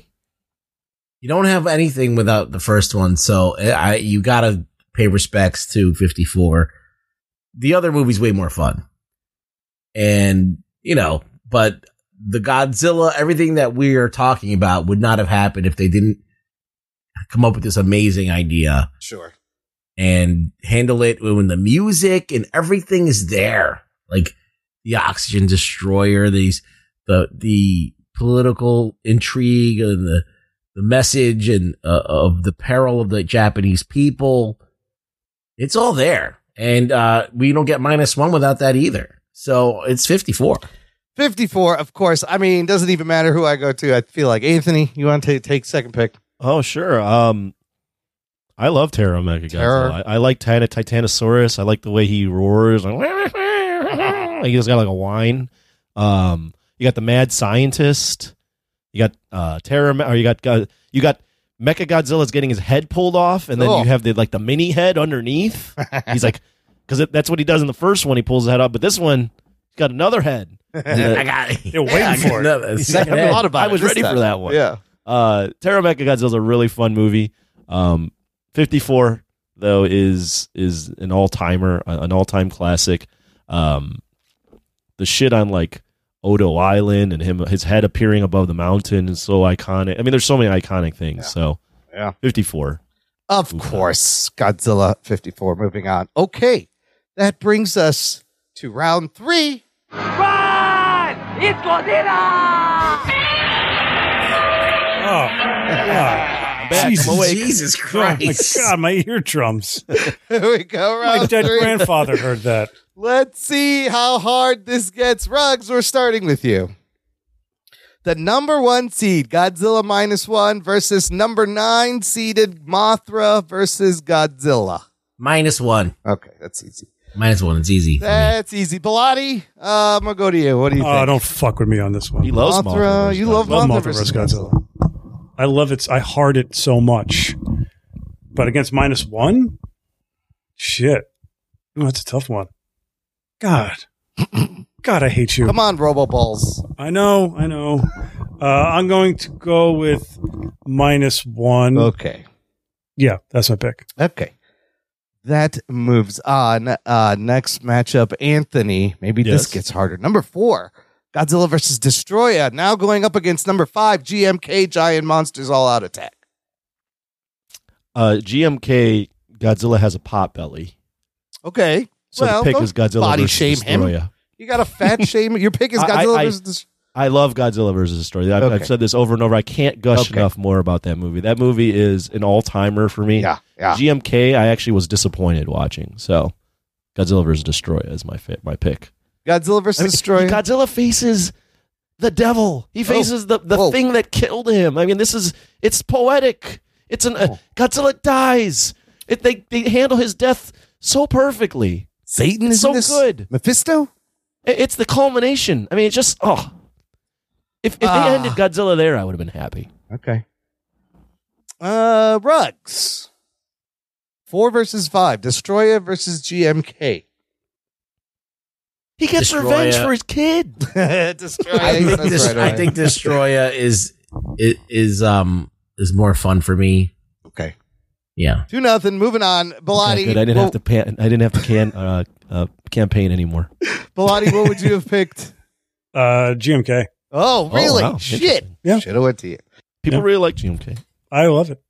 you don't have anything without the first one, so eh, I you gotta pay respects to 54. The other movie's way more fun. And, you know, but the Godzilla, everything that we are talking about would not have happened if they didn't come up with this amazing idea
sure.
and handle it when the music and everything is there. Like the oxygen destroyer, these the the political intrigue and the the message and uh, of the peril of the Japanese people. It's all there, and uh, we don't get minus one without that either. So it's fifty four.
54, of course. I mean, doesn't even matter who I go to. I feel like Anthony, you want to take second pick?
Oh sure. Um, I love Terra Mecha
Terror.
Godzilla. I, I like Tita- Titanosaurus. I like the way he roars. Like, like he's got like a whine. Um, you got the mad scientist. You got uh Terra, Me- or you got Go- you got Mecha Godzilla's getting his head pulled off, and then
Cool.
you have the like the mini head underneath. he's like, because that's what he does in the first one. He pulls the head up, but this one he's got another head. And uh, the-
I got.
They're waiting for it.
Another, second
I
head.
thought about
I
it
was
this
ready
time.
for that one.
Yeah.
Uh, Terra Mecha Godzilla is a really fun movie. Um, 54 though is is an all timer, an all time classic. Um, the shit on like Odo Island and him his head appearing above the mountain is so iconic. I mean, there's so many iconic things. So
Yeah.
54.
Of
Mm-hmm.
course, Godzilla 54. Moving on. Okay. That brings us to round three.
Oh, God. Jesus,
Jesus Christ!
Oh, my God, my eardrums.
Here we go.
my
Round
dead
three.
grandfather heard that.
Let's see how hard this gets. Rugs, we're starting with you. The number one seed, Godzilla minus one, versus number nine seeded Mothra versus Godzilla.
Minus one.
Okay, that's easy.
Minus one. It's easy. for me.
That's easy. Bilotti, uh, I'm going to go to you. What do you
Oh,
think?
don't fuck with me on this
He
one.
loves
Mothra,
Mothra.
you love
Love
Mothra
Mothra
versus
versus Godzilla. I love it. I heart it so much. But against minus one, shit, Ooh, that's a tough one. God, God, I hate you.
Come on, Robo Balls.
I know, I know. Uh, I'm going to go with minus one.
Okay.
Yeah, that's my pick.
Okay. That moves on. Uh, next matchup, Anthony. Maybe this
Yes.
gets harder. Number four, Godzilla versus Destroyer. Now going up against number five, GMK Giant Monsters All Out Attack.
Uh, GMK Godzilla has a pot belly.
Okay.
So the
well,
pick
don't
is Godzilla
body
versus
shame him.
Destroyer.
You got a fat shame. Your pick is
I- I-
Godzilla
I-
versus Destroyer.
I love Godzilla versus Destroyer. I've,
Okay.
I've said this over and over. I can't gush
Okay.
enough more about that movie. That movie is an all timer for me.
Yeah, yeah.
GMK, I actually was disappointed watching. So Godzilla versus Destroyer is my fit, my pick.
Godzilla versus
I mean,
Destroyer.
Godzilla faces the devil. He faces the, the
Oh. whoa.
thing that killed him. I mean, this is it's poetic. It's an
Oh.
uh, Godzilla dies. It, they they handle his death so perfectly.
Satan
It's
is
so
in this?
good.
Mephisto.
It- it's the culmination. I mean, it's just oh. If, if
Ah.
they ended Godzilla there, I would have been happy.
Okay. Uh, Rugs. Four versus five. Destroyer versus GMK.
He gets
Destroyer.
revenge for his kid.
Destroyer.
I think,
That's
this,
right,
I
alright.
think Destroya is i- is um is more fun for me.
Okay.
Yeah.
Two nothing. Moving on. Bilotti.
Okay, good. I didn't have to pan, I didn't have to can uh, uh, campaign anymore.
Bilotti, what would you have picked?
Uh, GMK.
Oh,
Oh,
really?
wow.
Shit.
Interesting.
Yeah.
Should have went to you.
People
Yeah.
really like GMK.
I love it.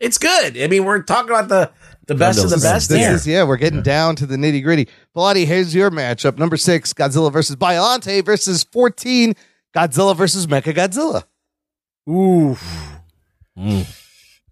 It's good. I mean, we're talking about the the best of
This
the
is-
best
This
there.
is yeah. We're getting down to the nitty gritty. Bilotti, here's your matchup. Number six: Godzilla versus Biollante versus fourteen. Godzilla versus Mecha Godzilla.
Ooh. Mega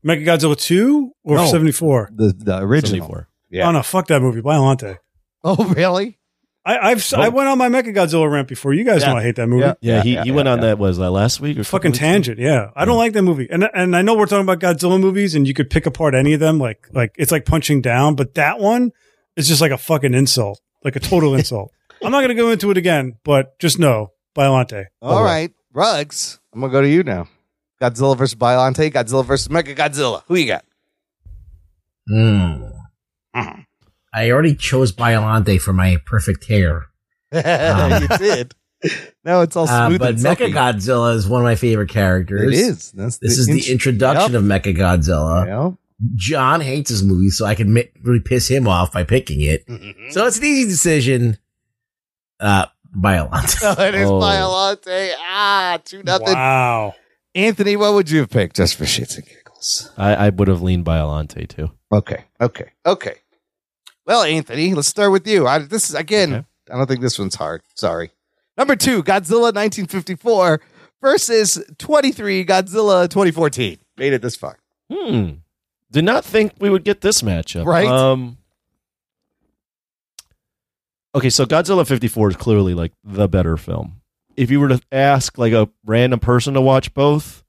Godzilla 2 or
Mm. No.
74?
The the
Originally for
Yeah.
Oh, no, fuck that movie. Biolante.
Oh, really?
I, I've, I went on my Mega Godzilla rant before. You guys know I hate that movie.
Yeah.
yeah, he,
yeah,
he went on that was that last week or couple
Fucking
weeks ago?
tangent, yeah. I don't like that movie, and and I know we're talking about Godzilla movies, and you could pick apart any of them, like like it's like punching down, but that one is just like a fucking insult, like a total insult. I'm not gonna go into it again, but just know, Biolante.
All right, Rugs. Oh, I'm gonna go to you now. Godzilla versus Biollante. Godzilla versus Mecha Godzilla. Who you got?
Hmm. I already chose Biolante for my perfect hair.
you did. Now it's all
Uh,
smooth
but
and silky.
Mecha Godzilla is one of my favorite characters.
It is. That's
This is the
int-
introduction
Yep.
of Mecha Godzilla.
Yep.
John hates this movie, so I can mi- really piss him off by picking it. So it's an easy decision. Uh, Biolante.
No, it is
Oh.
Biollante. Ah, two nothing.
Wow.
Anthony, what would you have picked just for shits and giggles?
I, I would have leaned Biolante too.
Okay. Okay. Okay. Well, Anthony, let's start with you. I, this is again.
Okay.
I don't think this one's hard. Sorry. Number two, Godzilla 1954 versus 23 Godzilla 2014. Made it this far.
Hmm. Did not think we would get this matchup.
Right.
Um. Okay, so Godzilla 54 is clearly like the better film. If you were to ask like a random person to watch both,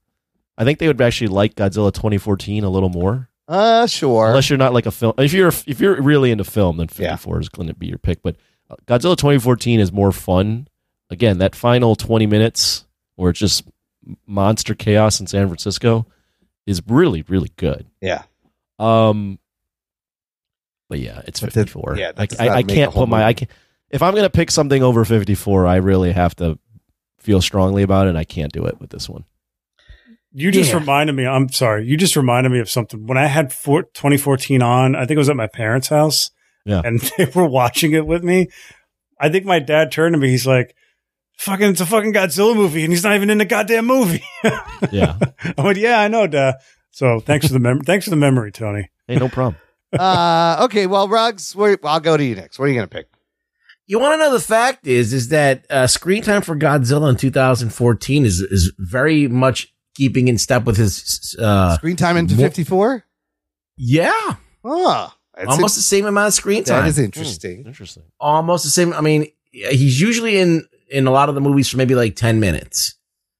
I think they would actually like Godzilla 2014 a little more.
Uh, sure.
Unless you're not like a film. If you're if you're really into film, then
Yeah.
54 is going to be your pick. But uh, Godzilla 2014 is more fun. Again, that final 20 minutes where it's just monster chaos in San Francisco is really really good.
Yeah.
Um. But yeah, it's
But that-
54.
yeah, that
I,
does
I,
not
I
make
can't
the whole
put my I can If I'm going to pick something over 54, I really have to feel strongly about it. and I can't do it with this one.
You just
Yeah.
reminded me. I'm sorry. You just reminded me of something. When I had four, 2014 on, I think it was at my parents' house.
Yeah.
And they were watching it with me. I think my dad turned to me. He's like, fucking, it's a fucking Godzilla movie. And he's not even in the goddamn movie.
Yeah.
I went, yeah, I know, dad. So thanks for the mem- thanks for the memory, Tony.
hey, no problem.
uh, okay. Well, Rugs, where, I'll go to you next. What are you going to pick?
you want to know the fact is is that uh, screen time for Godzilla in 2014 is is very much keeping in step with his uh
Screen time into
mo-
54?
yeah
Oh, that's
almost the same amount of screen
in- that
time Hmm.
is interesting.
Hmm. Interesting.
almost the same I mean he's usually in in a lot of the movies for maybe like 10 minutes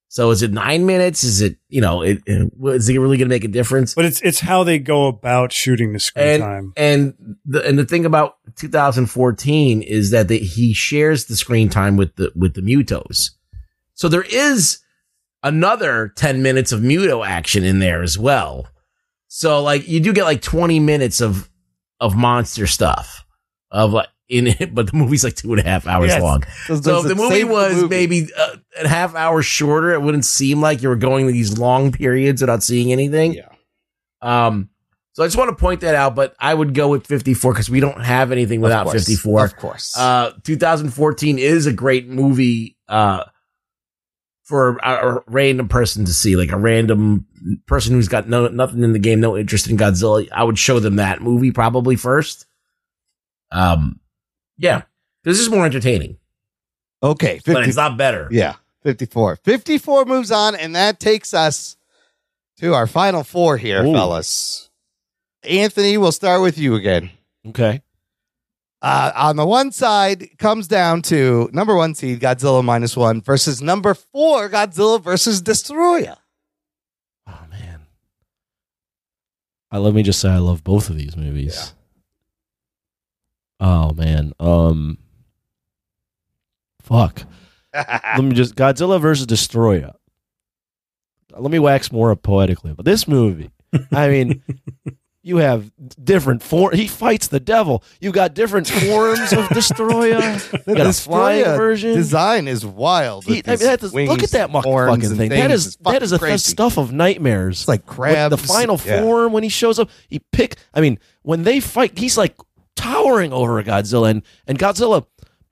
so is it 9 minutes is it you know it, it is it really going to make a difference
But it's it's how they go about shooting the screen time.
And the and the thing about 2014 is that they, he shares the screen time with the with the Mutos, so there is another 10 minutes of Muto action in there as well. So like you do get like 20 minutes of of monster stuff of like in it, but the movie's like two and a half hours
Yes.
long.
So
So,
does
if
it
the movie
save the
was
movie?
maybe uh, a half hour shorter, it wouldn't seem like you were going these long periods without seeing anything. Yeah. Um. So I just want to point that out, but I would go with 54 because we don't have anything without
course.
54.
Of course.
Uh, 2014 is a great movie. Uh, for a, a random person to see, like a random person who's got no nothing in the game, no interest in Godzilla, I would show them that movie probably first. Um, yeah, this is more entertaining,
Okay, 50,
but it's not better.
yeah, fifty-four. Fifty-four moves on, and that takes us to our final four here,
Ooh.
fellas. Anthony, we'll start with you again.
Okay.
Uh, on the one side it comes down to number one seed Godzilla minus one versus number four Godzilla versus Destroyer.
Oh man. I let me just say I love both of these movies. Oh man. Um fuck. let me just Godzilla versus Destroyer. Let me wax more up poetically. But this movie, I mean, you have different form. He fights the devil. You got different forms of Destroyer. You got a flying
Destroyer
version.
design is wild.
He-
with
I mean,
his
that is- look
wings
at that
and
muck-
horns
fucking
and
thing. That
things.
is
It's
that
fucking
is the
crazy.
stuff of nightmares.
It's like
With
crabs.
the final
yeah.
form when he shows up, he pick. I mean, when they fight, he's like towering over Godzilla, and, and Godzilla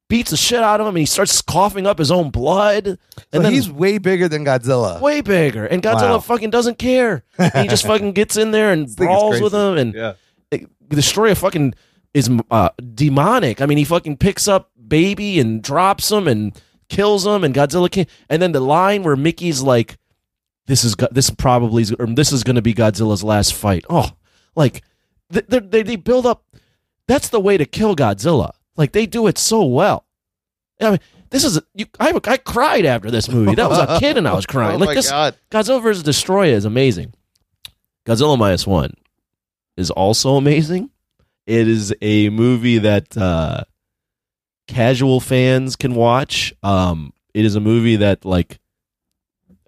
beats the shit out of him, and he starts coughing up his own blood, and
So
then
he's way bigger than Godzilla.
way bigger. And Godzilla
Wow.
fucking doesn't care. And he just fucking gets in there and
thing is
brawls
crazy.
with him, and
Yeah.
it, Destroyer fucking is uh, demonic. I mean, he fucking picks up baby and drops him and kills him, and Godzilla can. And then the line where Mickey's like, "This is Go- this probably is, or this is going to be Godzilla's last fight." Oh, like th- they're- they they build up. That's the way to kill Godzilla. Like they do it so well. I mean, this is you, I I cried after this movie. That was a kid and I was crying.
Oh
like
my
this,
God.
Godzilla vs. Destroyer is amazing. Godzilla minus one is also amazing. It is a movie that uh, casual fans can watch. Um, it is a movie that like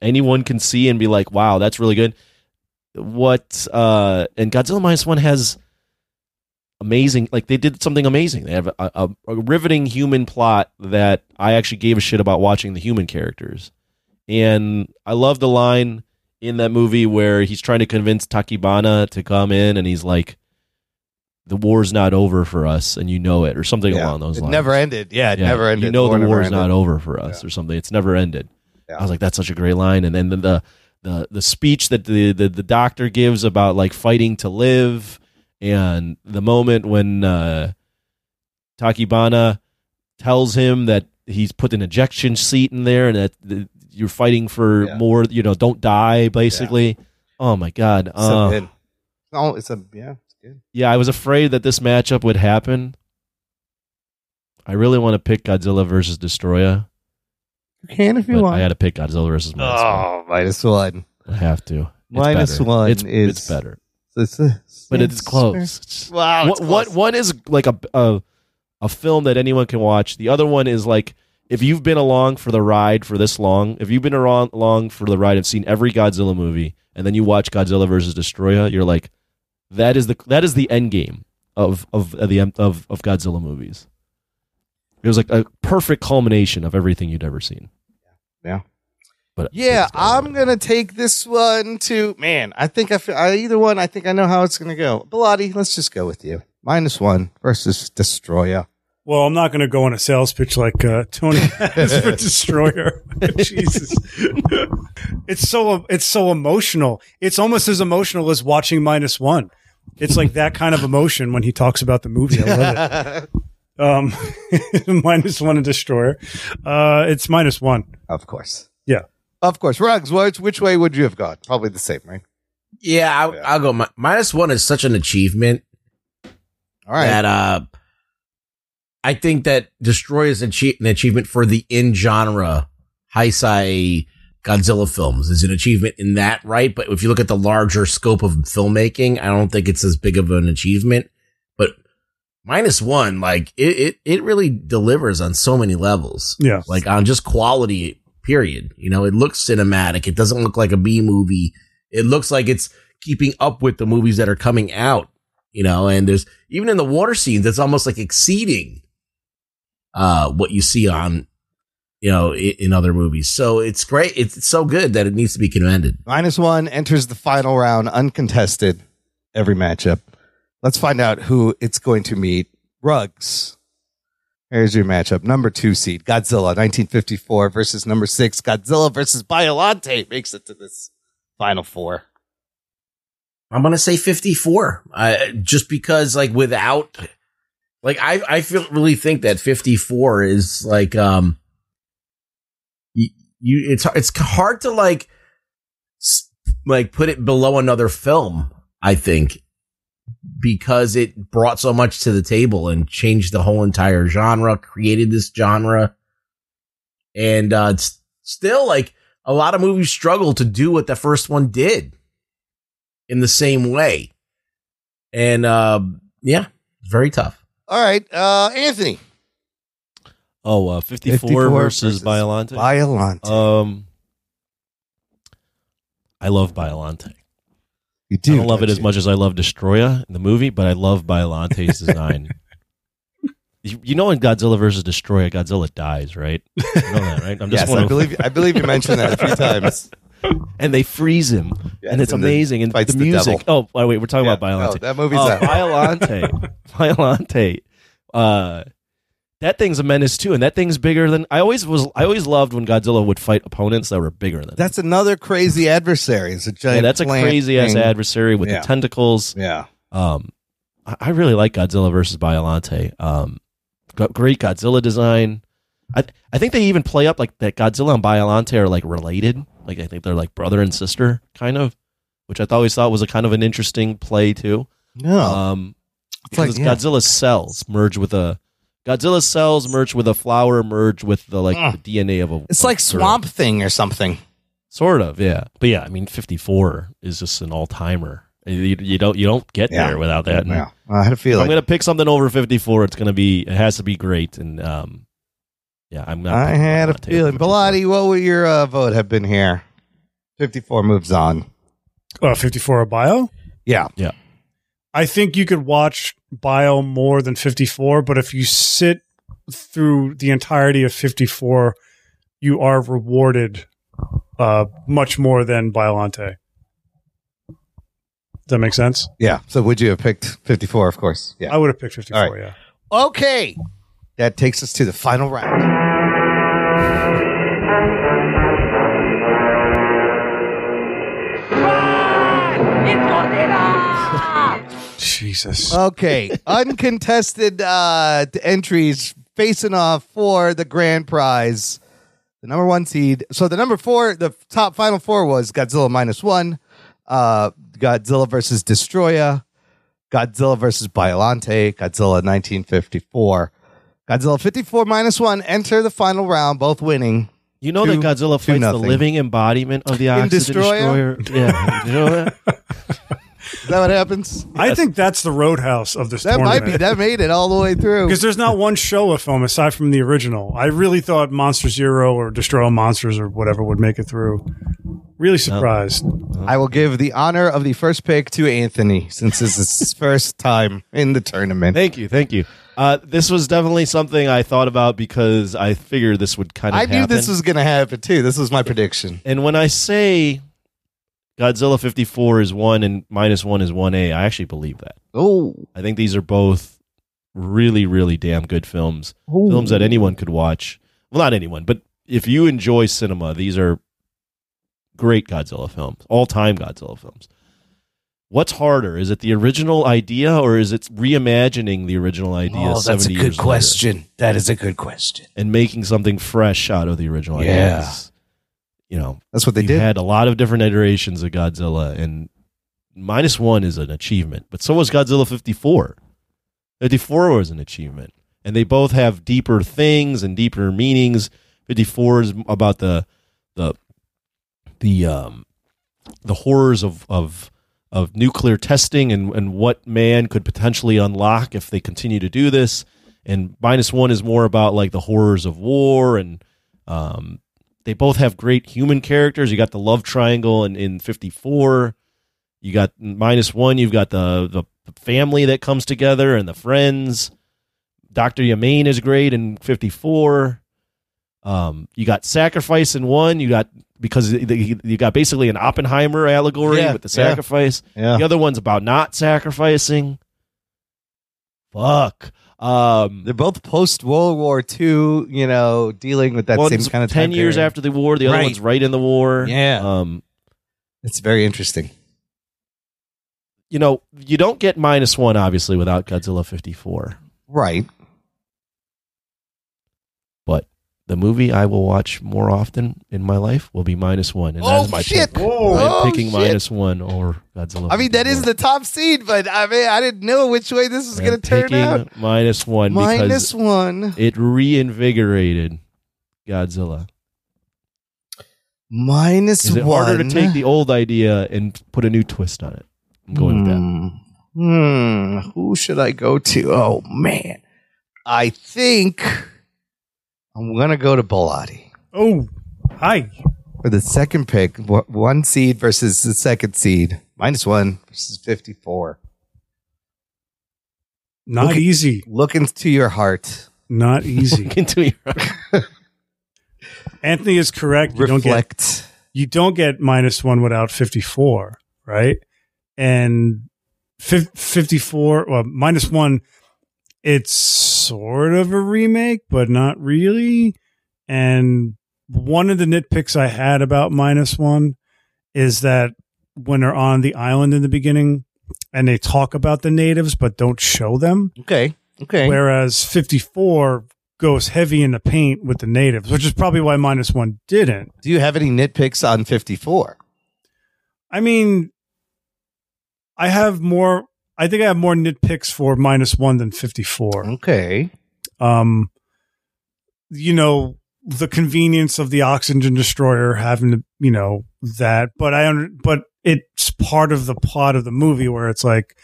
anyone can see and be like, "Wow, that's really good." What uh, and Godzilla minus one has amazing. Like they did something amazing. They have a, a, a riveting human plot that I actually gave a shit about watching the human characters. And I love the line in that movie where he's trying to convince Takibana to come in and he's like, the war's not over for us and you know it, or something
Yeah.
along those
It
lines.
never ended. Yeah, it
Yeah,
never ended.
You know
War
the
never
war's
ended.
not over for us or something. It's never ended.
Yeah.
I was like, that's such a great line. And then the the the, the speech that the, the the doctor gives about like fighting to live, and the moment when uh, Takibana tells him that he's put an ejection seat in there and that the, you're fighting for
Yeah.
more, you know, don't die, basically. Oh my god.
It's a
Uh,
bid. No, it's a yeah. It's good.
yeah, I was afraid that this matchup would happen. I really want to pick Godzilla versus Destroyer.
You can if you
But
want.
I had to pick Godzilla versus Monster.
oh, minus one.
I have to. It's
Minus
better.
one
It's,
is-
it's better,
It's a-
but it's close. It's-
Wow.
what what one is like a, a a film that anyone can watch. The other one is like if you've been along for the ride for this long, if you've been around along for the ride, have seen every Godzilla movie, and then you watch Godzilla versus Destroyer, you're like, that is the that is the end game of of, of the of of Godzilla movies. It was like a perfect culmination of everything you'd ever seen.
Yeah.
But
Yeah,
it's gotta
I'm gonna take this one to man. I think I, feel, I either one. I think I know how it's gonna go. Bilotti, let's just go with you. Minus one versus Destroyer.
Well, I'm not going to go on a sales pitch like uh, Tony has for Destroyer. Jesus, it's so it's so emotional. It's almost as emotional as watching minus one. It's like that kind of emotion when he talks about the movie. I love it. Um, minus one and Destroyer. Uh, it's minus one.
Of course,
Yeah.
of course. Rugs, which which way would you have gone? Probably the same, right?
Yeah, I, I'll go. Mi- minus one is such an achievement
All right.
that uh, I think that Destroy is an, achie- an achievement for the in genre Heisei Godzilla films. Is an achievement in that right, but if you look at the larger scope of filmmaking, I don't think it's as big of an achievement. But minus one, like it, it, it really delivers on so many levels.
Yeah.
like on just quality Period. You know, it looks cinematic. It doesn't look like a B movie. It looks like it's keeping up with the movies that are coming out. You know, and there's even in the water scenes, it's almost like exceeding uh, what you see on you know in, in other movies. So it's great. It's, it's so good that it needs to be commended.
Minus one enters the final round uncontested every matchup. Let's find out who it's going to meet. Rugs. Here's your matchup. Number two seed, Godzilla 1954 versus number six, Godzilla versus Biolante makes it to this final four.
I'm gonna say 54. Uh, just because, like, without, like, I I feel really think that 54 is like, um, you, you it's it's hard to like, s- like put it below another film. I think because it brought so much to the table and changed the whole entire genre, created this genre, and uh, it's still like a lot of movies struggle to do what the first one did in the same way. And uh, yeah, it's very tough.
All right, uh, Anthony.
Oh, uh, 54,
54
versus,
versus
Biolante.
Biolante.
Um, I love Biolante.
You
do. I don't love it as much as I love Destroya in the movie, but I love Biolante's design. You, you know, in Godzilla versus Destroya, Godzilla dies, right? You know that, right? I'm
Yes, I
wanna-
believe I believe you mentioned that a few times.
and they freeze him,
Yes,
and it's
and then
amazing. And
fights
the
the
music. oh, oh, wait, we're talking about Biolante.
no, that movie's
oh,
out.
Biolante, Biolante. Uh, that thing's a menace too, and that thing's bigger than I always was. I always loved when Godzilla would fight opponents that were bigger than.
That's another crazy adversary. It's a giant.
Yeah, that's a
plant
crazy ass
thing.
adversary with
Yeah.
the tentacles.
Yeah.
Um, I, I really like Godzilla versus Biolante. Um, g- great Godzilla design. I I think they even play up like that Godzilla and Biolante are like related. Like I think they're like brother and sister kind of, which I always thought was a kind of an interesting play too.
No.
Um,
Oh. It's like,
because
yeah.
Godzilla's cells merge with a Godzilla's cells merge with a flower merge with the like
Mm.
the DNA of a.
It's like Swamp Thing or something.
Sort of, yeah. But yeah, I mean, fifty four is just an all timer. You, you don't you don't get
Yeah.
there without that.
Yeah. I had a
I'm
feeling.
gonna pick something over fifty four. It's gonna be it has to be great. And um, yeah, I'm not.
I
picking
had a
Biolante.
feeling. Bilotti, what would your uh, vote have been here? 54 moves on.
Uh, 54 a bio?
Yeah.
Yeah.
I think you could watch bio more than 54, but if you sit through the entirety of 54, you are rewarded uh, much more than Biolante. Does that make sense?
Yeah. So would you have picked 54, of course? Yeah.
I would have picked 54,
All right.
yeah.
Okay. That takes us to the final round. Uh,
Jesus.
Okay. Uncontested uh, d- entries facing off for the grand prize. The number one seed. So the number four, the f- top final four was Godzilla minus one, uh, Godzilla versus Destroya, Godzilla versus Biolante, Godzilla 1954. Godzilla 54 minus one enter the final round, both winning.
You know that
Two-
Godzilla
two
fights the
nothing.
living embodiment of the
In
Oxygen
Destroyer?
Destroyer. Yeah, you know that.
Is that what happens?
I think that's the roadhouse of this
That
tournament.
might be. That made it all the way through.
because there's not one Showa film aside from the original. I really thought Monster Zero or Destroy All Monsters or whatever would make it through. Really surprised.
I will give the honor of the first pick to Anthony since this is his first time in the tournament.
Thank you, thank you. Uh, this was definitely something I thought about because I figured this would kind of.
I knew
happen.
this was going to happen too. This was my prediction.
And when I say Godzilla 54 is 1 and minus 1 is 1A, I actually believe that.
Oh.
I think these are both really, really damn good films. Films that anyone could watch. Well, not anyone, but if you enjoy cinema, these are great Godzilla films, all time Godzilla films. What's harder? Is it the original idea or is it reimagining the original idea
Oh,
70 years later
That is a good question.
and making something fresh out of the original idea?
Yeah.
It's- You know,
That's what they
you
did.
had a lot of different iterations of Godzilla, and minus one is an achievement, but so was Godzilla 54. 54 was an achievement, and they both have deeper things and deeper meanings. 54 is about the the the um the horrors of of of nuclear testing and and what man could potentially unlock if they continue to do this. And minus one is more about like the horrors of war and um they both have great human characters. You got the love triangle in, in 54. You got minus one. You've got the, the family that comes together and the friends. Dr. Yamain is great in 54. Um, you got sacrifice in one. You got because the- the- you got basically an Oppenheimer allegory
Yeah,
with the
yeah,
sacrifice.
yeah.
The other one's about not sacrificing. Fuck. Um,
They're both post World War II, you know, dealing with that
One's
same kind of
ten
time
years
period.
after the war. The other
Right.
one's right in the war.
Yeah.
Um,
It's very interesting.
you know, you don't get minus one obviously without Godzilla fifty four,
Right.
but the movie I will watch more often in my life will be minus one, and that
Oh,
is my
shit.
pick.
Whoa.
I'm
Oh,
picking
shit.
minus one or Godzilla.
I mean, that
54.
is the top seed, but I mean, I didn't know which way this was
I'm
going to turn
picking
out.
minus one
Minus
because
one.
it reinvigorated Godzilla.
Minus
Is it
one.
harder to take the old idea and put a new twist on it? I'm going with that.
Hmm. Who should I go to? Oh man, I think I'm gonna go to Bilotti
Oh, hi.
for the second pick. Wh- One seed versus the second seed. Minus one versus fifty-four.
Not
Look at-
easy.
Look into your heart.
Not easy.
Into your
Anthony is correct. You don't get
Reflect.
you don't get minus one without 54, right? And fif- 54, well, minus one, it's sort of a remake, but not really. And one of the nitpicks I had about minus one is that when they're on the island in the beginning and they talk about the natives but don't show them,
Okay. Okay.
Whereas 54 goes heavy in the paint with the natives, which is probably why minus one didn't.
Do you have any nitpicks on fifty-four?
I mean, I have more, I think I have more nitpicks for minus one than 54.
Okay. Mm-hmm.
Um, you know, the convenience of the oxygen destroyer having to, you know, that, but I, under- but it's part of the plot of the movie where it's like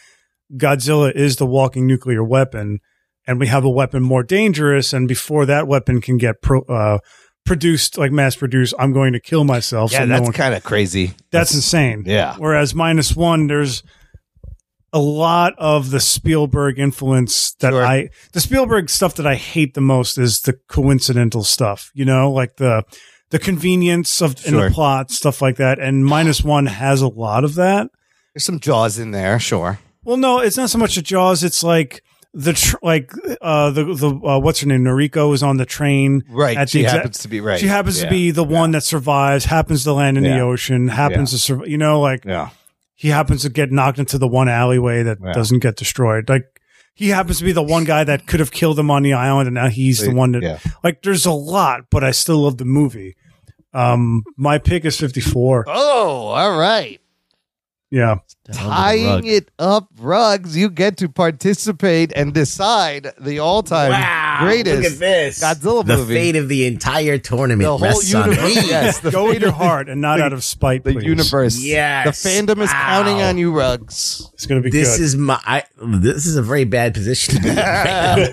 Godzilla is the walking nuclear weapon and we have a weapon more dangerous. And before that weapon can get pro, uh, produced, like mass produced, I'm going to kill myself.
Yeah,
no
that's
one-
kind of crazy.
that's insane.
Yeah.
Whereas minus one, there's a lot of the Spielberg influence that
Sure.
I, the Spielberg stuff that I hate the most is the coincidental stuff, you know, like the, the convenience of in
Sure.
the plot, stuff like that. And minus one has a lot of that.
There's some jaws in there, sure.
Well, no, it's not so much the Jaws. It's like the, tr- like, uh, the, the, uh, what's her name? Noriko is on the train.
Right.
At
she
the exact-
happens to be right.
She happens
Yeah.
to be the one that survives, happens to land in the
Yeah.
ocean, happens to survive, you know, like,
Yeah.
he happens to get knocked into the one alleyway that
Yeah.
doesn't get destroyed. Like he happens to be the one guy that could have killed him on the island, and now he's the one that.
yeah.
Like there's a lot, but I still love the movie. Um, my pick is 54.
Oh, all right.
Yeah,
Tying it up, rugs. You get to participate and decide the all-time
Wow,
greatest
look at this.
Godzilla
The
movie.
fate of the entire tournament
the whole
rests on
universe.
me.
yes, the
go
fate
with your
of the-
heart and not out of spite.
The
please.
universe.
Yes.
The fandom is
Wow.
counting on you, rugs.
It's gonna be
This
good.
is my. I, this is a very bad position to be in.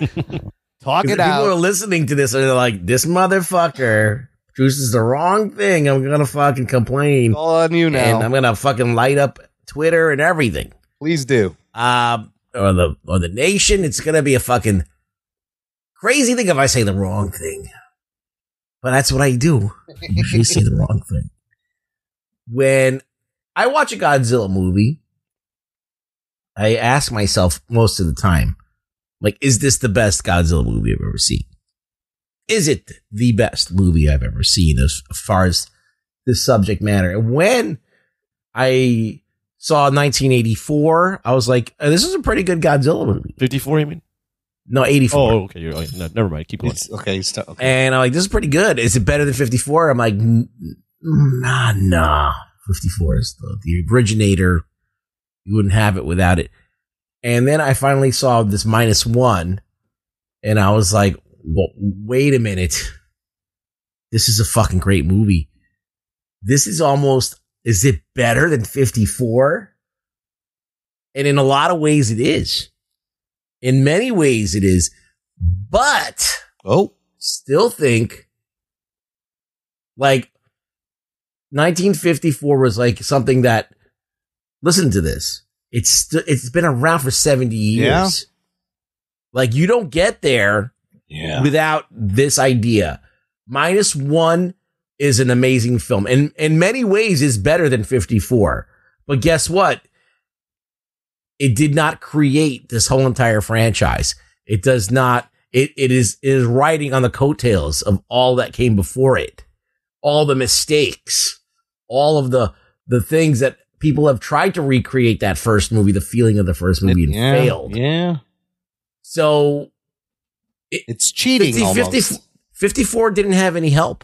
Talk it
Because people are
out.
listening to this and they're like, "This motherfucker chooses the wrong thing." I'm gonna fucking complain,
All on you
and
now.
I'm gonna fucking light up Twitter and everything,
Please do.
um, or the or the nation. It's gonna be a fucking crazy thing if I say the wrong thing, but that's what I do. I usually say the wrong thing when I watch a Godzilla movie. I ask myself most of the time, like, is this the best Godzilla movie I've ever seen? Is it the best movie I've ever seen as far as this subject matter? And when I saw 1984, I was like, oh, this is a pretty good Godzilla movie.
Fifty four, you mean?
No, 84.
Oh, okay. You're, okay, no, never mind. Keep going.
It's, okay, stop. Okay.
And I'm like, this is pretty good. Is it better than 54? I'm like, "N- n- nah, nah. 54 is the, the originator. You wouldn't have it without it. And then I finally saw this minus one, and I was like, well, wait a minute. This is a fucking great movie. This is almost, is it better than 54? And in a lot of ways, it is. In many ways, it is. But
Oh,
still think Like 1954 was like something that listen to this. It's st- it's been around for 70 years.
Yeah.
Like you don't get there
Yeah.
without this idea. Minus one is an amazing film, and in many ways is better than 54. But guess what? It did not create this whole entire franchise. It does not. It it is it is riding on the coattails of all that came before it, all the mistakes, all of the the things that people have tried to recreate that first movie, the feeling of the first movie, and
yeah,
failed.
Yeah.
So
it's cheating
50, 50
almost.
54 didn't have any help.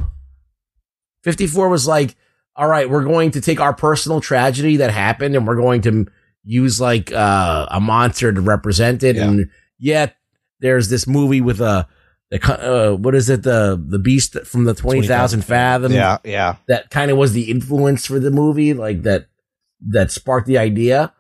54 was like, all right, we're going to take our personal tragedy that happened and we're going to use like uh, a monster to represent it. And yet there's this movie with a, the, co- uh, what is it? The, the beast from the 20,000 fathom.
Yeah, yeah.
That kind of was the influence for the movie. Like that, that sparked the idea.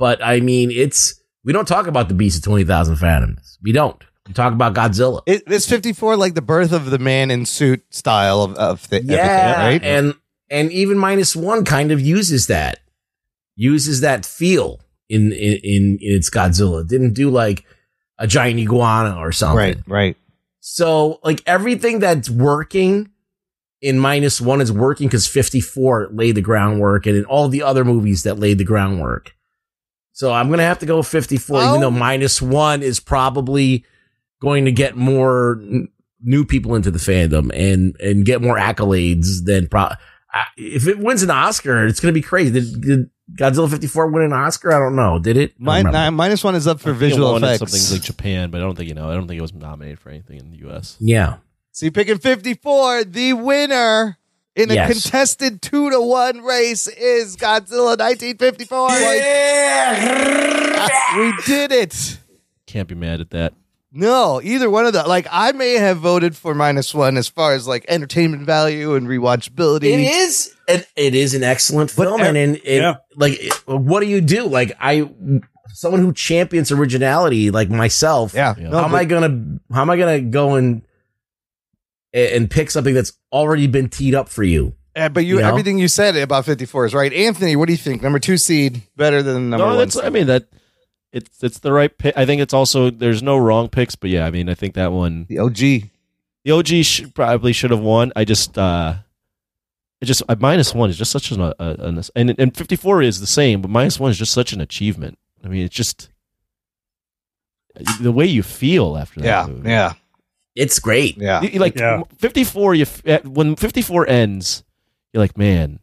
But I mean, it's, we don't talk about the beast of 20,000 fathoms. We don't. We talk about Godzilla.
It, it's 54 like the birth of the man in suit style of, of thi-
yeah,
everything, right?
and and even minus one kind of uses that uses that feel in in in, in its Godzilla. It didn't do like a giant iguana or something.
right, right.
So like everything that's working in minus one is working because fifty four laid the groundwork, and in all the other movies that laid the groundwork. So I'm gonna have to go fifty four, even though minus one is probably going to get more n- new people into the fandom and and get more accolades than pro. I- If it wins an Oscar, it's gonna be crazy. Did, did Godzilla fifty four win an Oscar? I don't know. Did it? I don't
Min-
remember.
nine- minus one is up for visual effects.
Something like Japan, but I don't think you know. I don't think it was nominated for anything in the U.S.
yeah.
See, picking 54, the winner in a
Yes.
contested two to one race is Godzilla 1954. we did it.
Can't be mad at that.
No, either one of the like I may have voted for minus one as far as like entertainment value and rewatchability.
It is. It, it is an excellent film, and in, in- like, it- what do you do? Like, I someone who champions originality, like myself.
Yeah.
how am I gonna? How am I gonna go and and pick something that's already been teed up for you?
Uh, but you,
You know?
everything you said about 54 is right. Anthony, what do you think? Number two seed better than number
no,
one.
that's. I mean that. It's it's the right pick. I think it's also there's no wrong picks, but yeah, I mean I think that one
the OG
the OG sh- probably should have won. I just uh, it just uh, minus one is just such an, uh, an and and 54 is the same, but minus one is just such an achievement. I mean, it's just the way you feel after that.
Yeah,
movie.
yeah.
It's great.
Yeah,
You- you like 54 you f- at- when 54 ends you're like man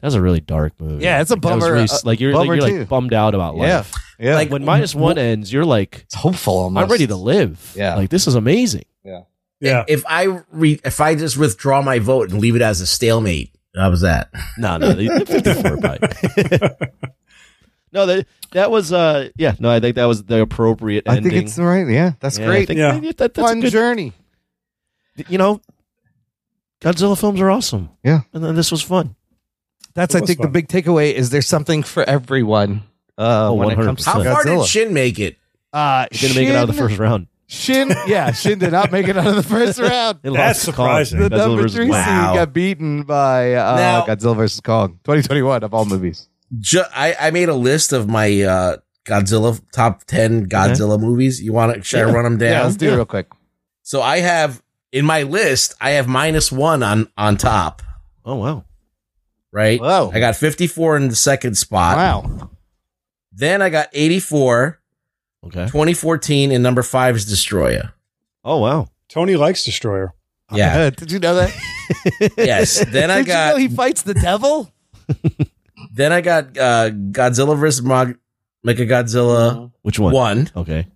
that was a really dark movie
Yeah, it's a
Like, that was
bummer,
really
uh,
s- like you're, like,
bummer
you're,
too.
like bummed out about life
Yeah, yeah.
like when minus one ends you're like it's
hopeful
i'm ready to live yeah like this is amazing
yeah
Yeah.
If I re, if I just withdraw my vote and leave it as a stalemate, how was that?
No, no, they- they're 54 probably. no that that was uh yeah no i think that was the appropriate
I
ending
think it's the right. Yeah, that's
Yeah, I
great.
think Yeah. that- that- that's a
Fun
good-
journey.
you know godzilla films are awesome
Yeah.
and then this was fun
That's
It
I
was
think the
fun.
big takeaway is there's something for everyone. Uh,
Oh,
when it comes to
How far
Godzilla.
did Shin make it?
Uh,
It didn't make it out of the
Shin-
first round
Shin, yeah, Shin did not make it out of the first round.
They lost to Kong. surprising.
The
Godzilla
number
versus
three
Kong.
seed
Wow.
got beaten by uh,
Now-
Godzilla versus Kong, 2021 of all movies.
Ju- I, I made a list of my uh, Godzilla top 10 Godzilla movies. You want to, should I
Yeah.
run them down?
Yeah, let's do it real quick.
So I have in my list, I have minus one on, on top.
Oh, wow.
Right? Wow. I got 54 in the second spot.
Wow.
Then I got 84.
Okay.
2014, and number five is Destroyer.
Oh, wow.
Tony likes Destroyer.
Yeah.
did you know that?
yes. Then I
Did you
got.
know he fights the devil?
Then I got uh, Godzilla vs. Mog- Mechagodzilla.
Which one?
One.
Okay.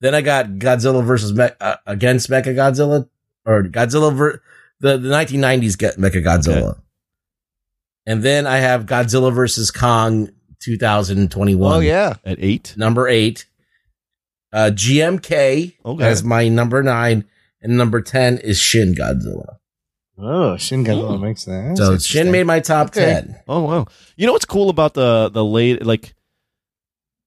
Then I got Godzilla versus Me- uh, against Mechagodzilla or Godzilla ver- the the 1990s get Mechagodzilla. And then I have Godzilla versus Kong 2021.
Oh, yeah.
At 8.
Number 8. Uh, GMK
Okay.
as my number 9 and number 10 is Shin Godzilla.
Oh, Shin Godzilla makes that.
So Shin made my top
Okay.
10.
Oh wow! You know what's cool about the the late like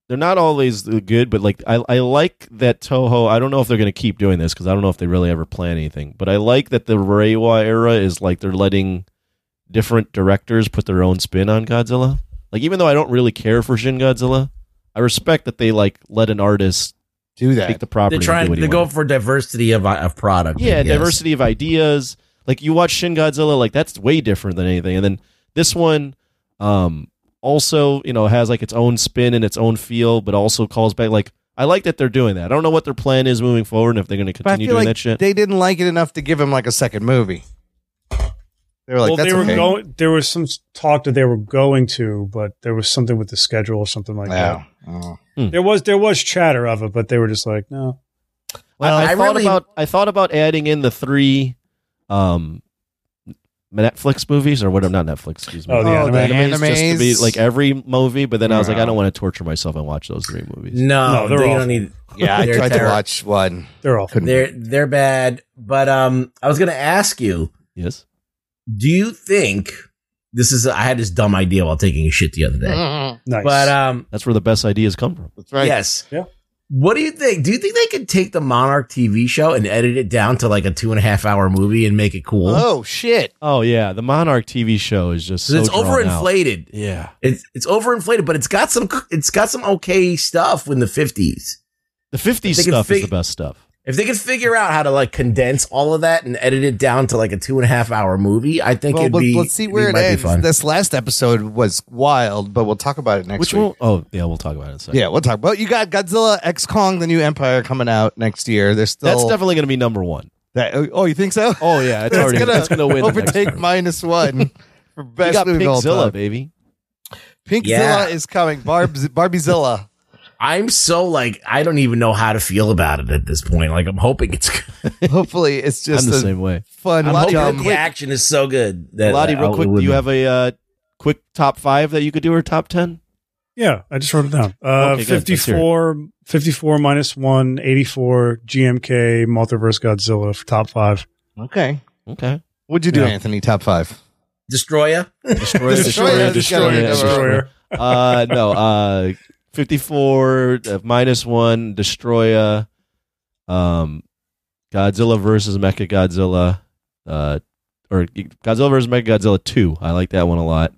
they're not always good, but like I, I like that Toho. I don't know if they're going to keep doing this because I don't know if they really ever plan anything. But I like that the Reiwa era is like they're letting different directors put their own spin on Godzilla. Like even though I don't really care for Shin Godzilla, I respect that they like let an artist
do that.
Take the property.
They're trying
and do
to
what
go for diversity of, uh, of product.
yeah,
I guess.
diversity of ideas. Like you watch Shin Godzilla, like that's way different than anything. And then this one, um, also you know has like its own spin and its own feel, but also calls back. Like I like that they're doing that. I don't know what their plan is moving forward and if they're going to
But I
continue
feel
doing
like
that shit.
they didn't like it enough to give him like a second movie. They were like,
well,
that's
they were
okay.
going. There was some talk that they were going to, but there was something with the schedule or something like
Yeah. Oh.
that. There was there was chatter of it, but they were just like, no.
Well, I,
I
thought
really-
about I thought about adding in the three, um, Netflix movies or whatever. Not Netflix. Excuse me.
Oh, the Oh, anime. the
animes just to be
animes.
like every movie, but then I was like,
No.
I don't want to torture myself and watch those three movies.
No, they don't need.
Yeah, I
they're
tried to
terrible.
watch one.
They're all
They're they're bad. But um, I was going to ask you.
Yes.
Do you think this is? I had this dumb idea while taking a shit the other day.
Nice.
But um,
that's where the best ideas come from. That's
Yes.
Yeah.
What do you think? Do you think they could take the Monarch TV show and edit it down to like a two and a half hour movie and make it cool?
shit!
Oh yeah, the Monarch TV show is just
'Cause
so
it's
drawn out.
overinflated.
Yeah,
it's it's overinflated, but it's got some it's got some okay stuff in the fifties.
The fifties stuff is the best stuff.
If they could figure out how to like condense all of that and edit it down to like a two and a half hour movie, I think
Well,
it'd
but
be.
let's see where it,
might be
ends.
fun.
This last episode was wild, but we'll talk about it next
Which
week.
one? Oh yeah, we'll talk about it in a second.
Yeah, we'll talk about. You got Godzilla X Kong: The New Empire coming out next year. There's still
That's definitely going to be number one.
That, oh, you think so?
Oh yeah, it's
That's
already
gonna
it's going to win. the next
overtake
time.
minus one for best
you got
movie of all
Pinkzilla,
time.
baby.
Pinkzilla
Yeah.
is coming. Barb Barbiezilla.
I'm so like I don't even know how to feel about it at this point. Like I'm hoping it's good.
Hopefully, it's just
I'm the
a
same way.
Fun.
I'm
Lottie,
hoping
real
that the
quick.
action is so good. That
Lottie,
I-
real
I
quick, do
wouldn't-
you have a uh, quick top five that you could do or top ten?
Yeah, I just wrote it down. Uh,
Okay, good. Let's hear it.
54, 54 minus 1, 84, GMK, Multiverse Godzilla for top five.
Okay.
Okay.
What'd you do,
Yeah.
Anthony? Top five.
Destroyer.
Destroyer,
Destroyer, Destroyer, Destroyer.
Uh, no, uh, fifty-four uh, minus one, Destroyer, um, Godzilla versus Mecha Godzilla, uh, or Godzilla versus Mecha Godzilla two. I like that one a lot,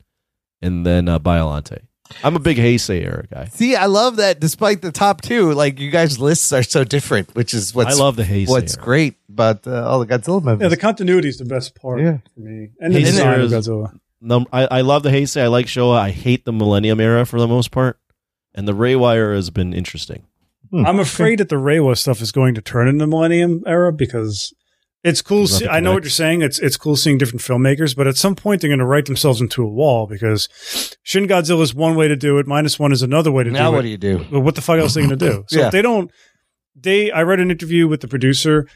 and then uh, Biolante. I'm a big Heisei era guy.
See, I love that. Despite the top two, like you guys' lists are so different, which is what's
I love the Heisei
What's
era.
great about uh, all the Godzilla movies?
Yeah, the continuity is the best part
Yeah.
for me. And the
Heisei
design of
era's-
Godzilla.
Num- I, I love the Heisei. I like Showa. I hate the Millennium era for the most part, and the Raywire has been interesting.
I'm afraid that the Reiwa stuff is going to turn into Millennium era because it's cool.
Nothing
See, I know what
connects.
you're saying. It's it's cool seeing different filmmakers, but at some point they're going to write themselves into a wall because Shin Godzilla is one way to do it. Minus one is another way to
now
do it.
what do you do?
Well, what the fuck else are they going to do? So
Yeah.
if they don't, they. I read an interview with the producer,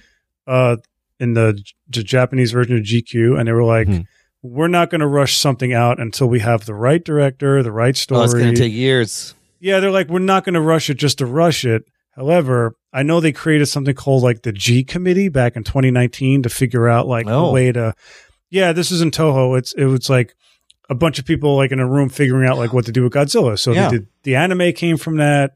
uh, in the, J- J- Japanese version of GQ, and they were like,
Hmm.
"We're not going to rush something out until we have the right director, the right story."
Oh, it's going to take years.
yeah, they're like, "We're not going to rush it just to rush it." However, I know they created something called like the G Committee back in 2019 to figure out like
Oh.
a way to. Yeah, this is in Toho. It's it was like a bunch of people like in a room figuring out like what to do with Godzilla. So
Yeah.
they did, the anime came from that.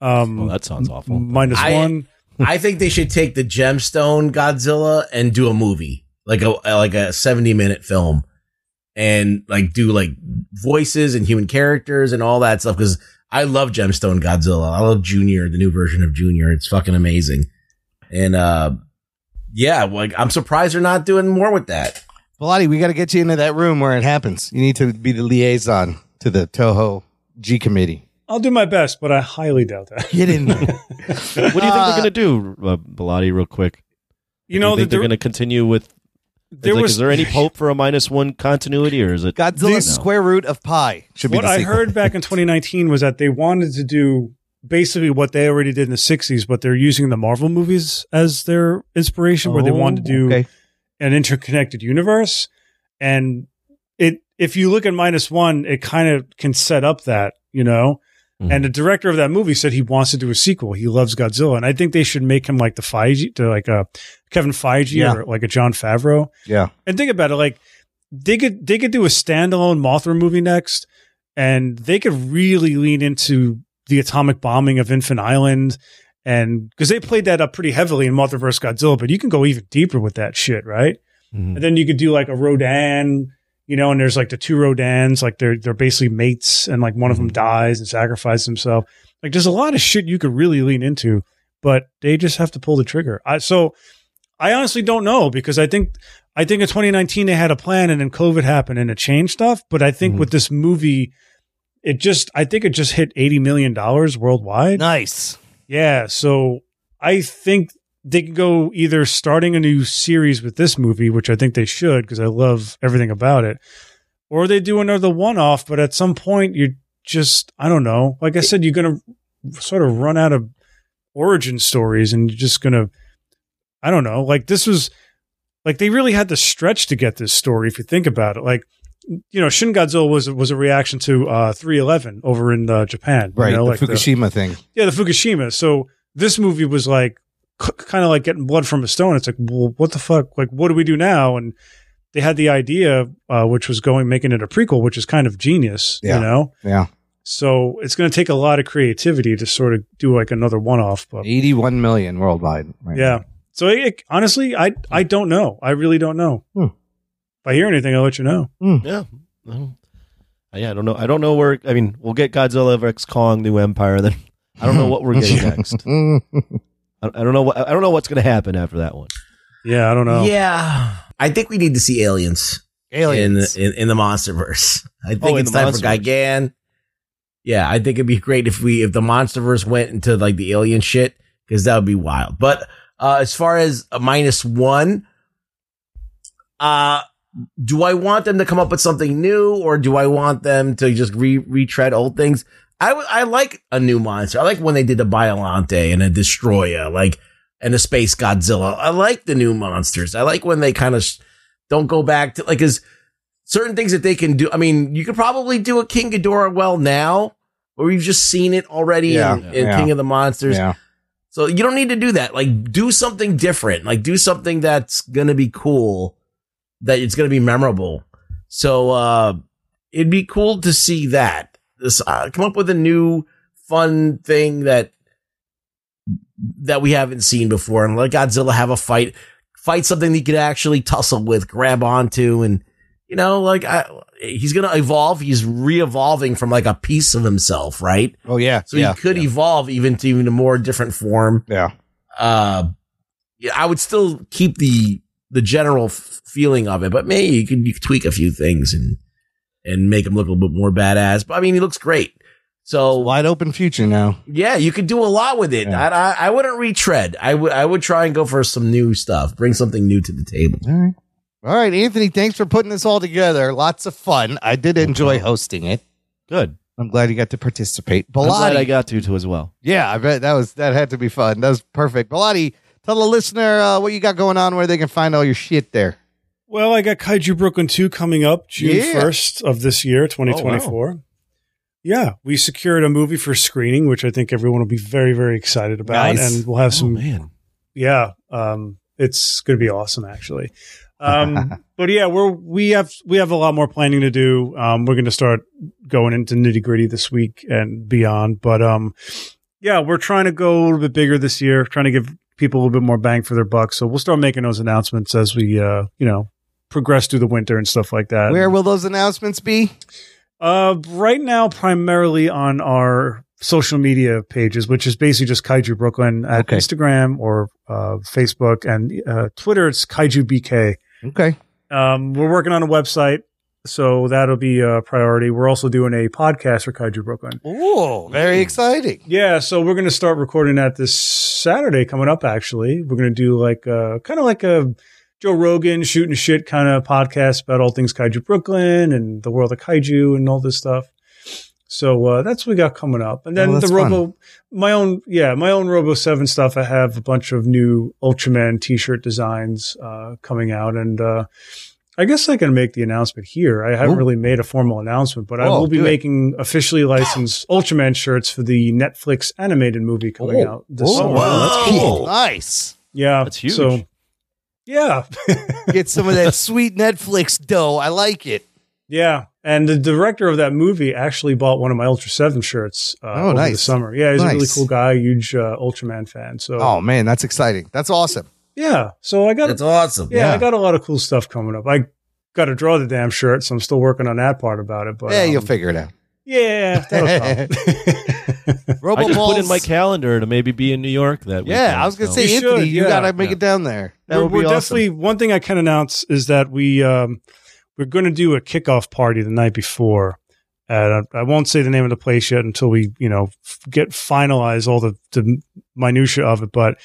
Um,
Oh, that sounds awful.
minus
I-
one.
I think they should take the gemstone Godzilla and do a movie, like a like a seventy minute film, and like do like voices and human characters and all that stuff. Because I love gemstone Godzilla. I love Junior, the new version of Junior. It's fucking amazing. And uh, yeah, like I'm surprised they're not doing more with that.
Bilotti, we got to get you into that room where it happens. You need to be the liaison to the Toho G committee.
I'll do my best, but I highly doubt that.
Get in there.
What do you think they're going to do, uh, Bilotti, real quick?
You
Do
know,
you think
that
they're
there-
going to continue with?
there
like,
was-
is there any hope for a minus one continuity, or is it
Godzilla
No.
square root of pi should be
what
the
I
sequel.
heard back in 2019 was that they wanted to do basically what they already did in the 60s, but they're using the Marvel movies as their inspiration, where they wanted to do
Oh, okay.
an interconnected universe. And it, if you look at minus one, it kind of can set up that you know.
Hmm.
And the director of that movie said he wants to do a sequel. He loves Godzilla, and I think they should make him like the Feige, to like a Kevin Feige
Yeah.
or like a John Favreau.
Yeah.
And think about it, like they could they could do a standalone Mothra movie next, and they could really lean into the atomic bombing of Infant Island, and because they played that up pretty heavily in Mothra vs. Godzilla, but you can go even deeper with that shit, right?
Mm-hmm.
And then you could do like a Rodan, you know, and there's like the two Rodans, like they're they're basically mates, and like one of them dies and sacrifices himself. Like there's a lot of shit you could really lean into, but they just have to pull the trigger. I, so I honestly don't know because I think I think in 2019 they had a plan and then COVID happened and it changed stuff. But I think with this movie, it just I think it just hit 80 million dollars worldwide.
Nice.
Yeah. So I think they could go either starting a new series with this movie, which I think they should because I love everything about it, or they do another one off. But at some point, you just, I don't know. Like I said, you're going to sort of run out of origin stories and you're just going to, I don't know. Like this was, like they really had to stretch to get this story if you think about it. Like, you know, Shin Godzilla was was a reaction to uh, 311 over in uh, Japan, you
Right.
know,
the
like the-
Fukushima thing.
yeah, the Fukushima. So this movie was like kind of like getting blood from a stone. It's like, well, what the fuck? Like, what do we do now? And they had the idea, uh, which was going making it a prequel, which is kind of genius,
Yeah.
you know.
Yeah.
So it's going to take a lot of creativity to sort of do like another one-off, but
81 million worldwide. Right.
yeah. So it, it- honestly, I I don't know. I really don't know.
Hmm.
If I hear anything, I'll let you know.
Yeah. I don't- Yeah, I don't know. I don't know where. I mean, we'll get Godzilla vs Kong, New Empire. Then I don't know what we're getting next.
Mm,
I, I don't know. What, I don't know what's going to happen after that one.
Yeah, I don't know.
Yeah, I think we need to see aliens.
Aliens. Oh,
in in, in the MonsterVerse. I think
in
it's
the
time for
MonsterVerse.
Gigan. Yeah, I think it'd be great if we if the MonsterVerse went into like the alien shit because that would be wild. But uh, as far as a minus one, uh, do I want them to come up with something new or do I want them to just re retread old things? I w- I like a new monster. I like when they did the Biolante and a Destroyer, like and a Space Godzilla. I like the new monsters. I like when they kind of sh- don't go back to like is certain things that they can do. I mean, you could probably do a King Ghidorah well now, or we've just seen it already
Yeah.
in, in
Yeah.
King of the Monsters.
Yeah.
So you don't need to do that. Like do something different. Like do something that's gonna be cool, that it's gonna be memorable. So uh it'd be cool to see that. This uh, come up with a new fun thing that that we haven't seen before and let Godzilla have a fight. Fight something that he could actually tussle with, grab onto, and you know, like I, he's gonna evolve. He's re-evolving from like a piece of himself, right?
Oh, yeah.
So
yeah.
he could e- evolve even to even a more different form.
Yeah.
Uh, yeah, I would still keep the the general f- feeling of it, but maybe you could, you could tweak a few things and and make him look a little bit more badass. But I mean, he looks great. So
Wide open future now.
yeah, you could do a lot with it. I, I I wouldn't retread. I would I would try and go for some new stuff. Bring something new to the table.
All right. All right, Anthony, thanks for putting this all together. Lots of fun. I did enjoy hosting it.
Good.
I'm glad you got to participate.
I'm glad
Bilotti,
I got to too as well.
yeah, I bet that was that had to be fun. That was perfect. Bilotti, tell the listener uh, what you got going on, where they can find all your shit there.
Well, I got Kaiju Brooklyn 2 coming up June
Yeah.
1st of this
Oh,
year, 2024. Yeah, we secured a movie for screening, which I think everyone will be very, very excited about.
Nice.
And we'll have
Oh
some,
man.
yeah, um, it's going to be awesome, actually. Um, but yeah, we're, we have, we have a lot more planning to do. Um, we're going to start going into nitty gritty this week and beyond. But, um, yeah, we're trying to go a little bit bigger this year, trying to give people a little bit more bang for their buck. So we'll start making those announcements as we, uh, you know, progress through the winter and stuff like that.
Where will those announcements be?
Uh, right now, primarily on our social media pages, which is basically just Kaiju Brooklyn at
Okay.
Instagram or uh, Facebook and uh, Twitter. It's Kaiju BK.
Okay.
Um, we're working on a website, so that'll be a priority. We're also doing a podcast for Kaiju Brooklyn.
Ooh, very exciting.
Yeah, so we're going to start recording that this Saturday coming up. Actually, we're going to do like a kind of like a Joe Rogan shooting shit kind of podcast about all things Kaiju Brooklyn and the world of Kaiju and all this stuff. So uh, that's what we got coming up, and then
Well,
the
that's
Robo, my own yeah, my own Robo Seven stuff. I have a bunch of new Ultraman T-shirt designs uh, coming out, and uh, I guess I can make the announcement here. I haven't
Ooh.
really made a formal announcement, but I
Whoa,
will be
do it.
making officially licensed Ultraman shirts for the Netflix animated movie coming
Oh.
out this
Oh,
summer.
wow.
That's cool.
Nice.
Yeah,
That's huge.
So, yeah,
Get some of that sweet Netflix dough. I like it.
Yeah, and the director of that movie actually bought one of my Ultra Seven shirts uh,
Oh,
over the
nice.
summer. Yeah, he's a really
Nice.
cool guy, huge uh, Ultraman fan. So,
Oh man, that's exciting. That's awesome.
yeah, so I got
That's awesome.
Yeah, I
Yeah.
got a lot of cool stuff coming up. I got to draw the damn shirt, so I'm still working on that part about it. But
yeah, you'll
um,
figure it out.
Yeah, that'll come.
I just put in
Roboballs.
my calendar to maybe be in New York that week.
Yeah, I was gonna say,
You
Anthony,
should,
you
yeah.
gotta make
Yeah.
it down there. That
we're,
would be
we're
awesome.
definitely one thing I can announce is that we um, we're going to do a kickoff party the night before. And I, I won't say the name of the place yet until we you know f- get finalize all the, the minutia of it. But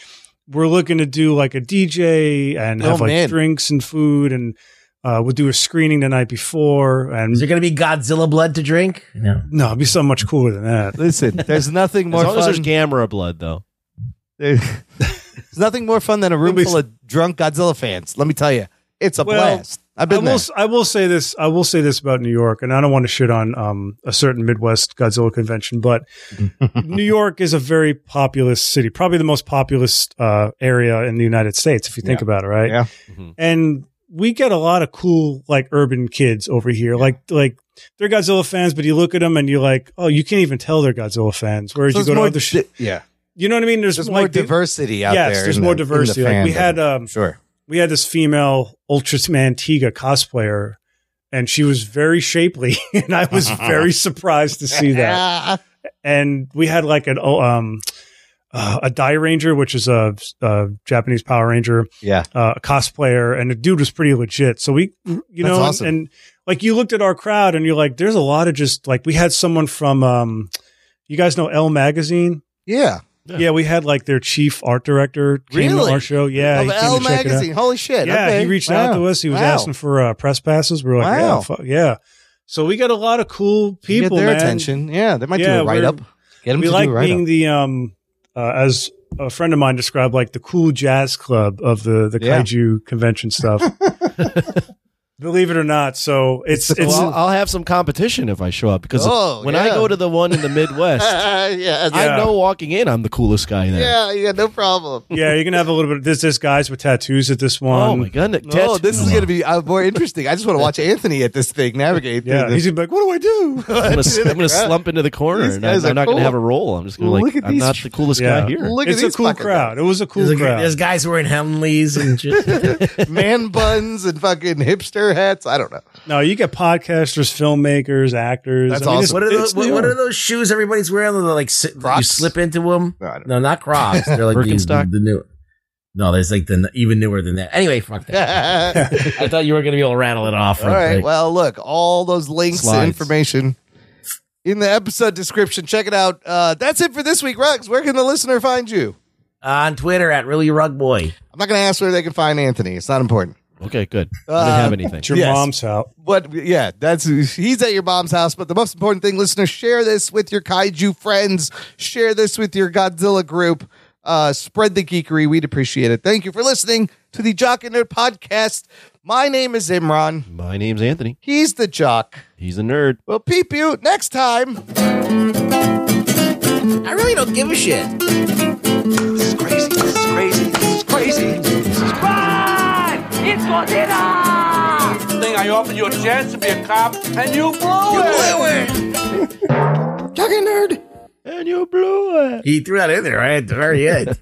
we're looking to do like a DJ and
Oh,
have like
man.
drinks and food, and uh, we'll do a screening the night before. And is
there going to be Godzilla blood to drink? No,
no, it'd be so much cooler than that.
Listen, there's nothing
As
more
long as there's
fun-
camera blood, though.
There's nothing more fun than a room full of drunk Godzilla fans. Let me tell you, it's a blast. I've been
I will,
there.
s- I will say this. I will say this about New York, and I don't want to shit on um, a certain Midwest Godzilla convention, but New York is a very populous city, probably the most populous uh, area in the United States, if you think
Yeah.
about it, right?
Yeah.
And we get a lot of cool like urban kids over here, like like they're Godzilla fans, but you look at them and you're like, oh, you can't even tell they're Godzilla fans. Whereas
So
you
it's
go to
more
other shit.
di- yeah.
You know what I mean? There's,
There's
like,
more
the-
diversity out
yes,
there
there's
in
more
the- in the
diversity. like we
fandom.
had um
Sure.
we had this female Ultraman Tiga cosplayer and she was very shapely and I was very surprised to see that. And we had like an oh, um uh, a Die Ranger, which is a, a Japanese Power Ranger,
Yeah.
uh, a cosplayer, and the dude was pretty legit. So we, you
That's
know, and-
awesome.
and like you looked at our crowd and you're like, there's a lot of just like we had someone from, um, you guys know L Magazine.
Yeah.
Yeah. we had like their chief art director came
Really?
to our show. Yeah,
Of
he came
L
to check it out.
Magazine. Holy shit.
Yeah,
Okay.
he reached out
Wow.
to us. He was
Wow.
asking for uh, press passes. We are like,
Wow.
yeah, fu- yeah. So we got a lot of cool
You
people.
Get their
man.
attention. Yeah, they might
Yeah,
do a
we're-
write up. Get them
we
to
like
do a write
being
up.
the um uh, as a friend of mine described like the cool jazz club of the the
Yeah.
kaiju convention stuff believe it or not so it's it's
Well, I'll, I'll have some competition if I show up because
Oh,
when I
yeah.
go to the one in the Midwest,
yeah,
I know walking in I'm the coolest guy there.
Yeah, yeah, no problem.
yeah you're gonna have a little bit of this this guys with tattoos at this one.
Oh my goodness!
Oh, this is going to be uh, more interesting. I just want to watch Anthony at this thing navigate.
yeah
through
he's
this.
gonna be like what do i do
I'm gonna, I'm gonna slump into the corner
These
and I,
guys
am
are
not
cool.
gonna have a role. I'm just gonna like
Look at
I'm
these
not
tr-
the coolest
Yeah.
guy here.
Look at
it's a
these
cool
fucking
crowd it was a cool
There's, a,
crowd
there's guys wearing Henleys and shit.
man buns and fucking hipster hats. I don't know.
no you get podcasters filmmakers actors
That's
I mean, it's-
awesome.
what are
it's
those? What,
New
what are
York.
those shoes everybody's wearing? They're like si- you
Crocs?
slip into them.
No, I don't
No, not Crocs. They're like the, the,
Birkenstock?
the new. No, there's like the even newer than that. Anyway, fuck that.
know.
I thought you were going to be able to rattle it off.
all
real
right.
quick.
Well, look, all those links
Slides.
and information in the episode description. Check it out. Uh, that's it for this week, Rux. Where can the listener find you?
on Twitter at really rug boy.
I'm not going to ask where they can find Anthony. It's not important.
Okay, good. I
Uh,
didn't have anything.
it's your
Yes.
mom's house
But yeah, that's he's at your mom's house. But the most important thing, listener, share this with your kaiju friends. Share this with your Godzilla group. Uh, spread the geekery. We'd appreciate it. Thank you for listening to the Jock and Nerd podcast. My name is Imran.
My name's Anthony.
He's the Jock.
He's a nerd.
We'll peep you next time.
I really don't give a shit.
This is crazy. This is crazy. This is crazy. This is
It's Godzilla! Thing I offered you a chance to be a cop, and you blew
And you blew it.
He threw that in there right at the very end.